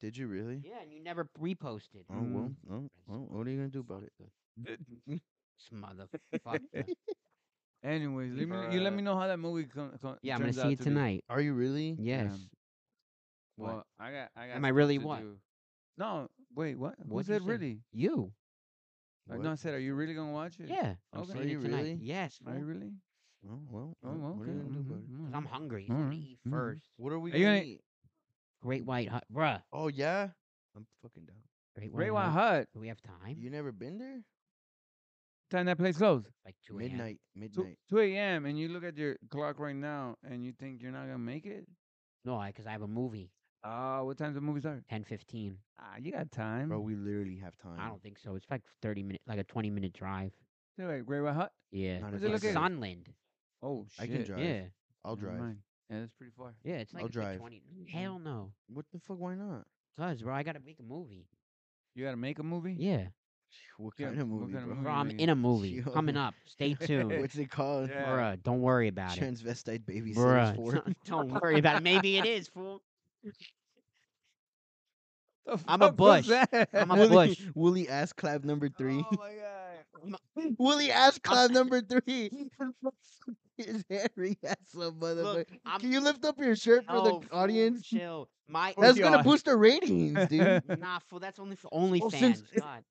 Speaker 2: Did you really?
Speaker 1: Yeah, and you never reposted.
Speaker 2: Oh
Speaker 3: Mm.
Speaker 2: well, oh, well, what are you gonna do about it?
Speaker 1: This motherfucker.
Speaker 3: Anyways, let me, you let
Speaker 1: Bruh.
Speaker 3: me know how that movie com- com-
Speaker 1: Yeah, I'm gonna
Speaker 3: turns
Speaker 1: see
Speaker 3: out
Speaker 1: it
Speaker 3: to be.
Speaker 1: tonight.
Speaker 2: Are you really?
Speaker 1: Yes.
Speaker 3: Well, I got. I got.
Speaker 1: Am I really
Speaker 3: stuff to
Speaker 1: what?
Speaker 3: do. No. Wait. What? Who
Speaker 1: What'd you
Speaker 3: said
Speaker 1: say?
Speaker 3: really?
Speaker 1: You?
Speaker 3: I-
Speaker 2: What?
Speaker 3: No, I said, are you really gonna watch it?
Speaker 1: Yeah. I'm
Speaker 3: Okay.
Speaker 1: saying
Speaker 2: Are
Speaker 1: it
Speaker 2: you
Speaker 1: tonight.
Speaker 2: really?
Speaker 1: Yes.
Speaker 3: Are you really?
Speaker 2: Oh well.
Speaker 3: Oh,
Speaker 2: what- What are
Speaker 3: okay.
Speaker 2: we gonna do about it?
Speaker 3: mhm,
Speaker 1: i
Speaker 3: mhm.
Speaker 1: I'm hungry.
Speaker 3: All
Speaker 1: I'm gonna
Speaker 3: right.
Speaker 1: eat
Speaker 3: Mhm.
Speaker 1: first.
Speaker 2: What are we
Speaker 3: Are you
Speaker 2: gonna
Speaker 3: gonna-
Speaker 2: eat?
Speaker 1: Great White Hut, bruh.
Speaker 2: Oh yeah, I'm fucking down.
Speaker 1: Great White
Speaker 3: Great White
Speaker 1: Hut.
Speaker 3: Hut.
Speaker 1: Do we have time?
Speaker 2: You never been there?
Speaker 3: Time that place closed.
Speaker 1: like two a.m.?
Speaker 2: Midnight,
Speaker 3: Two,
Speaker 2: midnight.
Speaker 3: 2 a.m. and you look at your clock right now and you think you're not gonna make it.
Speaker 1: No, because I have a movie.
Speaker 3: Ah, what time's the movie start?
Speaker 1: Ten fifteen.
Speaker 3: Ah, you got time.
Speaker 2: Bro, we literally have time.
Speaker 1: I don't think so. It's like thirty minute, like a twenty minute drive.
Speaker 3: Wait, wait, Great White Hut.
Speaker 1: Yeah.
Speaker 2: Not
Speaker 3: Does
Speaker 2: a
Speaker 1: It's
Speaker 3: it look
Speaker 2: chance.
Speaker 3: at-
Speaker 1: Sunland.
Speaker 3: Oh
Speaker 2: I
Speaker 3: shit.
Speaker 2: can drive.
Speaker 1: Yeah.
Speaker 2: I'll
Speaker 3: Never
Speaker 2: drive.
Speaker 3: mind. Yeah, that's pretty far.
Speaker 1: Yeah. It's like
Speaker 2: I'll
Speaker 1: it's like
Speaker 2: drive.
Speaker 1: twenty. Hell no.
Speaker 2: What the fuck? Why not?
Speaker 1: Cause bro, I gotta make a movie.
Speaker 3: You gotta make a movie.
Speaker 1: Yeah.
Speaker 2: What
Speaker 3: Yeah,
Speaker 2: kind of
Speaker 3: what
Speaker 2: movie,
Speaker 3: kind of
Speaker 2: bro?
Speaker 1: Bro,
Speaker 3: movie
Speaker 1: I'm
Speaker 3: making?
Speaker 1: in a movie
Speaker 2: Yo.
Speaker 1: coming up. Stay tuned.
Speaker 2: What's it called?
Speaker 3: Yeah.
Speaker 1: Bruh, don't worry about it.
Speaker 2: Transvestite baby
Speaker 1: Bruh,
Speaker 2: for.
Speaker 1: don't- don't worry about it. Maybe it is, fool.
Speaker 3: The
Speaker 1: I'm a
Speaker 3: fuck
Speaker 1: bush.
Speaker 3: was that?
Speaker 1: I'm a
Speaker 2: Wooly-
Speaker 1: bush.
Speaker 2: Wooly ass clap number three.
Speaker 3: Oh my god.
Speaker 2: Wooly ass clap number three. His hairy ass little motherfucker.
Speaker 1: Look, I'm Oh,
Speaker 2: Can you lift up your shirt for
Speaker 1: no,
Speaker 2: the
Speaker 1: fool,
Speaker 2: audience?
Speaker 1: Chill. My
Speaker 3: Oh,
Speaker 2: That's
Speaker 3: yeah.
Speaker 2: gonna boost the ratings, dude.
Speaker 1: nah, fool. That's only for only
Speaker 2: Well, since
Speaker 1: fans.
Speaker 2: it-
Speaker 1: God.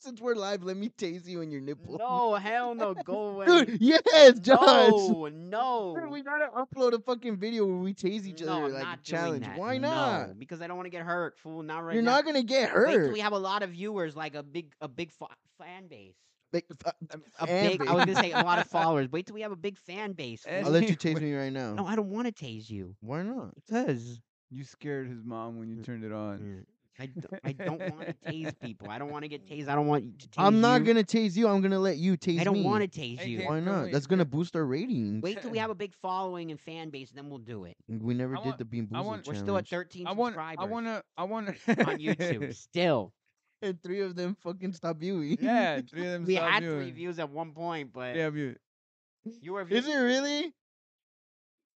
Speaker 2: Since we're live, let me tase you in your nipple.
Speaker 1: No, hell no. Go away.
Speaker 2: Dude, yes, Josh.
Speaker 1: No,
Speaker 2: Dude,
Speaker 1: no.
Speaker 2: we gotta upload a fucking video where we tase each
Speaker 1: No,
Speaker 2: other
Speaker 1: I'm
Speaker 2: like
Speaker 1: not doing
Speaker 2: challenge.
Speaker 1: that.
Speaker 2: Why
Speaker 1: No,
Speaker 2: not?
Speaker 1: because I don't want to get hurt, fool. Not right
Speaker 2: You're
Speaker 1: now.
Speaker 2: not gonna get
Speaker 1: Wait till
Speaker 2: hurt.
Speaker 1: we have a lot of viewers, like a big, a big fa- fan base.
Speaker 2: Like, uh, f-
Speaker 1: A
Speaker 2: fan
Speaker 1: big.
Speaker 2: base.
Speaker 1: I was gonna say a lot of followers. Wait till we have a big fan base. fool.
Speaker 2: I'll let you tase me right now.
Speaker 1: No, I don't want to tase you.
Speaker 2: Why not?
Speaker 1: Because
Speaker 3: You scared his mom when you
Speaker 1: Mm.
Speaker 3: turned it on.
Speaker 1: I, d- I don't want to tase people. I don't want to get tased. I don't want you to tase
Speaker 2: I'm not
Speaker 1: you.
Speaker 2: gonna tase you. I'm gonna let you tase me.
Speaker 1: I don't want to tase
Speaker 3: Hey,
Speaker 1: you.
Speaker 3: Dave,
Speaker 2: Why
Speaker 3: Come
Speaker 2: not?
Speaker 3: here,
Speaker 2: That's gonna boost our ratings.
Speaker 1: Wait till we have a big following and fan base, then we'll do it.
Speaker 2: we never
Speaker 3: I
Speaker 2: did
Speaker 3: want-
Speaker 2: the Bean
Speaker 3: I
Speaker 2: Boozled
Speaker 3: want-
Speaker 2: challenge.
Speaker 1: We're still at 13
Speaker 3: I want.
Speaker 1: subscribers
Speaker 3: I want to. I want
Speaker 1: on YouTube. Still,
Speaker 2: and three of them fucking stop viewing.
Speaker 3: yeah, three of them.
Speaker 1: we
Speaker 3: stopped
Speaker 1: had
Speaker 3: doing
Speaker 1: three
Speaker 3: it.
Speaker 1: views at one point, but
Speaker 3: Yeah, view.
Speaker 1: you were
Speaker 2: Is
Speaker 1: views.
Speaker 2: it really?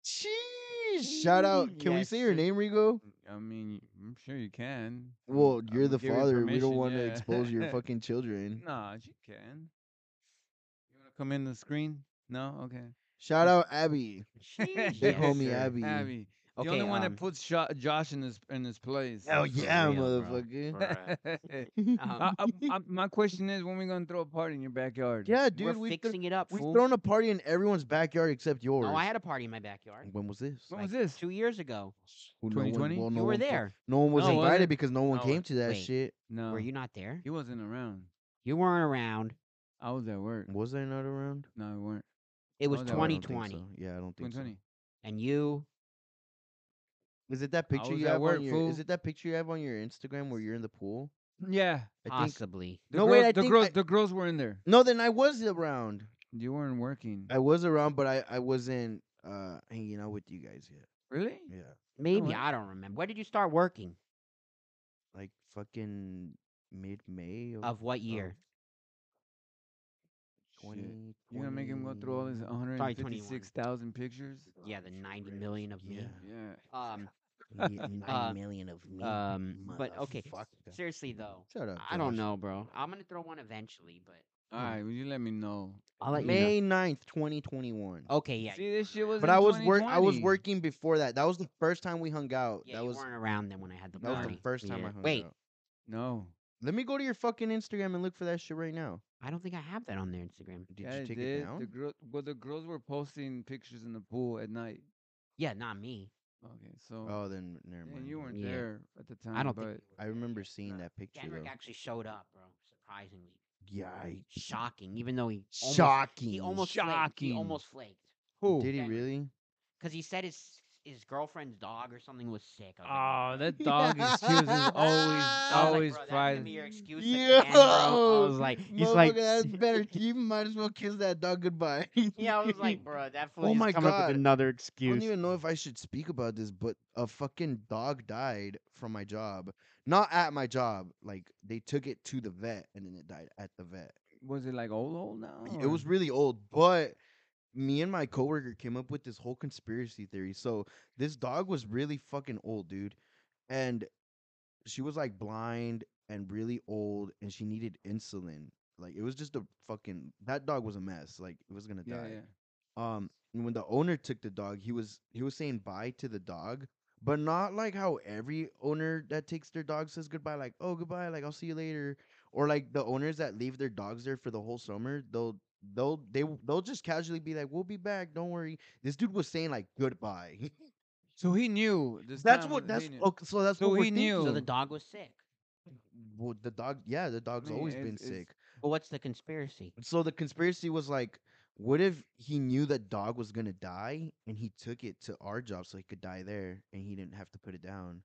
Speaker 2: Jeez. Shout out. Can we say your
Speaker 1: Yes. Mm,
Speaker 2: name, Rigo?
Speaker 3: I mean, I'm sure you can. I'm-
Speaker 2: Well, you're
Speaker 3: I'm
Speaker 2: the
Speaker 3: giving
Speaker 2: father. We don't
Speaker 3: permission,
Speaker 2: want to
Speaker 3: yeah.
Speaker 2: expose your fucking children.
Speaker 3: Nah, you can. You wanna come in the screen? No, okay.
Speaker 2: Shout out Abby.
Speaker 1: Sheesh,
Speaker 2: Big
Speaker 1: yes,
Speaker 2: homie
Speaker 1: sir.
Speaker 2: Abby.
Speaker 3: Abby, the
Speaker 1: Okay,
Speaker 3: only
Speaker 1: um,
Speaker 3: one that puts sho Josh in his in his place.
Speaker 2: Oh
Speaker 1: For
Speaker 2: yeah,
Speaker 1: real, bro.
Speaker 2: motherfucker.
Speaker 1: Um,
Speaker 2: Uh,
Speaker 3: I, I, I, my question is, when we gonna throw a party in your backyard?
Speaker 2: yeah, dude.
Speaker 1: we're
Speaker 2: we thro-
Speaker 1: fixing it up.
Speaker 2: we've
Speaker 1: fool.
Speaker 2: thrown a party in everyone's backyard except yours.
Speaker 1: No, I had a party in my backyard.
Speaker 2: When was this?
Speaker 3: When
Speaker 1: like
Speaker 3: was this?
Speaker 1: Two years ago.
Speaker 2: Who- no one-
Speaker 3: 2020?
Speaker 2: well, no
Speaker 1: you were
Speaker 2: one fu-
Speaker 1: there.
Speaker 2: No one was
Speaker 3: No, was
Speaker 2: invited
Speaker 3: it?
Speaker 2: because no one
Speaker 3: No,
Speaker 2: came to that
Speaker 1: wait.
Speaker 2: shit.
Speaker 3: No,
Speaker 1: Were you not there?
Speaker 3: he wasn't around.
Speaker 1: You weren't around.
Speaker 3: I was at work.
Speaker 2: Was I not around?
Speaker 3: No, we weren't.
Speaker 1: It was
Speaker 3: was at
Speaker 2: Oh, No, I
Speaker 3: work.
Speaker 2: don't think
Speaker 1: 2020,
Speaker 2: so. Yeah, I don't think. so.
Speaker 3: 2020.
Speaker 1: and you.
Speaker 2: Is it that picture
Speaker 3: was
Speaker 2: you
Speaker 3: at
Speaker 2: have
Speaker 3: work,
Speaker 2: on your?
Speaker 3: fool.
Speaker 2: Is it that picture you have on your Instagram where you're in the pool?
Speaker 3: Yeah.
Speaker 2: I think.
Speaker 1: Possibly.
Speaker 3: The
Speaker 2: No,
Speaker 3: girl-
Speaker 2: wait, I
Speaker 3: the
Speaker 2: think
Speaker 3: girls.
Speaker 2: I-
Speaker 3: The girls were in there.
Speaker 2: No, then I was around.
Speaker 3: You weren't working.
Speaker 2: I was around, but I I wasn't uh hanging out with you guys yet.
Speaker 3: really?
Speaker 2: Yeah,
Speaker 1: Maybe
Speaker 3: what?
Speaker 1: I don't remember. When did you start working?
Speaker 2: like fucking mid May of,
Speaker 1: Of what year?
Speaker 3: Shit.
Speaker 2: twenty.
Speaker 3: You gonna make him go through all these 156,000 pictures?
Speaker 1: Yeah, the 90 million of me.
Speaker 2: Oh, Yeah.
Speaker 3: Yeah.
Speaker 1: Um,
Speaker 2: Nine
Speaker 1: Uh,
Speaker 2: million of me.
Speaker 1: um, but okay.
Speaker 2: motherfucker.
Speaker 1: Seriously though,
Speaker 2: Shut up.
Speaker 1: I don't
Speaker 2: Josh.
Speaker 1: know, bro. I'm gonna throw one eventually, but
Speaker 3: All right, will you let me know?
Speaker 1: I'll let you Oh,
Speaker 2: May 9th, 2021.
Speaker 1: know. Okay, yeah.
Speaker 3: See, this shit was.
Speaker 2: but
Speaker 3: in
Speaker 2: I was work. I was
Speaker 3: 2020.
Speaker 2: working before that. That was the first time we hung out.
Speaker 1: yeah,
Speaker 2: that
Speaker 1: you
Speaker 2: was
Speaker 1: weren't around then when I had the
Speaker 2: that was
Speaker 1: party.
Speaker 2: the first time
Speaker 1: Yeah.
Speaker 2: I hung
Speaker 1: Wait,
Speaker 2: out.
Speaker 3: No.
Speaker 2: Let me go to your fucking Instagram and look for that shit right now.
Speaker 1: I don't think I have that on their Instagram.
Speaker 2: Did
Speaker 3: yeah,
Speaker 2: you
Speaker 3: it
Speaker 2: take
Speaker 3: did.
Speaker 2: it down?
Speaker 3: The girl, well, the girls were posting pictures in the pool at night.
Speaker 1: Yeah, not me.
Speaker 3: Okay, so
Speaker 2: Oh, then never mind.
Speaker 3: and you weren't
Speaker 1: Yeah.
Speaker 3: there at the time.
Speaker 1: I don't
Speaker 3: but
Speaker 1: think.
Speaker 2: I remember seeing that picture
Speaker 1: Kendrick
Speaker 2: though.
Speaker 1: actually showed up, bro. Surprisingly,
Speaker 2: Yikes.
Speaker 1: shocking. Even though he almost,
Speaker 2: Shocking.
Speaker 1: he almost flaked. He
Speaker 3: Shocking.
Speaker 1: almost flaked
Speaker 3: who?
Speaker 2: Did he
Speaker 1: Kendrick.
Speaker 2: really?
Speaker 1: because he said his his girlfriend's dog or something was sick. I was like,
Speaker 3: Oh, that dog excuse is
Speaker 1: I was
Speaker 3: always
Speaker 1: like,
Speaker 3: Oh, always
Speaker 1: "Bro, that's gonna
Speaker 3: fries.
Speaker 1: be your excuse to ban, bro." I was like, he's like,
Speaker 2: Motherfucker, that's better. You might as well kiss that dog goodbye.
Speaker 1: yeah, I was like, bro, that fool
Speaker 2: Oh
Speaker 1: just
Speaker 2: my
Speaker 1: coming up
Speaker 2: God.
Speaker 1: with another
Speaker 2: I don't
Speaker 1: excuse.
Speaker 2: even know if I should speak about this, but a fucking dog died from my job. Not at my job. Like they took it to the vet and then it died at the vet.
Speaker 3: Was it like old old now?
Speaker 2: It was
Speaker 3: or-
Speaker 2: really old, but me and my coworker came up with this whole conspiracy theory. So this dog was really fucking old, dude, and she was like blind and really old, and she needed insulin. Like it was just a fucking that dog was a mess. Like it was gonna
Speaker 3: Yeah,
Speaker 2: die.
Speaker 3: yeah.
Speaker 2: Um, and when the owner took the dog, he was he was saying bye to the dog, but not like how every owner that takes their dog says goodbye, like oh goodbye, like I'll see you later, or like the owners that leave their dogs there for the whole summer, they'll they'll they w- they'll just casually be like we'll be back, don't worry. This dude was saying like goodbye.
Speaker 3: So he knew. This
Speaker 2: that's
Speaker 3: time
Speaker 2: what
Speaker 3: he
Speaker 2: that's
Speaker 3: knew.
Speaker 2: okay, so that's
Speaker 3: So
Speaker 2: what we're
Speaker 3: he
Speaker 2: thinking.
Speaker 1: So the
Speaker 3: knew.
Speaker 1: dog was sick.
Speaker 2: Well, the dog, yeah, the dog's
Speaker 3: mean,
Speaker 2: always
Speaker 3: it's-
Speaker 2: been
Speaker 3: it's-
Speaker 2: sick.
Speaker 1: But what's the conspiracy?
Speaker 2: So the conspiracy was like, what if he knew that dog was gonna die and he took it to our job so he could die there and he didn't have to put it down?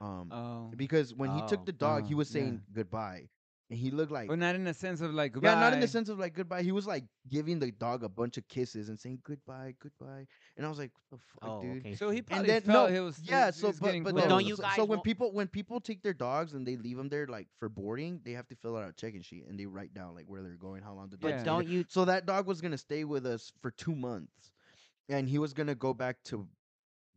Speaker 2: Um,
Speaker 3: Oh.
Speaker 2: because when he
Speaker 1: Oh,
Speaker 2: took the dog, he
Speaker 3: oh,
Speaker 2: was
Speaker 3: yeah.
Speaker 2: saying goodbye, and he looked like
Speaker 3: But not in a sense of like.
Speaker 2: yeah, not in the
Speaker 3: "Goodbye."
Speaker 2: sense of like goodbye. He was like giving the dog a bunch of kisses and saying goodbye, goodbye. And I was like, what the fuck,
Speaker 1: oh,
Speaker 2: dude?
Speaker 1: okay.
Speaker 3: So he
Speaker 1: And
Speaker 3: probably
Speaker 2: then-
Speaker 3: felt
Speaker 2: no,
Speaker 3: he was.
Speaker 2: Yeah,
Speaker 3: he's-
Speaker 2: so
Speaker 3: he's
Speaker 2: but,
Speaker 3: getting
Speaker 2: but
Speaker 1: Well,
Speaker 2: then,
Speaker 1: don't
Speaker 3: close.
Speaker 1: you
Speaker 2: so,
Speaker 1: guys
Speaker 2: so when
Speaker 1: want-
Speaker 2: people when people take their dogs and they leave them there like for boarding, they have to fill out a check-in sheet and they write down like where they're going, how long the
Speaker 1: But
Speaker 2: dog's
Speaker 3: Yeah.
Speaker 2: gonna
Speaker 1: don't you?
Speaker 2: so that dog was gonna stay with us for two months, and he was gonna go back to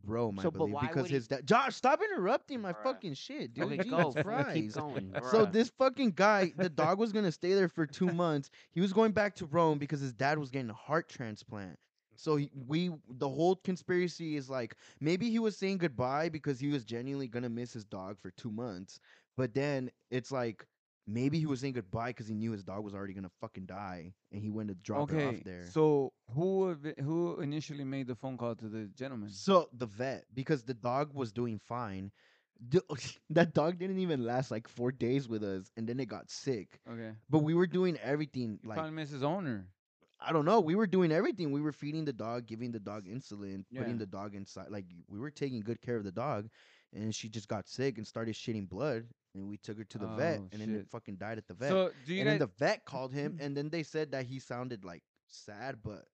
Speaker 2: Rome,
Speaker 1: So,
Speaker 2: I
Speaker 1: but
Speaker 2: believe,
Speaker 1: why would
Speaker 2: because
Speaker 1: he-
Speaker 2: his dad. Josh, stop interrupting my
Speaker 4: Bruh.
Speaker 2: fucking shit, dude.
Speaker 1: Okay,
Speaker 2: Jesus
Speaker 1: go. Keep
Speaker 2: Christ.
Speaker 1: going.
Speaker 2: So
Speaker 4: Bruh.
Speaker 2: this fucking guy, the dog was gonna stay there for two months. He was going back to Rome because his dad was getting a heart transplant. So he, we, the whole conspiracy is like maybe he was saying goodbye because he was genuinely gonna miss his dog for two months. But then it's like maybe he was saying goodbye because he knew his dog was already gonna fucking die, and he went to drop it
Speaker 3: Okay.
Speaker 2: off there.
Speaker 3: So who ev- who initially made the phone call to the gentleman?
Speaker 2: So the vet, because the dog was doing fine, d- that dog didn't even last like four days with us, and then it got sick.
Speaker 3: Okay.
Speaker 2: But we were doing everything
Speaker 3: He
Speaker 2: like
Speaker 3: probably missed his owner.
Speaker 2: I don't know. We were doing everything. We were feeding the dog, giving the dog insulin,
Speaker 3: Yeah.
Speaker 2: putting the dog inside. Like we were taking good care of the dog, and she just got sick and started shitting blood. And we took her to the vet,
Speaker 3: Oh,
Speaker 2: and then
Speaker 3: shit.
Speaker 2: it fucking died at the vet.
Speaker 3: So do you Mm-hmm.
Speaker 2: and then
Speaker 3: guys?
Speaker 2: the vet called him, and then they said that he sounded like sad, but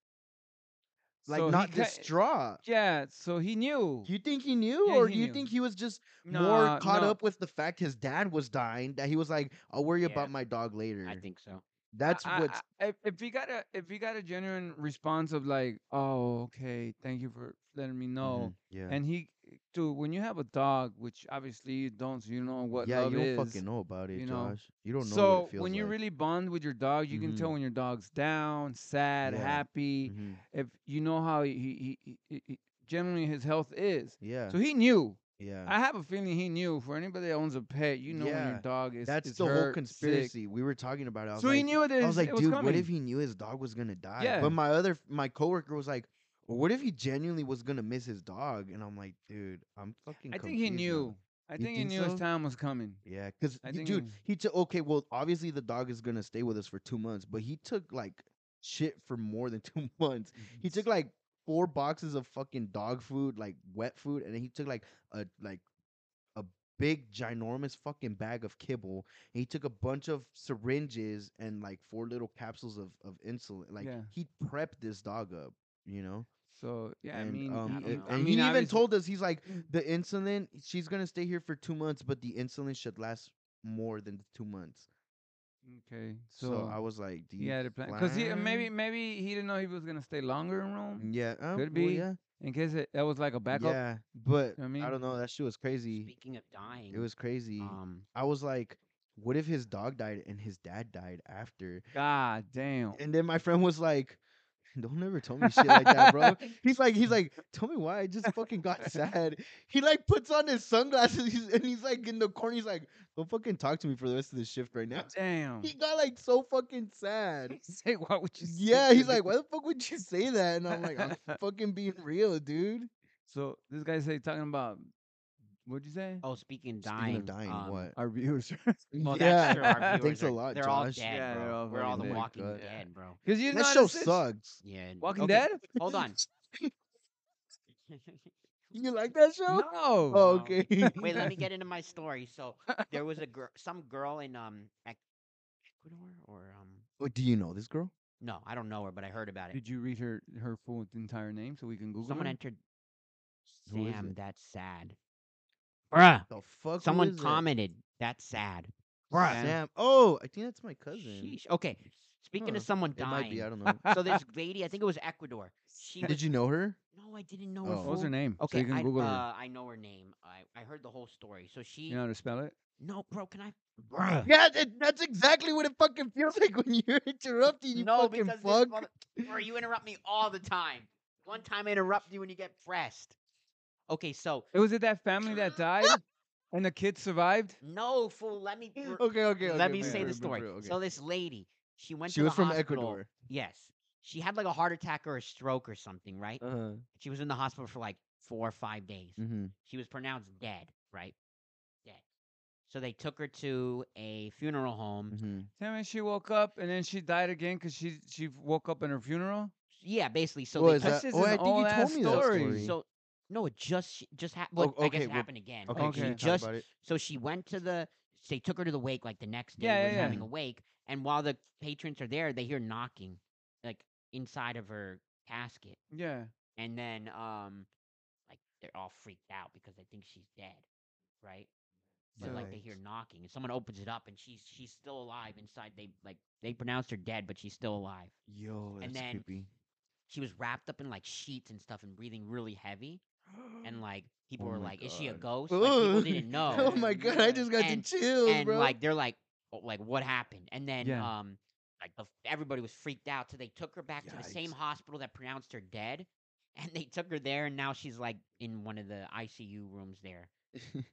Speaker 2: like
Speaker 3: so he
Speaker 2: not
Speaker 3: ki-
Speaker 2: distraught.
Speaker 3: Yeah. So he knew.
Speaker 2: Do you think he knew,
Speaker 3: Yeah,
Speaker 2: or
Speaker 3: he
Speaker 2: do you
Speaker 3: knew.
Speaker 2: think he was just
Speaker 3: Nah,
Speaker 2: more caught
Speaker 3: no.
Speaker 2: up with the fact his dad was dying that he was like, "I'll worry
Speaker 1: Yeah.
Speaker 2: about my dog later."
Speaker 1: I think so.
Speaker 2: That's
Speaker 3: I- I-
Speaker 2: what's
Speaker 3: I- if, if you got a if you got a genuine response of like, oh, okay, thank you for letting me know.
Speaker 2: Mhm, Yeah,
Speaker 3: And he, dude, when you have a dog, which obviously you don't, so you don't know what
Speaker 2: yeah,
Speaker 3: love
Speaker 2: you don't
Speaker 3: is.
Speaker 2: fucking know about it,
Speaker 3: you know?
Speaker 2: Josh. You don't know.
Speaker 3: so
Speaker 2: what it feels
Speaker 3: when you
Speaker 2: like.
Speaker 3: really bond with your dog, you can tell
Speaker 2: Mhm.
Speaker 3: when your dog's down, sad,
Speaker 2: Yeah.
Speaker 3: happy.
Speaker 2: Mhm.
Speaker 3: If you know how he, he, he, he, he generally his health is.
Speaker 2: yeah,
Speaker 3: So he knew.
Speaker 2: yeah.
Speaker 3: I have a feeling he knew. For anybody that owns a pet, you know when your
Speaker 2: Yeah,
Speaker 3: dog is.
Speaker 2: That's
Speaker 3: is
Speaker 2: the
Speaker 3: hurt,
Speaker 2: whole
Speaker 3: sick.
Speaker 2: conspiracy we were talking about. It. I was
Speaker 3: So
Speaker 2: like,
Speaker 3: he knew it. Is,
Speaker 2: I was like,
Speaker 3: it was
Speaker 2: dude,
Speaker 3: coming.
Speaker 2: what if he knew his dog was gonna die?
Speaker 3: Yeah.
Speaker 2: But my other, my coworker was like, what if he genuinely was gonna miss his dog? And I'm like, dude, I'm fucking.
Speaker 3: I think he
Speaker 2: confused now."
Speaker 3: knew. I
Speaker 2: You
Speaker 3: think, he
Speaker 2: think
Speaker 3: knew his
Speaker 2: so?
Speaker 3: time was coming.
Speaker 2: Yeah, because
Speaker 3: I think
Speaker 2: dude,
Speaker 3: he-
Speaker 2: he took okay. Well, obviously the dog is gonna stay with us for two months, but he took like shit for more than two months. He took like four boxes of fucking dog food, like wet food, and then he took like a like a big ginormous fucking bag of kibble. And he took a bunch of syringes and like four little capsules of of insulin. Like
Speaker 3: Yeah.
Speaker 2: he prepped this dog up, you know.
Speaker 3: So yeah, I
Speaker 2: And,
Speaker 3: mean,
Speaker 2: um,
Speaker 1: I
Speaker 3: he,
Speaker 2: and-
Speaker 1: don't
Speaker 3: I
Speaker 2: and
Speaker 3: mean,
Speaker 2: he even
Speaker 3: obviously- Mm.
Speaker 2: told us he's like the insulin. She's gonna stay here for two months, but the insulin should last more than the two months.
Speaker 3: Okay,
Speaker 2: So,
Speaker 3: so,
Speaker 2: I was like, Do
Speaker 3: he
Speaker 2: you
Speaker 3: had a plan because he uh,
Speaker 2: plan?"
Speaker 3: maybe maybe he didn't know he was gonna stay longer in Rome
Speaker 2: yeah, um,
Speaker 3: could
Speaker 2: well,
Speaker 3: be
Speaker 2: yeah,
Speaker 3: in case it, that was like a backup.
Speaker 2: yeah. But
Speaker 3: I
Speaker 2: I,
Speaker 3: mean-
Speaker 2: don't know. That shit was crazy.
Speaker 1: Speaking of dying,
Speaker 2: It was crazy.
Speaker 1: Um,
Speaker 2: I was like, What if his dog died and his dad died after?
Speaker 3: God damn.
Speaker 2: And then my friend was like. Don't ever tell me shit like that, bro. He's like, he's like, tell me why I just fucking got sad. He like puts on his sunglasses he's- and he's like in the corner. He's like, don't fucking talk to me for the rest of this shift right now.
Speaker 3: Damn.
Speaker 2: He got like so fucking sad.
Speaker 3: Say what would you? say
Speaker 2: Yeah,
Speaker 3: to
Speaker 2: he's
Speaker 3: the-
Speaker 2: like, why the fuck would you say that? And I'm like, I'm fucking being real, dude.
Speaker 3: So this guy say talking about what'd you say?
Speaker 1: oh, speaking of dying,
Speaker 2: Speaking of dying,
Speaker 1: um,
Speaker 2: what?
Speaker 3: Our viewers.
Speaker 1: Well,
Speaker 2: yeah,
Speaker 1: that's true. Our viewers
Speaker 2: thanks
Speaker 1: are,
Speaker 2: a lot,
Speaker 1: They're all
Speaker 2: Josh.
Speaker 1: dead,
Speaker 3: Yeah,
Speaker 1: bro.
Speaker 3: they're all
Speaker 1: We're all the
Speaker 3: fucking
Speaker 2: dead.
Speaker 1: Walking
Speaker 2: Good.
Speaker 1: Dead, bro.
Speaker 3: Because you know
Speaker 2: that
Speaker 3: how
Speaker 2: show
Speaker 3: to sit-
Speaker 2: sucks.
Speaker 1: Yeah. n-
Speaker 3: Walking
Speaker 1: okay,
Speaker 3: Dead.
Speaker 1: Hold on.
Speaker 2: You like that show?
Speaker 3: No.
Speaker 2: Oh,
Speaker 1: No.
Speaker 2: okay.
Speaker 1: Wait, let me get into my story. So there was a girl, some girl in um Ec- Ecuador or um
Speaker 2: Wait, do you know this girl?
Speaker 1: no, I don't know her, but I heard about it.
Speaker 3: Did you read her her full entire name so we can Google?
Speaker 1: Someone
Speaker 3: her?
Speaker 1: entered
Speaker 2: Who is
Speaker 1: Sam.
Speaker 2: it?
Speaker 1: That's sad, bruh.
Speaker 2: The fuck? Who
Speaker 1: Someone
Speaker 2: is that?
Speaker 1: commented. That's sad.
Speaker 3: Bruh.
Speaker 2: Sam. Oh, I think that's my cousin.
Speaker 1: Sheesh. Okay. Speaking
Speaker 2: Huh.
Speaker 1: of someone
Speaker 2: It
Speaker 1: dying,
Speaker 2: might be. I don't know.
Speaker 1: so this lady, I think it was Ecuador. She
Speaker 2: Did
Speaker 1: was,
Speaker 2: you know her?
Speaker 1: No, I didn't know her.
Speaker 2: Oh.
Speaker 3: What was her
Speaker 1: full-
Speaker 3: name?
Speaker 1: Okay,
Speaker 3: so you can
Speaker 1: I,
Speaker 3: Google her.
Speaker 1: uh, I know her name. I, I heard the whole story. So she.
Speaker 3: You know how to spell it?
Speaker 1: No, bro, can I? Bruh.
Speaker 2: Yeah, that- that's exactly what it fucking feels like when you're interrupting. You
Speaker 1: no,
Speaker 2: fucking
Speaker 1: because This
Speaker 2: fuck.
Speaker 1: mother- Bruh, you interrupt me all the time. One time I interrupt you when you get pressed. Okay, so
Speaker 3: It was it that family that died and the kid survived?
Speaker 1: no fool. Let me re-
Speaker 2: Okay, okay.
Speaker 1: let
Speaker 2: okay,
Speaker 1: me
Speaker 2: be
Speaker 1: say
Speaker 2: real,
Speaker 1: the
Speaker 2: be
Speaker 1: story.
Speaker 2: real, okay.
Speaker 1: So this lady, she went.
Speaker 2: she
Speaker 1: to
Speaker 2: was
Speaker 1: the
Speaker 2: from
Speaker 1: hospital.
Speaker 2: Ecuador.
Speaker 1: Yes, she had like a heart attack or a stroke or something, right?
Speaker 2: Uh-huh.
Speaker 1: She was in the hospital for like four or five days.
Speaker 2: Mm-hmm.
Speaker 1: She was pronounced dead, right? Dead. So they took her to a funeral home.
Speaker 2: Mm-hmm.
Speaker 3: Tell me, she woke up and then she died again because she she woke up in her funeral.
Speaker 1: Yeah, basically. So
Speaker 2: Well,
Speaker 1: they
Speaker 2: is
Speaker 1: took
Speaker 2: that-
Speaker 3: This is
Speaker 2: oh,
Speaker 3: an
Speaker 2: I think you
Speaker 3: old-ass
Speaker 2: told me that
Speaker 3: story.
Speaker 2: story.
Speaker 1: So no, it just sh- just happened.
Speaker 2: Oh,
Speaker 1: I guess
Speaker 2: okay,
Speaker 1: it
Speaker 2: well,
Speaker 1: happened again.
Speaker 2: Okay,
Speaker 1: Like,
Speaker 3: okay.
Speaker 2: can
Speaker 1: She
Speaker 2: you talk
Speaker 1: just
Speaker 2: about it?
Speaker 1: so she went to the. They took her to the wake like the next day.
Speaker 3: Yeah,
Speaker 1: Yeah,
Speaker 3: yeah,
Speaker 1: was
Speaker 3: yeah.
Speaker 1: having a wake, and while the patrons are there, they hear knocking, like inside of her casket,
Speaker 3: Yeah.
Speaker 1: and then um, like they're all freaked out because they think she's dead, right? So like they
Speaker 2: Right.
Speaker 1: hear knocking, and someone opens it up, and she's she's still alive inside. They like they pronounced her dead, but she's still alive.
Speaker 2: Yo, that's
Speaker 1: And then-
Speaker 2: creepy.
Speaker 1: She was wrapped up in like sheets and stuff, and breathing really heavy and like people
Speaker 2: Oh
Speaker 1: were
Speaker 2: my
Speaker 1: like, "Is she a
Speaker 2: God.
Speaker 1: ghost?" Like people
Speaker 2: Ugh.
Speaker 1: didn't
Speaker 2: Oh
Speaker 1: know,
Speaker 2: my god, I
Speaker 3: Yeah.
Speaker 2: just got
Speaker 1: And-
Speaker 2: the chills,
Speaker 1: and
Speaker 2: bro.
Speaker 1: like they're like, "Oh, "Like what happened?" And then
Speaker 3: Yeah.
Speaker 1: um, like the, everybody was freaked out, so they took her back to the same
Speaker 2: Yikes.
Speaker 1: hospital that pronounced her dead, and they took her there, and now she's like in one of the ICU rooms there.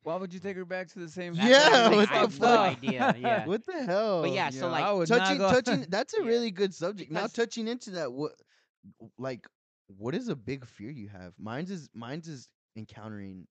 Speaker 3: Why would you take her back to the same?
Speaker 1: That's
Speaker 2: Yeah,
Speaker 1: I'm
Speaker 2: what
Speaker 1: like, I
Speaker 2: the
Speaker 1: have no
Speaker 2: fuck?
Speaker 1: idea. Yeah,
Speaker 2: what the hell?
Speaker 1: but yeah, so
Speaker 3: Yeah,
Speaker 1: like
Speaker 3: I would not
Speaker 2: touching,
Speaker 3: go-
Speaker 2: touching. That's a
Speaker 1: Yeah.
Speaker 2: really good subject. now
Speaker 1: Because-
Speaker 2: touching into that, what, like, what is a big fear you have? Mine's is mine's is encountering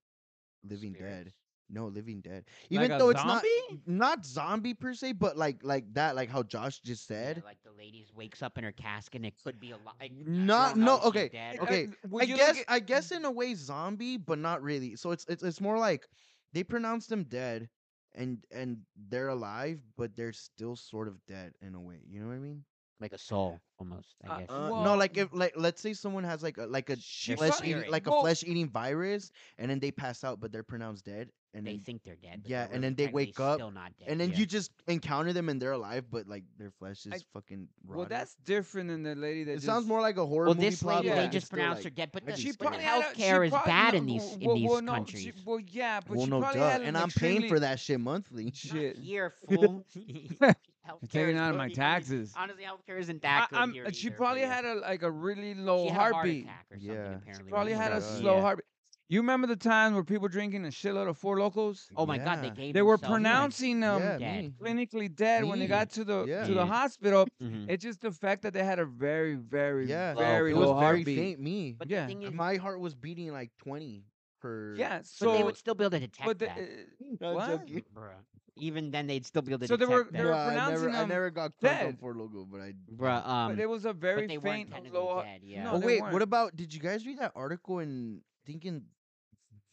Speaker 2: living
Speaker 1: spirits.
Speaker 2: dead. No, living dead.
Speaker 3: Like
Speaker 2: Even
Speaker 3: a
Speaker 2: though it's not e,
Speaker 3: zombie?
Speaker 2: not zombie per se, but like like that, like how Josh just
Speaker 1: Yeah,
Speaker 2: said.
Speaker 1: like the ladies wakes up in her casket, and it could be a lot.
Speaker 2: Not- no, okay,
Speaker 3: Uh,
Speaker 2: okay,
Speaker 3: would
Speaker 2: I
Speaker 3: you mm.
Speaker 2: guess
Speaker 3: like it-
Speaker 2: I guess in a way zombie, but not really. So it's it's it's more like they pronounce them dead and and they're alive, but they're still sort of dead in a way. You know what I mean?
Speaker 1: like a soul almost. I
Speaker 3: Uh,
Speaker 1: guess.
Speaker 2: Uh, no,
Speaker 3: Well-
Speaker 2: like if like let's say someone has like a like a
Speaker 3: She
Speaker 2: flesh
Speaker 3: fu-
Speaker 2: eating, like
Speaker 3: well-
Speaker 2: a flesh eating virus, and then they pass out, but they're pronounced dead, and
Speaker 1: they
Speaker 2: then
Speaker 1: think they're dead. but
Speaker 2: yeah,
Speaker 1: they're
Speaker 2: and
Speaker 1: really
Speaker 2: then they
Speaker 1: technically
Speaker 2: wake up,
Speaker 1: still not dead.
Speaker 2: and then
Speaker 1: Yeah.
Speaker 2: you just encounter them and they're alive, but like their flesh is
Speaker 3: I-
Speaker 2: fucking. Rotten.
Speaker 3: Well, that's different than the lady that
Speaker 2: It
Speaker 3: just,
Speaker 2: sounds more like a horror
Speaker 1: well,
Speaker 2: movie
Speaker 1: this
Speaker 2: plot,
Speaker 1: lady
Speaker 2: but
Speaker 3: yeah.
Speaker 1: they
Speaker 2: it's
Speaker 1: just
Speaker 2: still,
Speaker 1: pronounced her
Speaker 2: like,
Speaker 1: dead, but the,
Speaker 2: I'd be
Speaker 3: She
Speaker 2: She's
Speaker 1: but the
Speaker 2: scared.
Speaker 3: probably had a- she
Speaker 1: healthcare is
Speaker 3: probably-
Speaker 1: bad
Speaker 3: no,
Speaker 1: in these in
Speaker 3: well,
Speaker 1: these
Speaker 3: well, no, she-
Speaker 1: countries.
Speaker 3: well, yeah, but
Speaker 2: well,
Speaker 3: she
Speaker 2: no,
Speaker 3: probably
Speaker 2: duh.
Speaker 3: had an
Speaker 2: and I'm paying
Speaker 3: extremely-
Speaker 2: for that shit monthly.
Speaker 1: Not
Speaker 3: shit.
Speaker 1: here, fool.
Speaker 3: You're
Speaker 1: Healthcare
Speaker 3: taking
Speaker 1: is
Speaker 3: out of
Speaker 1: really-
Speaker 3: my
Speaker 1: I mean,
Speaker 3: taxes.
Speaker 1: Honestly, healthcare isn't
Speaker 3: I-
Speaker 1: that good
Speaker 3: I'm-
Speaker 1: here
Speaker 3: uh, she
Speaker 1: either, but
Speaker 3: probably
Speaker 1: yeah.
Speaker 3: had a like a really
Speaker 1: She
Speaker 3: low
Speaker 1: had a heart
Speaker 3: heartbeat.
Speaker 1: attack or something,
Speaker 2: Yeah. She
Speaker 1: apparently, when
Speaker 3: probably
Speaker 1: she
Speaker 3: had a
Speaker 1: was
Speaker 2: God.
Speaker 1: young.
Speaker 3: slow
Speaker 1: Yeah.
Speaker 3: heartbeat. You remember the time where people drinking a shitload of four locals?
Speaker 1: Oh my god, they
Speaker 2: Yeah.
Speaker 1: gave
Speaker 3: They were
Speaker 1: themselves, like-
Speaker 3: pronouncing them
Speaker 2: yeah,
Speaker 1: dead.
Speaker 2: me.
Speaker 3: clinically dead when they
Speaker 2: Me.
Speaker 3: got to the to
Speaker 2: Yeah.
Speaker 3: the hospital.
Speaker 1: Mhm.
Speaker 3: It's just the fact that they had a very, very,
Speaker 2: yeah,
Speaker 3: very
Speaker 2: it
Speaker 3: low
Speaker 2: was very
Speaker 3: heartbeat.
Speaker 2: faint. Me, Uh,
Speaker 1: But
Speaker 3: Yeah.
Speaker 1: the thing is,
Speaker 2: my heart was beating like twenty per.
Speaker 3: Yeah,
Speaker 1: but they
Speaker 3: so
Speaker 1: would still be able to detect
Speaker 3: but the, uh,
Speaker 1: that.
Speaker 2: I'm
Speaker 3: what?
Speaker 2: joking.
Speaker 1: Bruh. Even then, they'd still be able to
Speaker 3: So they
Speaker 1: detect
Speaker 3: were- they
Speaker 1: that.
Speaker 3: were-
Speaker 2: Bruh, I
Speaker 3: pronouncing
Speaker 2: never, I
Speaker 3: them
Speaker 2: never got caught on
Speaker 3: dead.
Speaker 2: for logo, but I.
Speaker 1: Bruh, um,
Speaker 3: but it was a
Speaker 1: but
Speaker 3: very
Speaker 1: they weren't
Speaker 3: faint
Speaker 1: technically
Speaker 3: low.
Speaker 1: dead. Yeah.
Speaker 3: no,
Speaker 2: oh
Speaker 3: they
Speaker 2: wait,
Speaker 3: weren't.
Speaker 2: what about? Did you guys read that article in thinking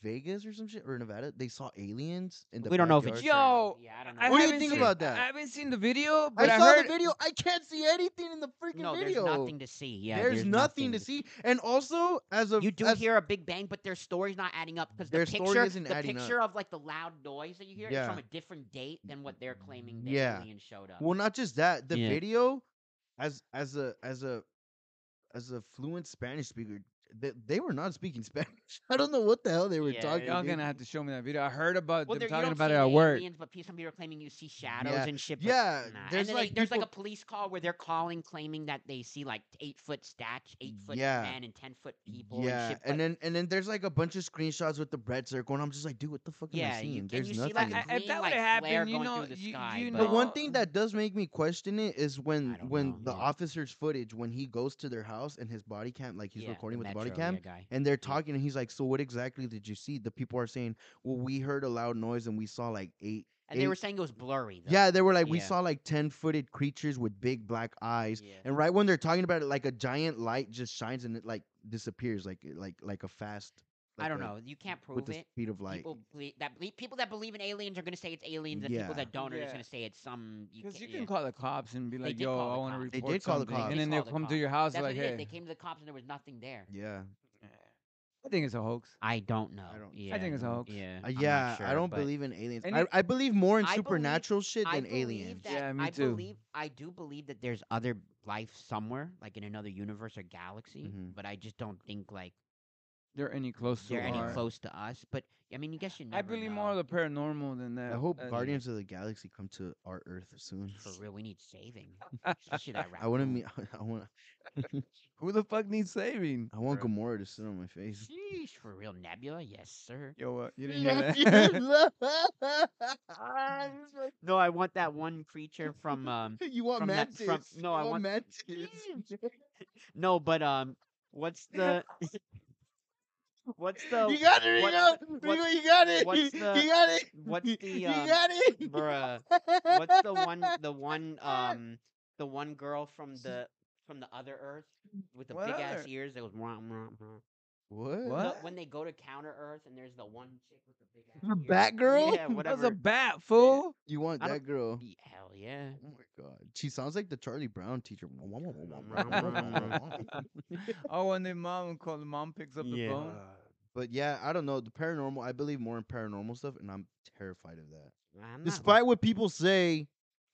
Speaker 2: Vegas or some shit or Nevada? They saw aliens in the.
Speaker 1: we don't know if it's
Speaker 2: backyard?
Speaker 1: true.
Speaker 3: Yo,
Speaker 1: Yeah, I don't know.
Speaker 3: I
Speaker 2: What do you
Speaker 3: haven't
Speaker 2: think
Speaker 3: seen-
Speaker 2: about that?
Speaker 3: I haven't seen the video,
Speaker 2: I
Speaker 3: but I,
Speaker 2: saw
Speaker 3: heard
Speaker 2: the video. I can't see anything in the freaking
Speaker 1: No, there's
Speaker 2: video.
Speaker 1: nothing to see. Yeah,
Speaker 2: there's, nothing, to
Speaker 1: see.
Speaker 2: see. And also, as a
Speaker 1: You do
Speaker 2: as,
Speaker 1: hear a big bang, but their story's not adding up because
Speaker 2: Their
Speaker 1: the picture,
Speaker 2: story isn't
Speaker 1: the
Speaker 2: adding up.
Speaker 1: picture of like the loud noise that you hear is
Speaker 2: Yeah.
Speaker 1: from a different date than what they're claiming the
Speaker 2: Yeah.
Speaker 1: alien showed up.
Speaker 2: well, not just that. The
Speaker 1: Yeah.
Speaker 2: video, as as a as a as a fluent Spanish speaker, they, they were not speaking Spanish. I don't know what the hell they were
Speaker 1: Yeah,
Speaker 2: talking.
Speaker 3: y'all
Speaker 2: dude.
Speaker 3: gonna have to show me that video. I heard about
Speaker 1: well, there-
Speaker 3: them
Speaker 1: you
Speaker 3: talking
Speaker 1: don't
Speaker 3: about
Speaker 1: see
Speaker 3: it at
Speaker 1: the
Speaker 3: work.
Speaker 1: aliens, but pe- some people are claiming you see shadows
Speaker 2: Yeah.
Speaker 1: and shit. But
Speaker 2: yeah,
Speaker 1: nah. and
Speaker 2: there's
Speaker 1: then
Speaker 2: like
Speaker 1: they, there's like a
Speaker 2: people-
Speaker 1: police call where they're calling, claiming that they see like eight foot statue, eight foot
Speaker 2: Yeah.
Speaker 1: men, and ten foot people.
Speaker 2: yeah,
Speaker 1: and, shit, but-
Speaker 2: then and then there's like a bunch of screenshotsns with the bread circle, and I'm just like, dude, what the fuck am
Speaker 1: yeah,
Speaker 2: I
Speaker 1: you,
Speaker 2: seeing?
Speaker 1: and
Speaker 2: there's
Speaker 1: you
Speaker 2: nothing.
Speaker 1: see like
Speaker 3: I-
Speaker 1: a
Speaker 3: if
Speaker 1: green,
Speaker 3: that
Speaker 1: like,
Speaker 3: would've happened,
Speaker 1: flare
Speaker 3: you
Speaker 1: going
Speaker 3: know-
Speaker 1: through the
Speaker 3: you-
Speaker 1: sky,
Speaker 3: you
Speaker 1: but-
Speaker 2: The one
Speaker 3: No.
Speaker 2: thing that does make me question it is when
Speaker 1: don't
Speaker 2: when
Speaker 1: know,
Speaker 2: the
Speaker 1: yeah.
Speaker 2: officer's footage when he goes to their house and his body cam like he's
Speaker 1: Yeah,
Speaker 2: recording with the body
Speaker 1: Metro,
Speaker 2: cam
Speaker 1: yeah, guy.
Speaker 2: and they're talking and he's like, "So what exactly did you see?" The people are saying, "Well, we heard a loud noise and we saw like eight
Speaker 1: and they were
Speaker 2: eight-
Speaker 1: saying it was blurry. Though.
Speaker 2: Yeah, they were like, "We
Speaker 1: Yeah.
Speaker 2: saw like 10-footed creatures with big black eyes."
Speaker 1: Yeah.
Speaker 2: And right when they're talking about it like a giant light just shines and it like disappears like like like a fast
Speaker 1: I
Speaker 2: like
Speaker 1: don't
Speaker 2: a-
Speaker 1: know. You can't prove
Speaker 2: with the
Speaker 1: it.
Speaker 2: speed of light.
Speaker 1: people ble- that ble- people that believe in aliens are going to say it's aliens, and people
Speaker 2: Yeah.
Speaker 1: that don't are just
Speaker 3: Yeah.
Speaker 1: going to say it's some. You
Speaker 3: Because
Speaker 1: ca-
Speaker 3: you
Speaker 1: yeah.
Speaker 3: can call the cops and be like,
Speaker 1: did
Speaker 3: "Yo,
Speaker 1: call the
Speaker 3: I want to
Speaker 1: cops.
Speaker 3: report
Speaker 2: They did call the
Speaker 3: something,"
Speaker 2: cops.
Speaker 3: and
Speaker 1: They
Speaker 3: then they'll
Speaker 1: called the
Speaker 3: come to
Speaker 1: cops.
Speaker 3: your house
Speaker 1: That's
Speaker 3: like,
Speaker 1: what it
Speaker 3: "Hey."
Speaker 1: is. They came to the cops and there was nothing there.
Speaker 2: Yeah. Uh,
Speaker 3: I think it's a hoax.
Speaker 1: I don't know.
Speaker 2: I don't- I
Speaker 1: yeah,
Speaker 3: think it's a hoax.
Speaker 1: Yeah,
Speaker 2: Uh,
Speaker 1: I'm not
Speaker 2: yeah, I
Speaker 1: sure,
Speaker 2: don't
Speaker 1: but
Speaker 2: believe in aliens.
Speaker 3: And
Speaker 2: I,
Speaker 3: it-
Speaker 2: I believe more in
Speaker 1: I believe-
Speaker 2: supernatural shit
Speaker 1: I
Speaker 2: than
Speaker 1: believe
Speaker 2: aliens.
Speaker 1: That,
Speaker 3: Yeah, me
Speaker 1: I
Speaker 3: too.
Speaker 1: Believe, I do believe that there's other life somewhere, like in another universe or galaxy,
Speaker 2: Mhm.
Speaker 1: but I just don't think like
Speaker 3: they're any close to
Speaker 1: they're any
Speaker 3: our-
Speaker 1: close to us. But I mean, you guess you never
Speaker 3: I believe more of
Speaker 1: know.
Speaker 3: the paranormal than that. uh,
Speaker 2: I hope
Speaker 3: that-
Speaker 2: Guardians of the Galaxy come to our Earth soon.
Speaker 1: For real, we need saving. Especially that
Speaker 2: I want to
Speaker 1: raccoon.
Speaker 2: meet. I want.
Speaker 3: Who the fuck needs saving?
Speaker 2: I want
Speaker 3: Bro.
Speaker 2: Gamora to sit on my face.
Speaker 1: Sheesh, for real, Nebula, yes, sir.
Speaker 3: Yo, uh, you didn't hear that?
Speaker 1: No, I want that one creature from um.
Speaker 2: you want
Speaker 1: From that-
Speaker 2: mantis?
Speaker 1: from- no,
Speaker 2: You
Speaker 1: I want-
Speaker 2: mantis.
Speaker 1: No, but um, what's the? what's the?
Speaker 2: you got it,
Speaker 1: what's
Speaker 2: Rico.
Speaker 1: the-
Speaker 2: Rico,
Speaker 1: what's-
Speaker 2: you got it.
Speaker 1: what's
Speaker 2: you
Speaker 1: the-
Speaker 2: you got it.
Speaker 1: what's
Speaker 2: You-
Speaker 1: the,
Speaker 2: You
Speaker 1: um,
Speaker 2: got it.
Speaker 1: Bruh, what's the one? The one um, the one girl from the from the other Earth with the
Speaker 3: What
Speaker 1: big ass
Speaker 3: other-
Speaker 1: ears that was wah, wah, wah.
Speaker 2: What?
Speaker 1: The-
Speaker 3: What?
Speaker 1: when they go to Counter Earth and there's the one chick with the big ass.
Speaker 2: The
Speaker 1: ears.
Speaker 2: Batgirl?
Speaker 1: Yeah,
Speaker 3: That's
Speaker 1: whatever.
Speaker 3: a bat, fool.
Speaker 2: You want
Speaker 1: I don't-
Speaker 2: that girl?
Speaker 1: Ye- Hell yeah.
Speaker 2: Oh my god, she sounds like the Charlie Brown teacher.
Speaker 3: oh, and the mom called. The mom picks up the
Speaker 1: Yeah.
Speaker 3: phone.
Speaker 2: but yeah, I don't know the paranormal. I believe more in paranormal stuff, and I'm terrified of that.
Speaker 1: I'm not
Speaker 2: Despite what people say,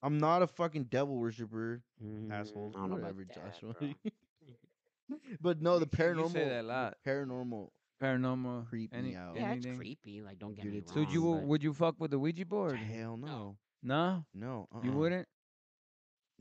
Speaker 2: I'm not a fucking devil worshiper.
Speaker 1: like-
Speaker 2: asshole,
Speaker 1: Mm, I don't know about
Speaker 2: whatever,
Speaker 1: that,
Speaker 2: Joshua.
Speaker 1: bro.
Speaker 2: But no, the
Speaker 3: You- you
Speaker 2: paranormal.
Speaker 3: say that a lot.
Speaker 2: Paranormal.
Speaker 3: Paranormal.
Speaker 2: Creep me
Speaker 3: any,
Speaker 2: out.
Speaker 1: yeah, it's
Speaker 3: anything.
Speaker 1: creepy. Like, don't get
Speaker 2: Dude,
Speaker 1: me
Speaker 2: it's-
Speaker 1: wrong.
Speaker 3: So you will,
Speaker 1: but-
Speaker 3: would you fuck with the Ouija board?
Speaker 2: Hell no,
Speaker 3: No,
Speaker 2: no. Uh-uh.
Speaker 3: you wouldn't.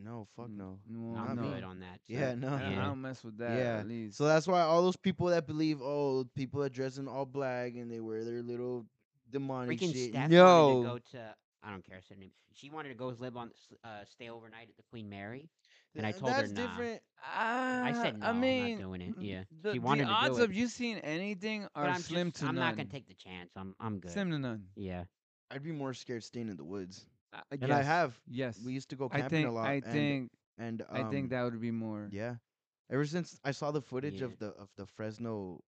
Speaker 2: No, fuck
Speaker 3: Mm,
Speaker 2: no.
Speaker 3: No,
Speaker 1: No, I'm
Speaker 2: not me.
Speaker 1: good on that. so-
Speaker 2: Yeah, no.
Speaker 3: I don't, I
Speaker 1: Yeah.
Speaker 3: don't mess with that.
Speaker 2: Yeah.
Speaker 3: at least.
Speaker 2: So that's why all those people that believe, oh, people that dress in all black and they wear their little demonic
Speaker 1: Freaking
Speaker 2: shit.
Speaker 1: Steph wanted
Speaker 2: no.
Speaker 1: to go to. I don't care. what's Her name. She wanted to go live on, s- uh, stay overnight at the Queen Mary, and I
Speaker 2: Th-
Speaker 1: told her
Speaker 2: that's
Speaker 1: nah.
Speaker 2: different.
Speaker 1: I said
Speaker 3: Ah,
Speaker 1: no.
Speaker 3: I
Speaker 1: I'm
Speaker 3: mean,
Speaker 1: not doing it.
Speaker 3: mm,
Speaker 1: Yeah,
Speaker 3: The,
Speaker 1: She
Speaker 3: the
Speaker 1: wanted to do
Speaker 3: odds
Speaker 1: it.
Speaker 3: of you seeing anything are
Speaker 1: but I'm
Speaker 3: slim
Speaker 1: just,
Speaker 3: to
Speaker 1: I'm
Speaker 3: none.
Speaker 1: not gonna take the chance. I'm I'm good.
Speaker 3: slim to none.
Speaker 1: Yeah.
Speaker 2: I'd be more scared staying in the woods.
Speaker 3: Uh,
Speaker 2: And I
Speaker 3: yes,
Speaker 2: have.
Speaker 3: Yes.
Speaker 2: We used to go
Speaker 3: I
Speaker 2: camping
Speaker 3: think.
Speaker 2: a lot.
Speaker 3: I
Speaker 2: and,
Speaker 3: think.
Speaker 2: And um,
Speaker 3: I think that would be more.
Speaker 2: Yeah. Ever since I saw the footage
Speaker 1: Yeah.
Speaker 2: of the of the Fresno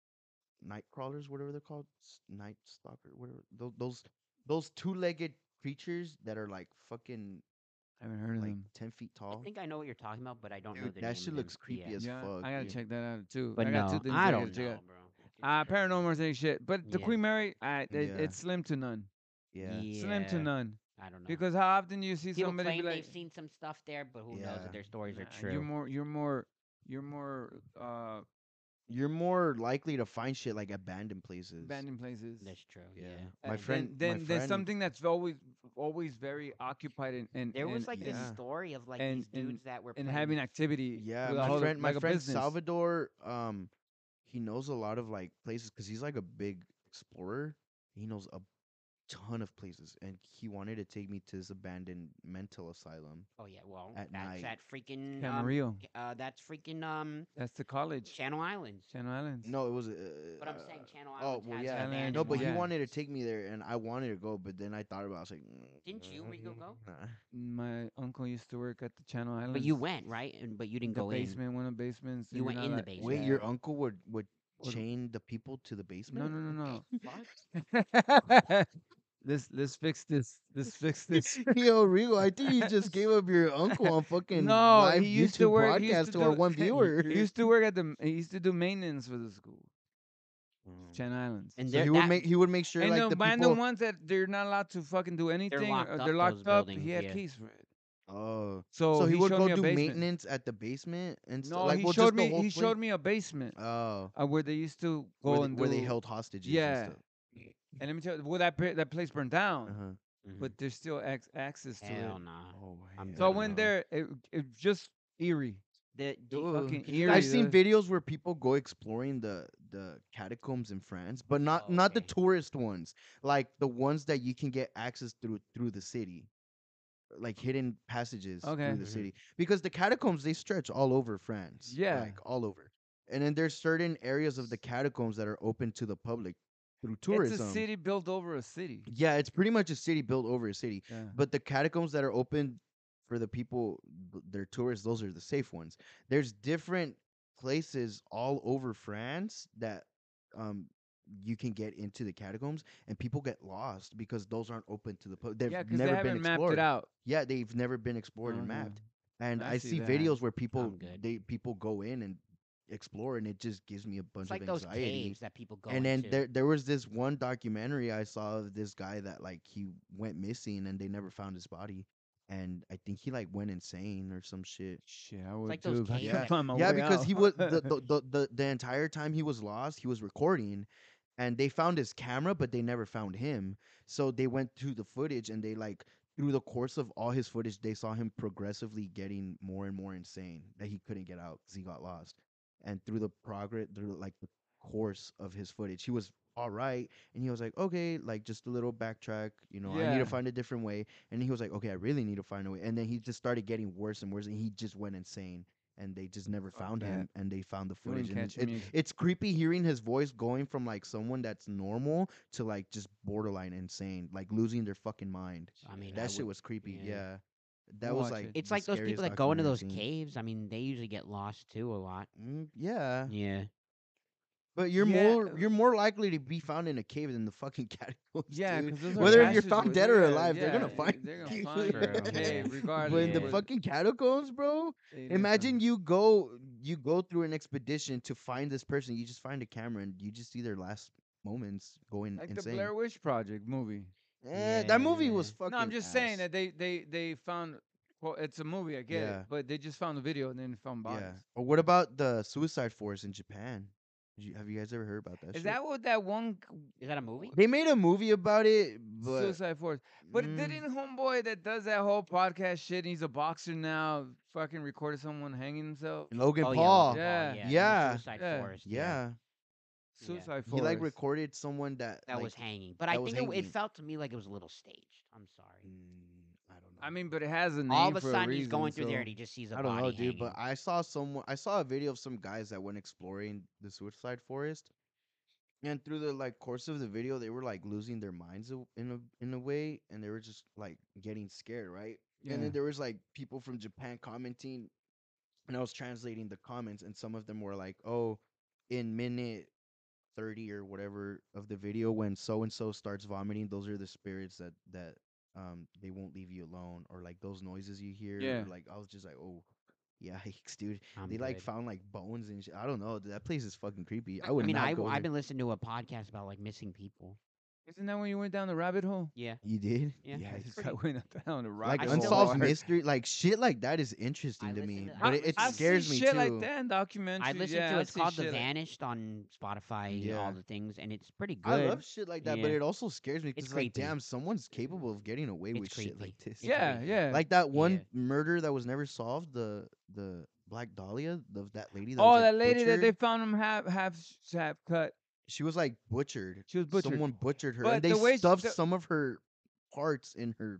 Speaker 2: night crawlers, whatever they're called, s- night stalker, whatever those those, those two legged creatures that are like fucking
Speaker 3: I haven't heard of
Speaker 2: like
Speaker 3: them.
Speaker 2: ten feet
Speaker 1: I
Speaker 2: tall.
Speaker 1: think I know what you're talking about, but I don't know
Speaker 2: Dude,
Speaker 1: the
Speaker 2: that
Speaker 1: name
Speaker 2: shit
Speaker 1: of
Speaker 2: looks
Speaker 1: them.
Speaker 2: creepy
Speaker 1: yeah.
Speaker 2: as
Speaker 3: yeah,
Speaker 2: fuck,
Speaker 3: I gotta
Speaker 2: dude.
Speaker 3: check that out too.
Speaker 1: But
Speaker 3: I got
Speaker 1: no,
Speaker 3: two things
Speaker 1: I
Speaker 3: gotta
Speaker 1: don't
Speaker 3: check
Speaker 1: know,
Speaker 3: out.
Speaker 1: bro. It's
Speaker 3: Ah,
Speaker 1: crazy.
Speaker 3: paranormal thing shit. But the
Speaker 1: Yeah.
Speaker 3: Queen Mary, I, it,
Speaker 2: Yeah.
Speaker 3: it's slim to none.
Speaker 2: Yeah.
Speaker 3: Slim to
Speaker 1: Yeah,
Speaker 3: none.
Speaker 1: I don't know.
Speaker 3: Because how often do you see
Speaker 1: people
Speaker 3: somebody be
Speaker 1: claim
Speaker 3: like,
Speaker 1: they've seen some stuff there, but who knows
Speaker 2: Yeah.
Speaker 1: if their stories are
Speaker 3: "Nah,
Speaker 1: true?
Speaker 3: You're more. You're more. You're more. Uh,
Speaker 2: You're more likely to find shit like abandoned places.
Speaker 3: abandoned places.
Speaker 1: That's true. Yeah.
Speaker 2: Yeah. My
Speaker 3: Uh,
Speaker 2: friend.
Speaker 3: Then,
Speaker 2: my
Speaker 3: then
Speaker 2: friend,
Speaker 3: there's something that's always, always very occupied and and
Speaker 1: There was
Speaker 3: and-
Speaker 1: like this
Speaker 2: yeah.
Speaker 1: story of like
Speaker 3: And-
Speaker 1: these dudes
Speaker 3: and-
Speaker 1: that were
Speaker 3: and
Speaker 1: playing
Speaker 3: having
Speaker 1: with-
Speaker 3: activity.
Speaker 2: Yeah,
Speaker 3: with a
Speaker 2: my
Speaker 3: whole-
Speaker 2: friend, my
Speaker 3: like a
Speaker 2: friend
Speaker 3: business.
Speaker 2: Salvador, um, he knows a lot of like places because he's like a big explorer. He knows a ton of places, and he wanted to take me to this abandoned mental asylum.
Speaker 1: Oh yeah, well
Speaker 2: at
Speaker 1: that's
Speaker 2: night.
Speaker 1: that freaking um,
Speaker 3: Camarillo.
Speaker 1: uh, that's freaking um
Speaker 3: That's the college.
Speaker 1: Channel Islands.
Speaker 3: Channel Islands.
Speaker 2: No, it was. Uh,
Speaker 1: But I'm saying Channel
Speaker 2: oh,
Speaker 1: Islands.
Speaker 2: well,
Speaker 1: has
Speaker 2: yeah.
Speaker 1: abandoned
Speaker 3: Channel
Speaker 2: no, but he
Speaker 3: Yeah.
Speaker 1: ones.
Speaker 2: wanted to take me there, and I wanted to go, but then I thought about. it, I was like, "Mm,
Speaker 1: Didn't you, Rico, go?
Speaker 2: nah."
Speaker 3: My uncle used to work at the Channel Islands.
Speaker 1: But you went right, and but you didn't
Speaker 3: the
Speaker 1: go
Speaker 3: basement, one of the basements.
Speaker 1: You
Speaker 3: and
Speaker 1: went
Speaker 3: all
Speaker 1: in the
Speaker 3: that.
Speaker 1: basement.
Speaker 2: Wait,
Speaker 1: Yeah.
Speaker 2: your uncle would would
Speaker 3: Would-
Speaker 2: chain the people to the
Speaker 3: No,
Speaker 2: basement?
Speaker 3: no, no,
Speaker 1: in. Fuck.
Speaker 3: no. let's let's fix this. Let's fix this.
Speaker 2: Yo, Rigo, I think you just gave up your uncle on fucking
Speaker 3: No,
Speaker 2: live
Speaker 3: he used
Speaker 2: YouTube
Speaker 3: to work. he
Speaker 2: podcast
Speaker 3: used
Speaker 2: to,
Speaker 3: to,
Speaker 2: our
Speaker 3: do-
Speaker 2: one viewer.
Speaker 3: He used to work at the. He used to do maintenance for the school,
Speaker 2: Mm.
Speaker 3: Channel Islands.
Speaker 1: And
Speaker 2: So
Speaker 1: there-
Speaker 2: he would
Speaker 1: that-
Speaker 2: make he would make sure
Speaker 3: and
Speaker 2: like
Speaker 3: the
Speaker 2: the
Speaker 3: random
Speaker 2: people.
Speaker 3: ones that they're not allowed to fucking do anything. or
Speaker 1: locked up,
Speaker 3: they're locked
Speaker 1: those
Speaker 3: up.
Speaker 1: buildings,
Speaker 3: he had
Speaker 1: yeah.
Speaker 3: keys for it.
Speaker 2: Oh,
Speaker 3: So,
Speaker 2: so he, would
Speaker 3: showed
Speaker 2: go
Speaker 3: me a
Speaker 2: do
Speaker 3: basement.
Speaker 2: maintenance at the basement and stuff.
Speaker 3: No,
Speaker 2: like,
Speaker 3: he
Speaker 2: well,
Speaker 3: showed
Speaker 2: just the
Speaker 3: me. He
Speaker 2: whole
Speaker 3: showed
Speaker 2: place?
Speaker 3: me a basement
Speaker 2: Oh,
Speaker 3: uh, where they used to go
Speaker 2: where, they,
Speaker 3: and
Speaker 2: where they
Speaker 3: do-
Speaker 2: held hostages.
Speaker 3: Yeah.
Speaker 2: And stuff.
Speaker 3: And let me tell you, well, that pa- that place burned down,
Speaker 2: Uh-huh.
Speaker 3: but there's still ac- access to
Speaker 1: Mm-hmm. Hell
Speaker 3: it.
Speaker 1: nah.
Speaker 2: Oh,
Speaker 1: I'm
Speaker 3: So I
Speaker 1: good.
Speaker 3: went
Speaker 1: no.
Speaker 3: there. It, it was just eerie.
Speaker 1: The, the
Speaker 3: Ooh. fucking eerie,
Speaker 2: I've seen
Speaker 3: though.
Speaker 2: videos where people go exploring the the catacombs in France, but not
Speaker 1: Oh,
Speaker 2: not the
Speaker 1: okay.
Speaker 2: tourist ones, like the ones that you can get access through through the city, uh, like hidden passages
Speaker 3: Okay. Mm-hmm.
Speaker 2: through the
Speaker 1: Mhm.
Speaker 2: city. Because the catacombs they stretch all over France,
Speaker 3: Yeah.
Speaker 2: like all over. And then there's certain areas of the catacombs that are open to the public through tourism.
Speaker 3: It's a city built over a city.
Speaker 2: Yeah, it's pretty much a city built over a city.
Speaker 3: Yeah.
Speaker 2: But the catacombs that are open for the people, th- their tourists, those are the safe ones. There's different places all over France that um you can get into the catacombs, and people get lost because those aren't open to the public. They've
Speaker 3: Yeah, because they
Speaker 2: never been
Speaker 3: haven't mapped
Speaker 2: explored.
Speaker 3: it out.
Speaker 2: Yeah, they've never been explored and
Speaker 3: Uh-huh.
Speaker 2: mapped. And
Speaker 3: I
Speaker 2: I,
Speaker 3: see
Speaker 2: see
Speaker 3: that.
Speaker 2: videos where people
Speaker 1: I'm good.
Speaker 2: they people go in and explore, and it just gives me a bunch
Speaker 1: It's like
Speaker 2: of
Speaker 1: those
Speaker 2: anxiety
Speaker 1: caves that people go
Speaker 2: and then
Speaker 1: into.
Speaker 2: there there was this one documentary I saw of this guy that like he went missing and they never found his body. and I think he like went insane or some shit.
Speaker 3: Shit, I would
Speaker 1: like those
Speaker 3: too. if I
Speaker 1: cave
Speaker 3: could
Speaker 2: Yeah.
Speaker 3: find my
Speaker 2: yeah,
Speaker 3: way
Speaker 2: because
Speaker 3: out.
Speaker 2: he was the, the, the the the entire time he was lost, he was recording, and they found his camera, but they never found him. So they went through the footage, and they like through the course of all his footage, they saw him progressively getting more and more insane that he couldn't get out because he got lost, and through the progress, through like the course of his footage, he was all right, and he was like, okay, like just a little backtrack, you know, I need
Speaker 3: Yeah.
Speaker 2: to find a different way, and he was like, okay, I really need to find a way, and then he just started getting worse and worse, and he just went insane and they just never found
Speaker 3: that.
Speaker 2: him and they found the
Speaker 3: You wouldn't
Speaker 2: footage and it-
Speaker 3: catch me
Speaker 2: it-
Speaker 3: if-
Speaker 2: it's creepy hearing his voice going from like someone that's normal to like just borderline insane like losing their fucking mind
Speaker 1: I mean, I
Speaker 2: that shit
Speaker 1: would-
Speaker 2: was creepy
Speaker 1: yeah.
Speaker 2: yeah, that was
Speaker 3: Watch
Speaker 2: like
Speaker 3: it.
Speaker 1: It's
Speaker 2: the
Speaker 1: like those people
Speaker 2: scariest
Speaker 1: that go into those
Speaker 2: documentary I've seen.
Speaker 1: caves. I mean, they usually get lost too a lot.
Speaker 2: Mm, yeah
Speaker 1: Yeah.
Speaker 2: but you're
Speaker 3: Yeah,
Speaker 2: more you're more likely to be found in a cave than the fucking catacombs
Speaker 3: Yeah,
Speaker 2: dude.
Speaker 3: 'cause those are
Speaker 2: whether you're
Speaker 3: caches
Speaker 2: found
Speaker 3: with-
Speaker 2: dead or
Speaker 3: yeah,
Speaker 2: alive, they're gonna
Speaker 3: yeah,
Speaker 2: find
Speaker 3: They're
Speaker 2: you.
Speaker 3: gonna find you.
Speaker 1: True.
Speaker 3: Okay,
Speaker 1: But in
Speaker 2: but
Speaker 3: regardless.
Speaker 2: in the
Speaker 1: Yeah.
Speaker 2: fucking catacombs bro
Speaker 3: they just
Speaker 2: Imagine
Speaker 3: don't-
Speaker 2: you go you go through an expedition to find this person. You just find a camera and you just see their last moments going
Speaker 3: like the
Speaker 2: insane.
Speaker 3: Blair Witch Project movie.
Speaker 2: Eh, that movie was
Speaker 1: Yeah.
Speaker 2: fucking.
Speaker 3: No, I'm just saying
Speaker 2: ass.
Speaker 3: that they they they found. Well, it's a movie, I get
Speaker 2: Yeah.
Speaker 3: it, but they just found the video and then found bodies.
Speaker 2: Yeah. Or what about the Suicide Force in Japan? Did you, have you guys ever heard about that?
Speaker 3: Is
Speaker 2: shit?
Speaker 3: that what that one c-
Speaker 1: Is that a movie?
Speaker 2: they made a movie about it? But
Speaker 3: Suicide Force? But
Speaker 2: Mm,
Speaker 3: didn't homeboy that does that whole podcast shit? and He's a boxer now. Fucking recorded someone hanging himself.
Speaker 2: Logan
Speaker 1: Oh, yeah,
Speaker 2: Paul?
Speaker 1: Logan
Speaker 2: Yeah,
Speaker 3: Yeah.
Speaker 1: and the
Speaker 2: Yeah.
Speaker 1: Suicide
Speaker 3: Yeah.
Speaker 1: Forest. Yeah. Yeah.
Speaker 3: Suicide Force.
Speaker 2: he like recorded someone that
Speaker 1: That
Speaker 2: like,
Speaker 1: was hanging, but I
Speaker 2: that was
Speaker 1: think it, it
Speaker 2: hanging.
Speaker 1: felt to me like it was a little staged. I'm sorry.
Speaker 2: Mm, I don't know.
Speaker 3: I mean, but it has a name
Speaker 1: All of a
Speaker 3: for
Speaker 1: sudden,
Speaker 3: reason,
Speaker 1: he's going through
Speaker 3: so.
Speaker 1: there and he just sees a
Speaker 2: I don't
Speaker 1: body
Speaker 2: know, dude,
Speaker 1: hanging.
Speaker 2: but I saw someone. I saw a video of some guys that went exploring the suicide forest, and through the like course of the video, they were like losing their minds a- in a in a way, and they were just like getting scared, right? And
Speaker 3: Yeah.
Speaker 2: then there was like people from Japan commenting, and I was translating the comments, and some of them were like, "Oh, in minute." 30 or whatever of the video when so and so starts vomiting those are the spirits that that um they won't leave you alone or like those noises you hear
Speaker 3: Yeah.
Speaker 2: or, like i was just like oh yikes dude
Speaker 1: I'm
Speaker 2: they like
Speaker 1: good.
Speaker 2: found like bones and shit. i don't know dude, that place is fucking creepy i
Speaker 1: I
Speaker 2: would
Speaker 1: mean,
Speaker 2: not
Speaker 1: I,
Speaker 2: go
Speaker 1: have
Speaker 2: there.
Speaker 1: been listening to a podcast about like missing people.
Speaker 3: Isn't that when you went down the rabbit hole?
Speaker 1: Yeah.
Speaker 2: you did
Speaker 1: Yeah.
Speaker 3: I
Speaker 1: it's
Speaker 3: just
Speaker 1: pretty-
Speaker 3: got went up down the rabbit
Speaker 2: like
Speaker 1: I
Speaker 3: hole.
Speaker 1: still
Speaker 2: unsolved
Speaker 1: watch-
Speaker 2: mystery like shit like that is interesting to
Speaker 1: listen
Speaker 2: me
Speaker 1: to-
Speaker 2: but
Speaker 1: I-
Speaker 2: it, it
Speaker 1: I've seen
Speaker 2: scares me
Speaker 3: shit
Speaker 2: too
Speaker 3: like that in documentaries.
Speaker 1: I listened
Speaker 3: yeah,
Speaker 1: to
Speaker 3: I
Speaker 1: it's
Speaker 3: see
Speaker 1: called
Speaker 3: shit
Speaker 1: The
Speaker 3: like-
Speaker 1: Vanished on Spotify,
Speaker 2: Yeah.
Speaker 1: all the things, and it's pretty good.
Speaker 2: I love shit like that, but
Speaker 1: Yeah.
Speaker 2: it also scares me
Speaker 1: It's
Speaker 2: because, like,
Speaker 1: creepy.
Speaker 2: damn, someone's capable of getting away
Speaker 1: It's
Speaker 2: with shit like
Speaker 1: creepy.
Speaker 2: this.
Speaker 1: It's
Speaker 3: Yeah,
Speaker 1: creepy.
Speaker 3: yeah.
Speaker 2: like that one
Speaker 1: Yeah.
Speaker 2: murder that was never solved. The the Black Dahlia, the, that lady. That
Speaker 3: oh,
Speaker 2: was, like,
Speaker 3: that lady that they
Speaker 2: butchered,
Speaker 3: found him half half s- half cut.
Speaker 2: She was like butchered.
Speaker 3: She was butchered.
Speaker 2: Someone butchered her,
Speaker 3: But
Speaker 2: and
Speaker 3: the
Speaker 2: they
Speaker 3: way she-
Speaker 2: stuffed
Speaker 3: the-
Speaker 2: some of her parts in her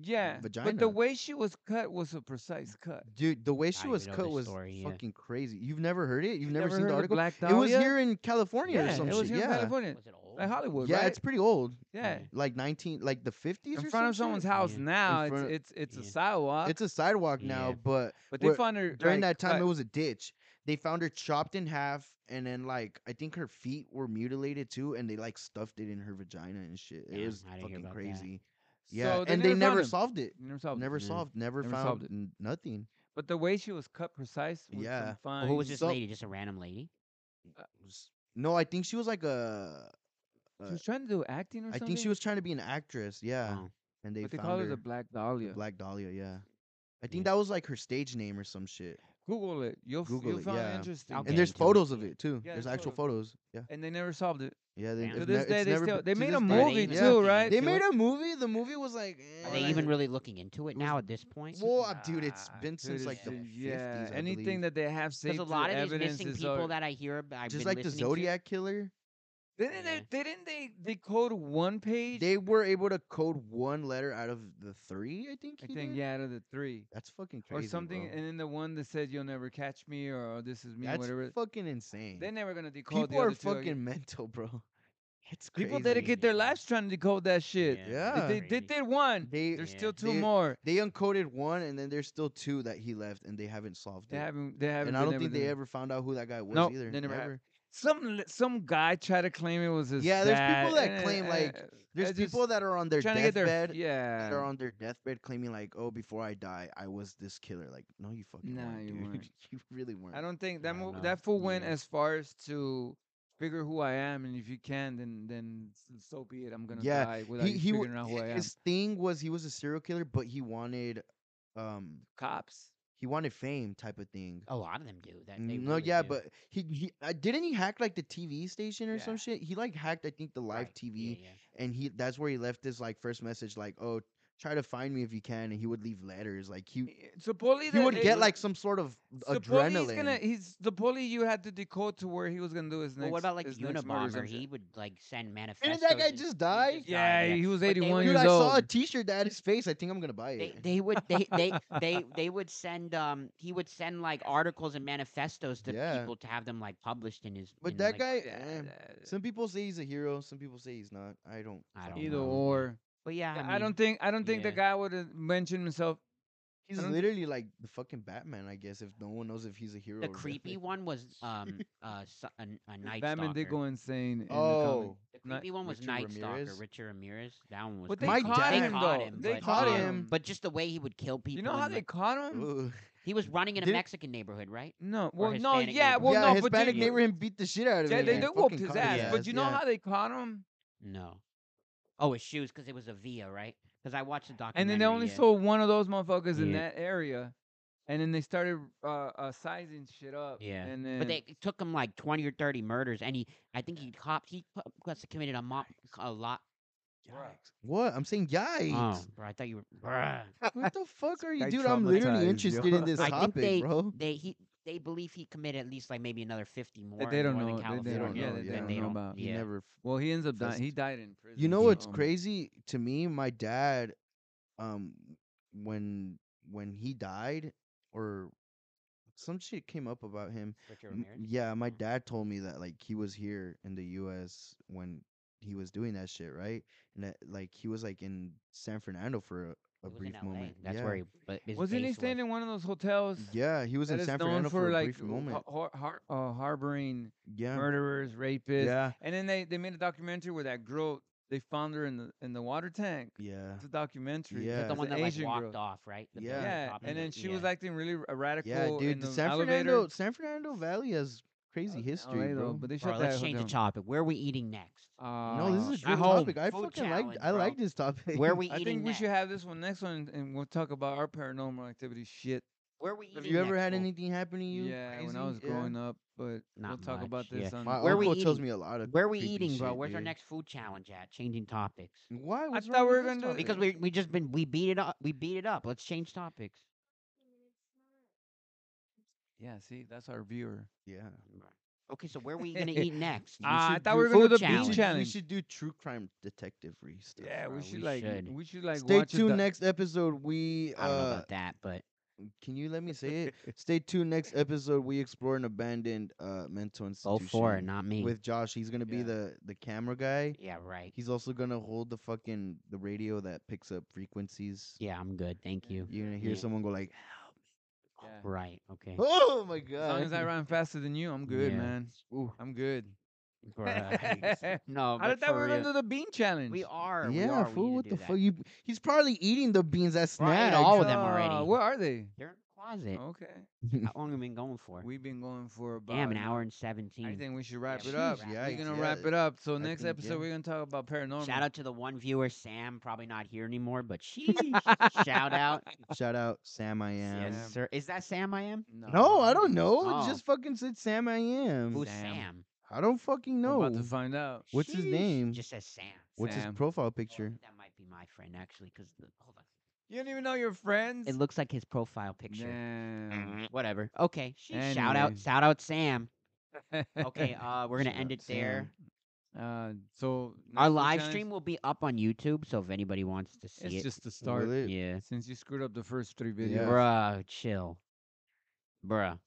Speaker 3: yeah, but the
Speaker 2: vagina.
Speaker 3: way she was cut was a precise cut.
Speaker 2: Dude, the way
Speaker 1: I
Speaker 2: she
Speaker 1: even
Speaker 2: was
Speaker 1: know
Speaker 2: cut
Speaker 1: this
Speaker 2: was
Speaker 1: story, yeah.
Speaker 2: fucking crazy. You've never heard it? You've,
Speaker 3: You
Speaker 2: never, seen the
Speaker 3: heard of
Speaker 2: article?
Speaker 3: Black
Speaker 2: It was
Speaker 3: Dahlia?
Speaker 2: here in California
Speaker 3: Yeah,
Speaker 2: or some
Speaker 3: it was
Speaker 2: shit.
Speaker 3: here in
Speaker 2: yeah.
Speaker 3: California,
Speaker 1: Was it old?
Speaker 3: like Hollywood,
Speaker 2: yeah,
Speaker 3: right?
Speaker 2: it's pretty old.
Speaker 3: yeah.
Speaker 2: Like 19 like the 50s
Speaker 3: In
Speaker 2: or
Speaker 3: front of
Speaker 2: some
Speaker 3: someone's
Speaker 2: shit?
Speaker 3: house
Speaker 1: Yeah.
Speaker 3: now,
Speaker 2: In
Speaker 3: it's
Speaker 2: front-
Speaker 3: it's it's a
Speaker 1: Yeah.
Speaker 3: sidewalk.
Speaker 2: It's a sidewalk
Speaker 1: Yeah.
Speaker 2: now, but
Speaker 3: but they
Speaker 2: we're-
Speaker 3: found her
Speaker 2: during
Speaker 3: like,
Speaker 2: that time
Speaker 3: cut.
Speaker 2: it was a ditch. They found her chopped in half and then like I think her feet were mutilated too and they like stuffed it in her vagina and shit. It
Speaker 1: Damn,
Speaker 2: was
Speaker 1: I didn't hear
Speaker 2: fucking
Speaker 1: about that.
Speaker 2: crazy. Yeah,
Speaker 3: So
Speaker 2: and they
Speaker 3: found
Speaker 2: never
Speaker 3: him.
Speaker 2: solved it.
Speaker 3: Never solved. it.
Speaker 2: Never
Speaker 1: Yeah.
Speaker 2: solved, never,
Speaker 3: Never
Speaker 2: found
Speaker 3: solved it.
Speaker 2: n- nothing.
Speaker 3: But the way she was cut precise. With
Speaker 2: Yeah.
Speaker 3: yeah.
Speaker 1: Well, who was this
Speaker 2: So-
Speaker 1: lady? Just a random lady?
Speaker 2: was- No, I think she was like a.
Speaker 3: She was trying to do acting or
Speaker 2: I
Speaker 3: something.
Speaker 2: think she was trying to be an actress. Yeah,
Speaker 1: Oh,
Speaker 2: and they
Speaker 3: But they
Speaker 2: found
Speaker 3: call her
Speaker 2: her
Speaker 3: the Black
Speaker 2: the
Speaker 3: Dahlia.
Speaker 2: Black Dahlia. Yeah, I think
Speaker 1: Yeah.
Speaker 2: that was like her stage name or some shit.
Speaker 3: Google it. You'll f-
Speaker 2: Google
Speaker 3: you'll
Speaker 2: it,
Speaker 3: find
Speaker 2: yeah.
Speaker 3: it interesting.
Speaker 1: I'll get
Speaker 2: and there's
Speaker 1: into it.
Speaker 2: photos of it too.
Speaker 3: Yeah,
Speaker 2: there's
Speaker 3: there's
Speaker 2: actual photos. Yeah,
Speaker 3: And they never solved it.
Speaker 2: yeah. They,
Speaker 1: Damn.
Speaker 3: To
Speaker 2: it's
Speaker 3: this
Speaker 2: ne-
Speaker 3: day,
Speaker 2: it's
Speaker 3: they
Speaker 2: never
Speaker 3: still
Speaker 2: been-
Speaker 3: they
Speaker 2: to
Speaker 3: made
Speaker 2: this
Speaker 3: a
Speaker 2: day,
Speaker 1: they
Speaker 3: movie
Speaker 1: even
Speaker 3: too,
Speaker 1: looking
Speaker 3: right?
Speaker 2: They
Speaker 1: into
Speaker 2: made
Speaker 1: it.
Speaker 2: a movie. The movie was like.
Speaker 1: Are
Speaker 2: eh,
Speaker 1: they
Speaker 2: like-
Speaker 1: even really looking into it
Speaker 2: was-
Speaker 1: now at this point?
Speaker 2: Well, uh, dude, it's
Speaker 3: Nah,
Speaker 2: been
Speaker 3: dude,
Speaker 2: since, like,
Speaker 3: it's-
Speaker 2: the
Speaker 3: yeah.
Speaker 2: 50s, I
Speaker 3: Anything
Speaker 2: believe.
Speaker 3: that they have saved
Speaker 1: Because a
Speaker 3: through
Speaker 1: lot of these
Speaker 3: evidence
Speaker 1: missing
Speaker 3: is
Speaker 1: people
Speaker 3: all-
Speaker 1: that I hear, ab- I've
Speaker 2: just
Speaker 1: been
Speaker 2: like the
Speaker 1: listening to-
Speaker 2: Zodiac killer.
Speaker 3: didn't they,
Speaker 1: Yeah.
Speaker 3: didn't they they code one page?
Speaker 2: They were able to code one letter out of the three. I think.
Speaker 3: I
Speaker 2: he
Speaker 3: think
Speaker 2: did.
Speaker 3: yeah, out of the three
Speaker 2: That's fucking
Speaker 3: or
Speaker 2: crazy.
Speaker 3: something,
Speaker 2: bro.
Speaker 3: and then the one that said you'll never catch me or "Oh, this is me,
Speaker 2: That's
Speaker 3: whatever.
Speaker 2: fucking insane.
Speaker 3: They're never gonna
Speaker 2: People
Speaker 3: decode the
Speaker 2: are
Speaker 3: other two, I guess.
Speaker 2: fucking mental, bro. It's crazy.
Speaker 3: People dedicate their
Speaker 1: Yeah.
Speaker 3: lives trying to decode that shit.
Speaker 2: Yeah.
Speaker 3: They, they, they did one.
Speaker 2: They
Speaker 3: There's
Speaker 1: Yeah.
Speaker 3: still two
Speaker 2: They-
Speaker 3: more.
Speaker 2: they uncoded one, and then there's still two that he left, and they haven't solved
Speaker 3: They
Speaker 2: it.
Speaker 3: haven't. They haven't.
Speaker 2: and I
Speaker 3: been
Speaker 2: don't think
Speaker 3: did
Speaker 2: they
Speaker 3: it.
Speaker 2: ever found out who that guy was
Speaker 3: Nope,
Speaker 2: either.
Speaker 3: they never have.
Speaker 2: Never.
Speaker 3: Some li- some guy tried to claim it was his.
Speaker 2: Yeah, there's people
Speaker 3: dad,
Speaker 2: that claim, like,
Speaker 3: eh, eh,
Speaker 2: There's
Speaker 3: eh, just
Speaker 2: people that are on their
Speaker 3: trying to get their
Speaker 2: deathbed.
Speaker 3: yeah.
Speaker 2: That are on their deathbed claiming like, "Oh, before I die, I was this killer." Like, no, you fucking
Speaker 3: Nah,
Speaker 2: weren't,
Speaker 3: you
Speaker 2: dude.
Speaker 3: weren't.
Speaker 2: you really weren't.
Speaker 3: I don't think that
Speaker 1: I
Speaker 3: mo-
Speaker 1: dunno.
Speaker 3: that fool went
Speaker 1: Yeah.
Speaker 3: as far as to figure who I am, and if you can, then then s- so be it. I'm gonna
Speaker 2: Yeah,
Speaker 3: die without
Speaker 2: He
Speaker 3: you
Speaker 2: he
Speaker 3: figuring out who
Speaker 2: w-
Speaker 3: I am.
Speaker 2: his thing was he was a serial killer, but he wanted um
Speaker 3: Cops.
Speaker 2: he wanted fame type of thing. Mm,
Speaker 1: A lot of them do that. They
Speaker 2: No,
Speaker 1: really
Speaker 2: yeah,
Speaker 1: do.
Speaker 2: but he he uh, didn't he hack like the TV station or some
Speaker 3: Yeah.
Speaker 2: shit. He like hacked I think the live
Speaker 1: Right, yeah,
Speaker 2: TV
Speaker 1: yeah.
Speaker 2: and he that's where he left his like first message like oh try to find me if you can and he would leave letters like he
Speaker 3: Eh, Supposedly,
Speaker 2: he
Speaker 3: that
Speaker 2: would
Speaker 3: E it-
Speaker 2: get like some sort of
Speaker 3: supposedly
Speaker 2: adrenaline.
Speaker 3: He's gonna. He's the bully. You had to decode to where he was gonna do his next.
Speaker 1: Well, what about like
Speaker 3: his next murder or some
Speaker 1: Unabomber?
Speaker 3: shit.
Speaker 1: He would like send manifestos.
Speaker 2: Didn't that guy
Speaker 1: and-
Speaker 2: just
Speaker 1: he
Speaker 2: die?
Speaker 3: Yeah, he was
Speaker 1: But they
Speaker 3: 81
Speaker 1: would-
Speaker 2: Dude,
Speaker 3: years
Speaker 2: I saw a
Speaker 3: old.
Speaker 2: T-shirt that had his face. I think I'm gonna buy
Speaker 1: They,
Speaker 2: it.
Speaker 1: they would they, they they they would send um he would send like articles and manifestos to
Speaker 2: Yeah.
Speaker 1: people to have them like published in his
Speaker 2: but
Speaker 1: in,
Speaker 2: that
Speaker 1: like-
Speaker 2: guy, eh,
Speaker 3: Yeah, yeah,
Speaker 2: some people say he's a hero, some people say he's not. I don't.
Speaker 1: I don't
Speaker 3: Either
Speaker 1: know.
Speaker 3: or.
Speaker 1: but yeah
Speaker 3: Yeah, I,
Speaker 1: I, mean,
Speaker 3: don't think. I don't think
Speaker 1: yeah.
Speaker 3: the guy would have mentioned himself.
Speaker 2: He's
Speaker 3: don't-
Speaker 2: literally like the fucking Batman, I guess. If no one knows if he's a hero, or
Speaker 1: the
Speaker 2: not.
Speaker 1: creepy one was um uh so- a, a night
Speaker 3: Batman
Speaker 1: stalker
Speaker 3: did go insane. In the comic.
Speaker 2: Oh,
Speaker 1: the
Speaker 3: Ni-
Speaker 1: creepy one was
Speaker 2: Richard
Speaker 1: night
Speaker 2: Ramirez?
Speaker 1: stalker Richard Ramirez that one was
Speaker 3: But
Speaker 2: they
Speaker 1: creepy.
Speaker 2: caught
Speaker 1: they
Speaker 2: him,
Speaker 1: caught
Speaker 3: though.
Speaker 1: him
Speaker 3: They
Speaker 1: but,
Speaker 3: caught
Speaker 1: um,
Speaker 3: him.
Speaker 1: but just the way he would kill people
Speaker 3: You know
Speaker 1: and,
Speaker 3: how they
Speaker 1: like-
Speaker 3: caught him?
Speaker 2: ooh.
Speaker 1: he was running in a
Speaker 2: Did-
Speaker 1: Mexican neighborhood right
Speaker 3: No. Well, no.
Speaker 1: Hispanic
Speaker 3: Yeah.
Speaker 1: neighbor.
Speaker 3: Well,
Speaker 2: yeah,
Speaker 3: no. but
Speaker 2: Hispanic
Speaker 3: you-
Speaker 2: neighbor him beat the shit out of
Speaker 3: Yeah,
Speaker 2: him.
Speaker 3: they,
Speaker 1: and
Speaker 3: they
Speaker 2: fucking
Speaker 3: whooped his
Speaker 2: caught
Speaker 3: ass. But you know
Speaker 2: yeah.
Speaker 3: how they caught him?
Speaker 1: no oh his shoes because it was a via right because I watched the documentary uh,
Speaker 3: And then they only
Speaker 1: yeah.
Speaker 3: sold one of those motherfuckers in
Speaker 1: Yeah.
Speaker 3: that area. And then they started uh, uh, sizing shit up.
Speaker 1: Yeah.
Speaker 3: And then,
Speaker 1: But they, it took him like twenty or thirty murders, and he, I think he copped, he co- must have committed a mop, a lot.
Speaker 2: Yikes. What? I'm saying yikes.
Speaker 1: Oh, bro, I thought you were. Bruh.
Speaker 2: What the fuck are you,
Speaker 3: guy
Speaker 2: dude? I'm literally
Speaker 3: traumatized, yo.
Speaker 2: interested in this
Speaker 1: I think
Speaker 2: topic,
Speaker 1: they,
Speaker 2: bro.
Speaker 1: they, he, they believe he committed at least like maybe another fifty more.
Speaker 3: they don't
Speaker 1: more than
Speaker 3: know- they-
Speaker 2: they don't
Speaker 1: California
Speaker 2: know,
Speaker 1: that
Speaker 2: yeah.
Speaker 1: they
Speaker 2: They
Speaker 1: don't.
Speaker 3: don't know about-
Speaker 2: He
Speaker 1: Yeah.
Speaker 2: never. f-
Speaker 3: well, he ends up dying.
Speaker 2: First-
Speaker 3: He died in prison.
Speaker 2: You know
Speaker 3: so,
Speaker 2: what's
Speaker 3: um,
Speaker 2: crazy to me? My dad, um, when when he died, or some shit came up about him.
Speaker 1: Richard
Speaker 2: M-
Speaker 1: Ramirez.
Speaker 2: Yeah, my
Speaker 1: Oh.
Speaker 2: dad told me that like he was here in the U.S. when he was doing that shit, right? And that, like he was like in San Fernando for a, a
Speaker 1: It was in
Speaker 2: brief
Speaker 1: LA.
Speaker 2: moment.
Speaker 1: That's
Speaker 2: yeah.
Speaker 1: where he. But his
Speaker 3: Wasn't he
Speaker 1: base
Speaker 3: staying
Speaker 1: was.
Speaker 3: in one of those hotels?
Speaker 2: Yeah, he was
Speaker 3: that
Speaker 2: in
Speaker 3: is
Speaker 2: San
Speaker 3: known
Speaker 2: Fernando for a
Speaker 3: like
Speaker 2: brief moment.
Speaker 3: har- har- uh, harboring
Speaker 2: Yeah,
Speaker 3: murderers, rapists,
Speaker 2: yeah,
Speaker 3: and then they, they made a documentary where that girl they found her in the in the water tank.
Speaker 2: yeah.
Speaker 3: It's a documentary.
Speaker 2: Yeah.
Speaker 1: Is it
Speaker 2: It's
Speaker 1: the
Speaker 3: It's
Speaker 1: one
Speaker 3: an
Speaker 1: that like
Speaker 3: Asian
Speaker 1: walked
Speaker 3: girl.
Speaker 1: off, right? The
Speaker 2: Yeah.
Speaker 1: building
Speaker 3: Yeah,
Speaker 1: top
Speaker 3: and
Speaker 1: the-
Speaker 3: then she was
Speaker 1: yeah.
Speaker 3: acting really r- radical.
Speaker 2: Yeah,
Speaker 3: in
Speaker 2: dude,
Speaker 3: the
Speaker 2: the San
Speaker 3: elevator.
Speaker 2: Fernando, San Fernando Valley has crazy
Speaker 3: Uh,
Speaker 2: history,
Speaker 3: LA though,
Speaker 2: bro.
Speaker 3: But they shut
Speaker 1: Bro,
Speaker 3: that
Speaker 1: let's change the
Speaker 3: down.
Speaker 1: topic. Where are we eating next?
Speaker 2: no, this is
Speaker 3: Uh,
Speaker 2: a
Speaker 1: at
Speaker 2: good
Speaker 1: home,
Speaker 2: topic. I
Speaker 1: food
Speaker 2: fucking like.
Speaker 1: challenge,
Speaker 2: I
Speaker 1: bro.
Speaker 2: like this topic.
Speaker 1: Where are we
Speaker 3: I
Speaker 1: eating
Speaker 3: think we
Speaker 1: next?
Speaker 3: should have this one next one, and we'll talk about our paranormal activity shit.
Speaker 1: Where are we eating
Speaker 2: Have you ever
Speaker 1: next?
Speaker 2: had
Speaker 1: Well,
Speaker 2: anything happen to you?
Speaker 3: yeah, when
Speaker 2: crazy?
Speaker 3: I was
Speaker 2: Yeah.
Speaker 3: growing up, but we'll
Speaker 1: Not
Speaker 3: talk about
Speaker 1: much, yeah.
Speaker 3: this on.
Speaker 2: My
Speaker 1: Where we
Speaker 2: uncle tells
Speaker 1: eating?
Speaker 2: me a lot of.
Speaker 1: Where are we
Speaker 2: creepy
Speaker 1: eating, bro?
Speaker 2: shit,
Speaker 1: Where's our
Speaker 2: dude.
Speaker 1: next food challenge at? Changing topics.
Speaker 2: Why? What's
Speaker 3: thought
Speaker 2: wrong
Speaker 3: we
Speaker 2: with
Speaker 3: were
Speaker 2: this
Speaker 3: gonna do-
Speaker 2: topic?
Speaker 1: Because we we just been we beat it up we beat it up. Let's change topics.
Speaker 3: yeah, see, that's our viewer.
Speaker 2: yeah.
Speaker 1: Okay, so where are we gonna eat next?
Speaker 2: We
Speaker 3: Ah, I
Speaker 2: should
Speaker 3: thought we
Speaker 2: do
Speaker 3: were gonna
Speaker 2: food
Speaker 3: do the bean
Speaker 2: challenge. We
Speaker 3: challenge.
Speaker 2: should do true crime detective re stuff.
Speaker 3: Yeah, we
Speaker 1: bro,
Speaker 3: should
Speaker 1: we
Speaker 3: like
Speaker 1: should.
Speaker 3: we should like
Speaker 2: Stay
Speaker 3: watch a
Speaker 2: tuned
Speaker 3: doc-
Speaker 2: next episode. We
Speaker 1: I don't know
Speaker 2: uh,
Speaker 1: about that, but
Speaker 2: can you let me say it? Stay tuned next episode. We explore an abandoned uh mental
Speaker 1: go
Speaker 2: institution.
Speaker 1: for it, not me.
Speaker 2: with Josh. He's gonna be
Speaker 3: Oh, Yeah.
Speaker 2: the the camera guy.
Speaker 1: yeah, right.
Speaker 2: He's also gonna hold the fucking the radio that picks up frequencies.
Speaker 1: Yeah, I'm good. Thank you.
Speaker 2: You're gonna hear
Speaker 1: Yeah.
Speaker 2: someone go like,
Speaker 3: Yeah.
Speaker 1: Right. Okay.
Speaker 2: "Oh my god!"
Speaker 3: As long as I run faster than you, I'm good,
Speaker 1: Yeah.
Speaker 3: man.
Speaker 2: Ooh.
Speaker 3: I'm good.
Speaker 1: Right. no,
Speaker 3: I
Speaker 1: but
Speaker 3: thought we
Speaker 1: for
Speaker 3: were gonna
Speaker 1: real.
Speaker 3: do the bean challenge.
Speaker 1: We are. we
Speaker 2: yeah,
Speaker 1: are. we
Speaker 2: fool. What
Speaker 1: need to
Speaker 2: the
Speaker 1: do
Speaker 2: fuck?
Speaker 1: that.
Speaker 2: You he's probably eating the beans as
Speaker 1: Bro, I ate
Speaker 2: snacks.
Speaker 1: all of them already.
Speaker 3: Uh, Where are they?
Speaker 1: They're in the closet.
Speaker 3: Okay,
Speaker 1: How long have we been going for?
Speaker 3: we've been going for about
Speaker 1: Damn, an hour and seventeen.
Speaker 3: I think we should wrap
Speaker 1: we
Speaker 3: it
Speaker 1: should
Speaker 3: up.
Speaker 1: wrap
Speaker 3: We're
Speaker 1: it
Speaker 3: gonna
Speaker 2: up.
Speaker 3: wrap it up. So
Speaker 2: I
Speaker 3: next
Speaker 2: think,
Speaker 3: episode,
Speaker 2: yeah.
Speaker 3: we're gonna talk about paranormal.
Speaker 1: Shout out to the one viewer, Sam, probably not here anymore, but she shout out.
Speaker 2: Shout out Sam I am.
Speaker 1: Yes, sir. Is that Sam I am?
Speaker 2: No, I don't know.
Speaker 1: Oh.
Speaker 2: It just fucking said Sam I am.
Speaker 1: Who's
Speaker 3: Sam.
Speaker 1: Sam?
Speaker 2: I don't fucking
Speaker 3: I'm
Speaker 2: know.
Speaker 3: about to find out.
Speaker 2: What's his
Speaker 1: Sheesh.
Speaker 2: name?
Speaker 1: Just says Sam.
Speaker 2: What's his
Speaker 3: Sam.
Speaker 2: profile
Speaker 1: Oh,
Speaker 2: picture?
Speaker 1: That might be my friend actually, because hold on.
Speaker 3: You don't even know your friends.
Speaker 1: It looks like his profile picture.
Speaker 3: Damn.
Speaker 1: Whatever. Okay. She Shout out,
Speaker 3: Anyway.
Speaker 1: shout out, Sam. Okay, uh, we're gonna
Speaker 2: Shout
Speaker 1: end
Speaker 2: out
Speaker 1: it there.
Speaker 3: Uh, so
Speaker 1: Our
Speaker 3: next week,
Speaker 1: live
Speaker 3: guys,
Speaker 1: stream will be up on YouTube, so if anybody wants to see
Speaker 3: It's
Speaker 1: it,
Speaker 3: just the start.
Speaker 2: Will it-
Speaker 1: yeah,
Speaker 3: Since you screwed up the first three videos.
Speaker 2: Yeah.
Speaker 1: bruh, chill, bruh.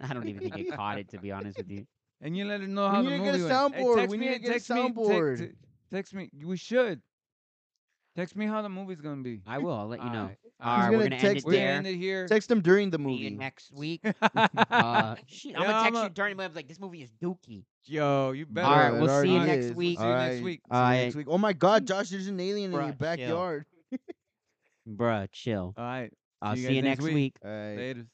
Speaker 1: I don't even think it caught it to be honest with you.
Speaker 3: And you let her know
Speaker 2: We
Speaker 3: how
Speaker 2: need
Speaker 3: the
Speaker 2: to
Speaker 3: movie
Speaker 2: get a
Speaker 3: went. Hey,
Speaker 2: soundboard.
Speaker 3: text
Speaker 2: We
Speaker 3: me,
Speaker 2: need to get a
Speaker 3: text me- te-
Speaker 2: soundboard.
Speaker 3: te- text me. We should. Text me how the movie's gonna be.
Speaker 1: I will. I'll let you know.
Speaker 3: Alright,
Speaker 1: All
Speaker 2: He's
Speaker 1: right,
Speaker 3: alright.
Speaker 1: we're
Speaker 2: gonna
Speaker 1: gonna end it
Speaker 2: text
Speaker 3: We're gonna
Speaker 1: there.
Speaker 3: end it here.
Speaker 2: Text him during the
Speaker 1: See you
Speaker 2: movie.
Speaker 1: next week. Uh, shit, I'm
Speaker 3: Yeah,
Speaker 1: gonna
Speaker 3: I'm
Speaker 1: text
Speaker 3: a-
Speaker 1: you during the way. I was like, this movie is dooky.
Speaker 3: Yo, you better.
Speaker 1: All right,
Speaker 2: Bro, it
Speaker 1: we'll see you
Speaker 2: already
Speaker 1: next
Speaker 2: is.
Speaker 1: week.
Speaker 3: See you next
Speaker 2: Alright.
Speaker 3: week.
Speaker 2: See you next
Speaker 1: Alright.
Speaker 2: week. Oh my God, Josh, there's an alien in
Speaker 1: Bruh,
Speaker 2: your
Speaker 1: chill.
Speaker 2: backyard.
Speaker 1: Bruh, chill.
Speaker 3: All right.
Speaker 1: I'll
Speaker 3: See you
Speaker 1: see
Speaker 3: guys
Speaker 1: you
Speaker 3: next
Speaker 1: next
Speaker 3: week.
Speaker 1: week.
Speaker 2: All right.
Speaker 3: Later.